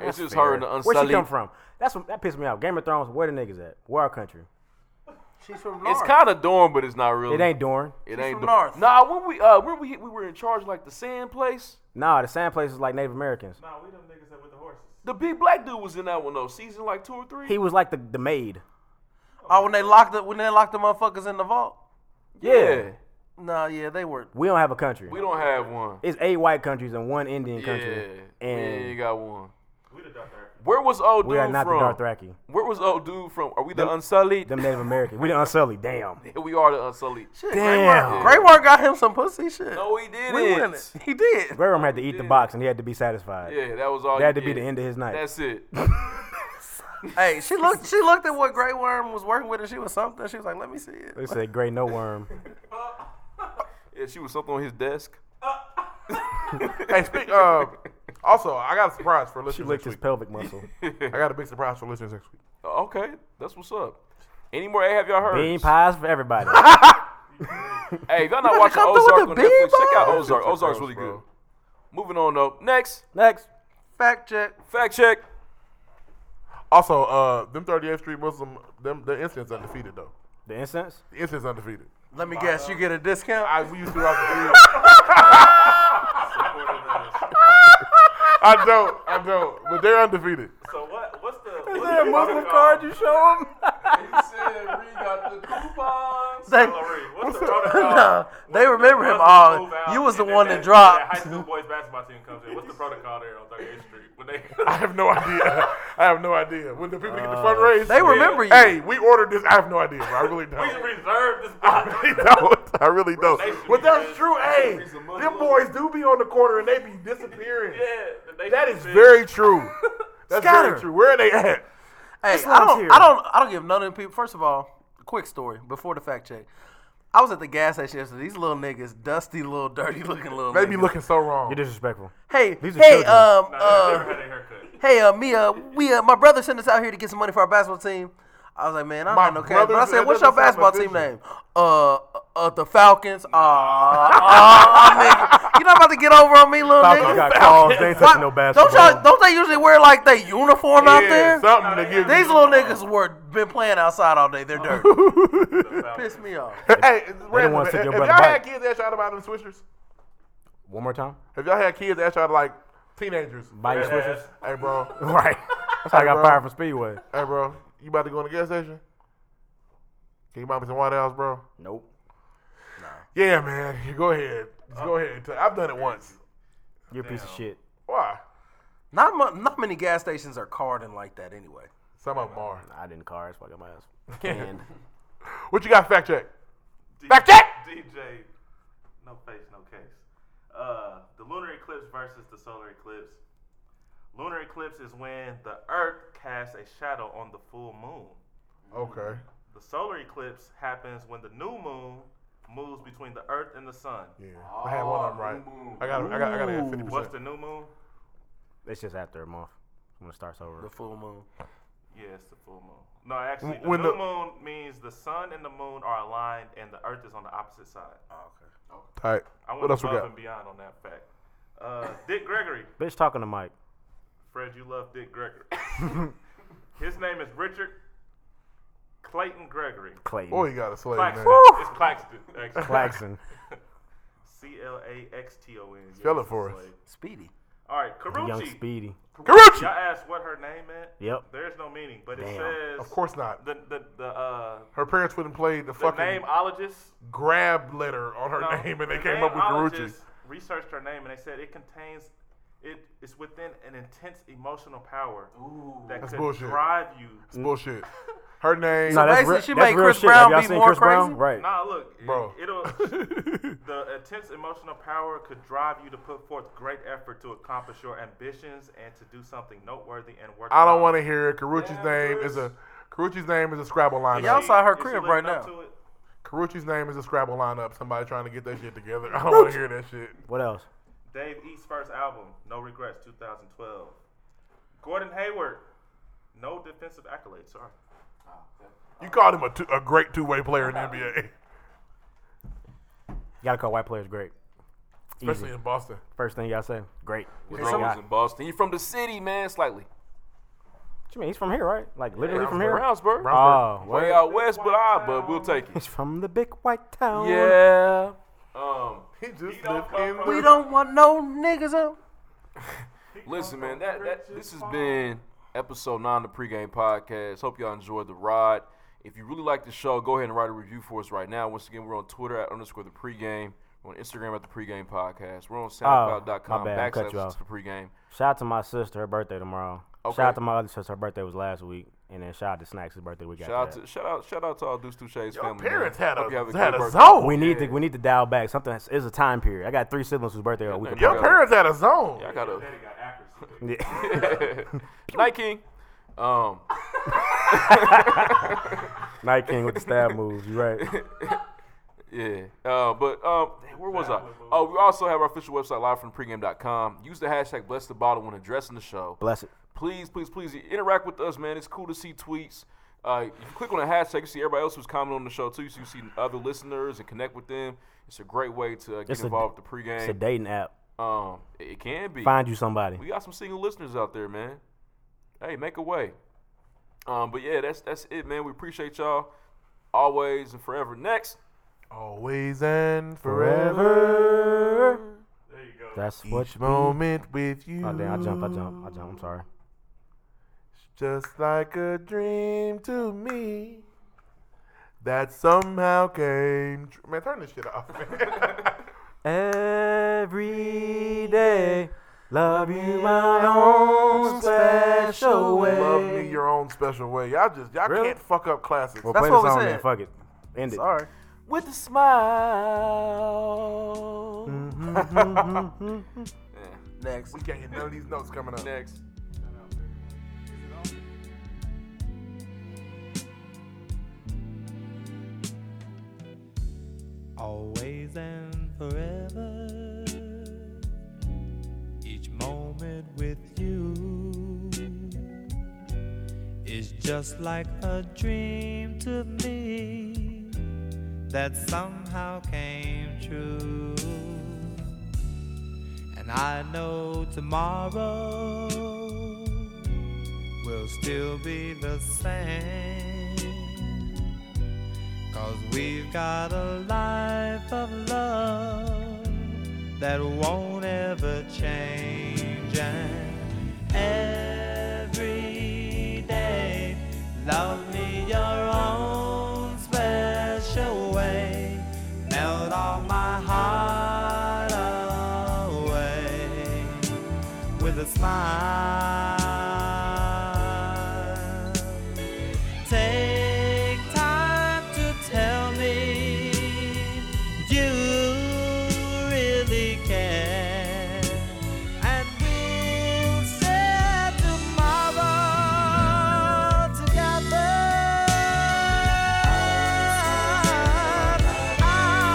E: it's just her and the
D: Where she
E: unsullied.
D: come from? That's what, that pissed me off. Game of Thrones. Where the niggas at? Where our country?
F: She's from
E: It's kind of dorm, but it's not really.
D: It ain't Dorne.
E: It ain't dorm.
F: from North.
E: Nah, when we uh, when we we were in charge of, like the sand place.
D: Nah, the same place is like Native Americans.
A: Nah, we them niggas that with the horses.
E: The big black dude was in that one though, season like two or three.
D: He was like the, the maid.
F: Oh, when they locked the when they locked the motherfuckers in the vault.
E: yeah.
F: Nah, yeah, they were.
D: We don't have a country.
E: we don't have one.
D: It's eight white countries and one Indian country.
E: Yeah, we ain't
D: And
E: got one.
A: We the Dr. Arthur.
E: Where was old dude
D: we are not
E: from?
D: the Dothraki.
E: Where was old dude from? Are we the, unsullied?
D: Them Native Americans. We the Unsullied. Damn.
E: [laughs] we are the unsullied.
D: Damn.
F: Great work got him some pussy shit.
E: No, he didn't.
F: we win it. He did.
D: Grey Worm had to eat the box and he had to be satisfied.
E: Yeah, that was all.
D: That had
E: you
D: to be
E: did.
D: the end of his night. [laughs]
E: That's it.
F: Hey, she looked. She looked at what Grey Worm was working with, and she was something. She was like, "Let me see it."
D: They said Grey No
F: [laughs]
D: Worm.
E: yeah, she was something on his desk. [laughs]
C: Hey, speak. Uh, also, I got a surprise for
D: She
C: listeners
D: licked
C: next
D: his
C: week.
D: pelvic
F: [laughs]
D: muscle.
C: I got a big surprise for listeners next week.
E: Okay, that's what's up. Any more? Hey, have y'all heard?
D: Bean pies for
F: [laughs]
D: everybody.
E: Hey, if y'all not
F: You
E: watching
F: come through
E: Ozark on
F: with the
E: Netflix,
F: bean
E: check out
F: bag?
E: Ozark. Ozark's really good. Moving on though. Next
D: Next.
F: Fact check.
E: fact check.
C: Also, uh, them 38th Street Muslim, them the incidents undefeated though.
D: The incense.
C: The incidents undefeated.
F: Let me guess. You get a discount.
C: I we used to rock the field. I don't, I don't, but they're undefeated.
A: So what? What's the? What's
D: That Muslim card you show him.
F: They,
A: What's
F: [laughs]
A: the protocol?
F: no, they remember him
A: Muslims
F: all.
A: move out
F: You was the
A: and then
F: one
A: they-
F: that
A: High
F: dropped.
A: school boys basketball team comes in. What's the protocol there on 38th Street? When they [laughs]
C: I have no idea. I have no idea. When the people get
D: Uh,
C: the fundraise,
F: They remember you.
C: Hey, we ordered this. I have no idea. Bro. I really don't.
A: we reserve
F: [laughs]
A: this
C: I
A: block.
C: really don't. I really don't.
A: Relationship.
C: But that's true. Hey,
A: He's a Muslim.
C: them boys do be on the corner and they be disappearing.
A: [laughs] Yeah,
C: That is very [laughs] true. That's
F: Scatter.
C: very true. Where are they at?
F: Hey,
D: It's
F: I
D: lunch
F: don't,
D: here.
F: I don't, I don't give none of them people. First of all, quick story before the fact check. I was at the gas station yesterday. These little niggas, dusty, little dirty looking little.
C: They
F: niggas.
C: be looking so wrong.
D: You're disrespectful.
F: Hey,
D: These are
F: hey,
D: children.
F: um,
A: Uh,
F: uh,
A: had a haircut.
F: hey, uh, me, uh, we, uh, my brother sent us out here to get some money for our basketball team. I was like, man, I
C: My
F: don't have no cash. But I
C: brother's-
F: said,
C: that
F: what's your
C: doesn't sound
F: basketball team
C: official.
F: name? Uh, uh, the Falcons. Ah, uh, nigga, you not about to get over on me, little
D: Falcons
F: nigga.
D: got calls. They ain't touching no
F: Why- Don't
D: basketball.
F: y'all, don't they usually wear like they uniform out
C: Yeah,
F: there?
C: Something to give
F: These
C: you.
F: little niggas were been playing outside all day.
D: [laughs]
F: They're dirty. Piss me off.
C: Hey, random,
D: wanna
C: if,
D: take your
C: if y'all
D: brother
C: had
D: back.
C: kids that shot about them swishers,
D: One more time. [laughs]
C: if y'all had kids that shot like teenagers,
D: Buy your
C: hey,
D: switches.
C: hey, bro,
D: Right. That's how I got
C: bro.
D: fired from Speedway.
C: hey, bro, you about to go in the gas station? Can you buy me some White House, bro?
D: Nope.
C: Yeah, man, [laughs] go ahead, Just go ahead. I've done it once.
D: You're a piece of shit.
C: Why?
F: Not mu- not many gas stations are carding like that anyway.
C: Some of them are.
D: I didn't car. That's why I got my ass. And
C: What you got? Fact check.
A: D-
C: Fact check!
A: DJ, no face, no case. Uh, the lunar eclipse versus the solar eclipse. Lunar eclipse is when the Earth casts a shadow on the full moon.
C: Okay.
A: The solar eclipse happens when the new moon moves between the Earth and the Sun.
C: Yeah, I had one of them right. I got, I got, I got it at fifty
A: What's
C: percent.
A: the new moon?
D: it's just after a month when it starts over.
F: The full moon.
A: Yeah, it's the full moon. No, actually, the
C: When
A: new
C: the-
A: moon means the sun and the moon are aligned, and the Earth is on the opposite side.
C: All
A: I
C: right.
A: went
C: What else we
A: above
C: got?
A: and beyond on that fact. Uh, Dick Gregory,
D: Bitch talking to Mike.
A: Fred, you love Dick Gregory. [laughs] His name is Richard Clayton Gregory.
D: Clayton.
C: Oh, you got a slave, man.
A: Claxton. It's Claxton. actually.
D: Claxon.
A: C L A X T O N. Yes,
C: Spell it for
A: it's
C: us.
A: like-
F: Speedy.
A: All right,
F: [laughs]
D: Young
A: Karuchi.
D: Speedy.
C: Karuchi!
A: Y'all asked what her name meant.
D: Yep.
A: There's no meaning, but it
D: Damn.
A: says.
C: Of course not.
A: The the the uh
C: Her parents wouldn't play the
A: the
C: fucking
A: nameologist.
C: grab letter on her
A: No,
C: [laughs] name, and they
A: the
C: came up with Garucci.
A: nameologist Researched her name, and they said it contains it is within an intense emotional power that
C: That's
A: could
C: bullshit.
A: drive you
C: It's bullshit. Her name.
D: Nah, that's
F: basically,
D: real,
F: she
D: that's
F: made
D: real
F: Chris
D: shit.
F: Brown
D: Have y'all
F: be
D: seen
F: more
D: Chris Brown?
F: crazy?
D: Right.
A: Nah, look,
C: Bro.
A: It, will
C: [laughs]
A: the intense emotional power could drive you to put forth great effort to accomplish your ambitions and to do something noteworthy and worth.
C: I don't
A: while.
C: want to hear it. Karuchi's
A: Yeah,
C: name
A: Chris.
C: is a Karuchi's name is a Scrabble
A: Is
C: lineup.
F: Y'all
A: she-
F: saw her
A: is she
F: crib
A: living
F: right
A: up
F: now.
A: to it?
C: Karuchi's name is a Scrabble lineup. Somebody trying to get that shit together. I don't want to hear that shit.
D: What else?
A: Dave East's first album, No Regrets, 2012. Gordon Hayward, no defensive accolades. Sorry.
C: You called him a, two, a great two way player in the NBA,
D: You gotta call white players great.
C: especially
D: Easy.
C: in Boston.
D: First thing y'all say, great.
E: Was
D: Great guy.
E: always in Boston. You from the city, man? Slightly.
D: What you mean? He's from here, right? Like literally from here.
E: Brownsburg.
D: Oh,
E: Way
D: where?
E: out west, but I, but we'll take it.
D: [laughs] He's from the big white town.
E: Yeah. Um.
C: He just
A: He don't
C: lived
A: come
C: in.
A: from-
F: We don't want no niggas up.
E: [laughs] Listen, man, that, that this has been episode nine of the pregame podcast. Hope y'all enjoyed the ride. If you really like the show, go ahead and write a review for us right now. Once again, we're on Twitter at underscore the pregame. We're on Instagram at the pregame podcast. We're on SoundCloud.com
D: Oh, my bad. I cut
E: backslash
D: you off.
E: the pregame.
D: Shout out to my sister. Her birthday tomorrow.
E: Okay.
D: Shout out to my other sister. Her birthday was last week. And then shout out to Snacks. His birthday we got.
E: Shout out to shout out shout out to all Deuce Touche's family. man.
C: parents had
E: Hope you have
C: a,
E: a
C: had
E: good
C: a
E: birthday.
C: zone.
D: Oh, we need to we need to dial back. Something is it's a time period. I got three siblings whose birthday are a week
E: man.
D: apart.
C: Your
E: Yeah.
C: parents had a zone.
E: I [laughs] got a
A: Daddy got accuracy.
D: [laughs] Yeah.
E: [laughs] Night King. Um,
D: Night King with the stab moves. You right?
E: [laughs] yeah. Uh, but um, damn, where was I? Oh, we also have our official website live from pregame.com. Use the hashtag bless the bottle when addressing the show.
D: Bless it.
E: please, please, please interact with us, man. It's cool to see tweets. Uh, if you click on the hashtag, you see everybody else who's commenting on the show too. So you see other listeners and connect with them. It's a great way to uh, get
D: It's a-
E: involved with the
D: It's a
E: pregame.
D: dating app.
E: um, it it can be.
D: Find you somebody.
E: We got some single listeners out there, man. Hey, make a way. Um, but yeah, that's that's it, man. We appreciate y'all always and forever. Next.
C: Always and forever.
D: Forever. That's what.
C: Each moment with you.
D: Oh damn! I jump. I jump. I jump. I'm sorry.
C: Just like a dream to me that somehow came true. Man, turn this shit off. man. [laughs]
D: Every day, love you my own special way.
C: Love me your own special way. Y'all just y'all
D: Really?
C: can't fuck up classics.
D: Well,
F: That's
D: play
F: what
D: the
F: we
D: song
F: said.
D: then. Fuck it. End it.
F: Sorry.
E: with a smile. [laughs]
F: Next.
C: we can't get none of these notes coming up.
E: Next.
H: always and forever. Each moment with you is just like a dream to me that somehow came true. And I know tomorrow will still be the same. Cause we've got a life of love that won't ever change. And every day, love me your own special way. Melt all my heart away with a smile. Take time to tell me you really care. And we'll say tomorrow together.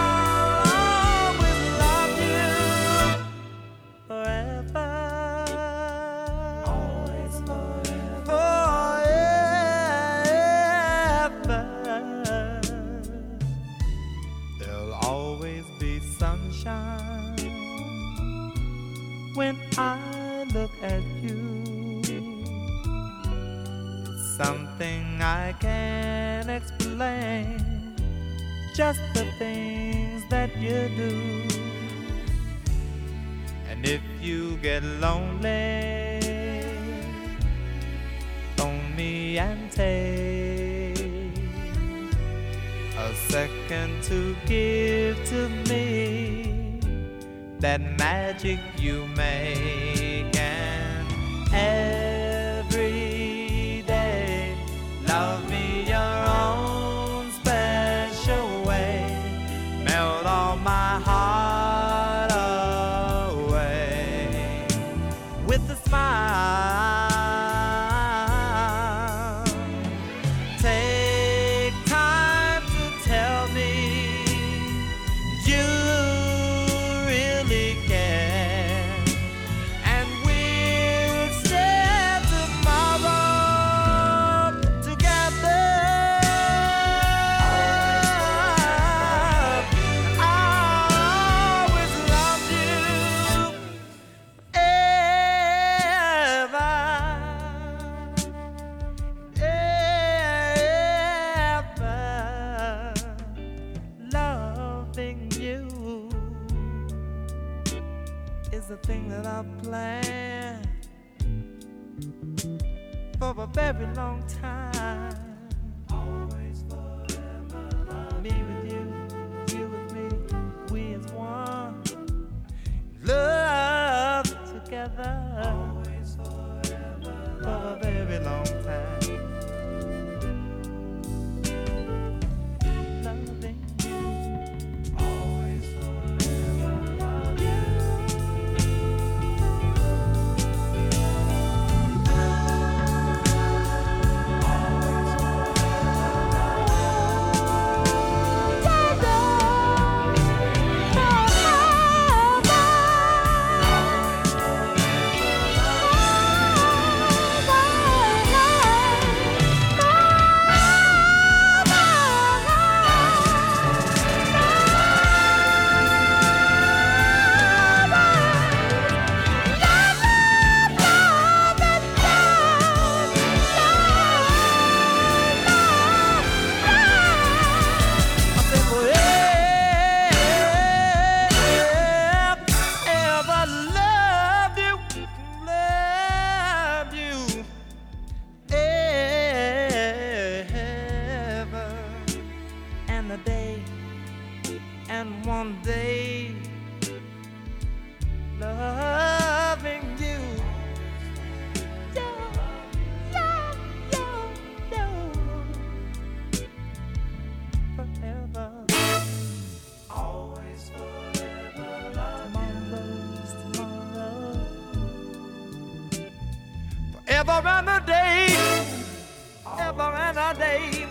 H: I'll always love you forever. Always forever. There'll always be sunshine when I look at you. Something I can't explain. Just the things that you do. And if you get lonely, phone me and take a second to give to me that magic you make. And every day, love me your own special way. Melt all my heart oh. away with a smile. Take time to tell me you really care and we'll stand tomorrow together. I always loved you, ever, ever loving you is the thing that I planned for a very long time. Always forever. Me with you, you with me, we as one. Love together. Always forever. For a very long time. Loving you. Always forever. You. And a day, and one day, loving you. Yeah, yeah, yeah, yeah. Forever. Always forever. Tomorrow's tomorrow. Forever and a day. Ever and a day.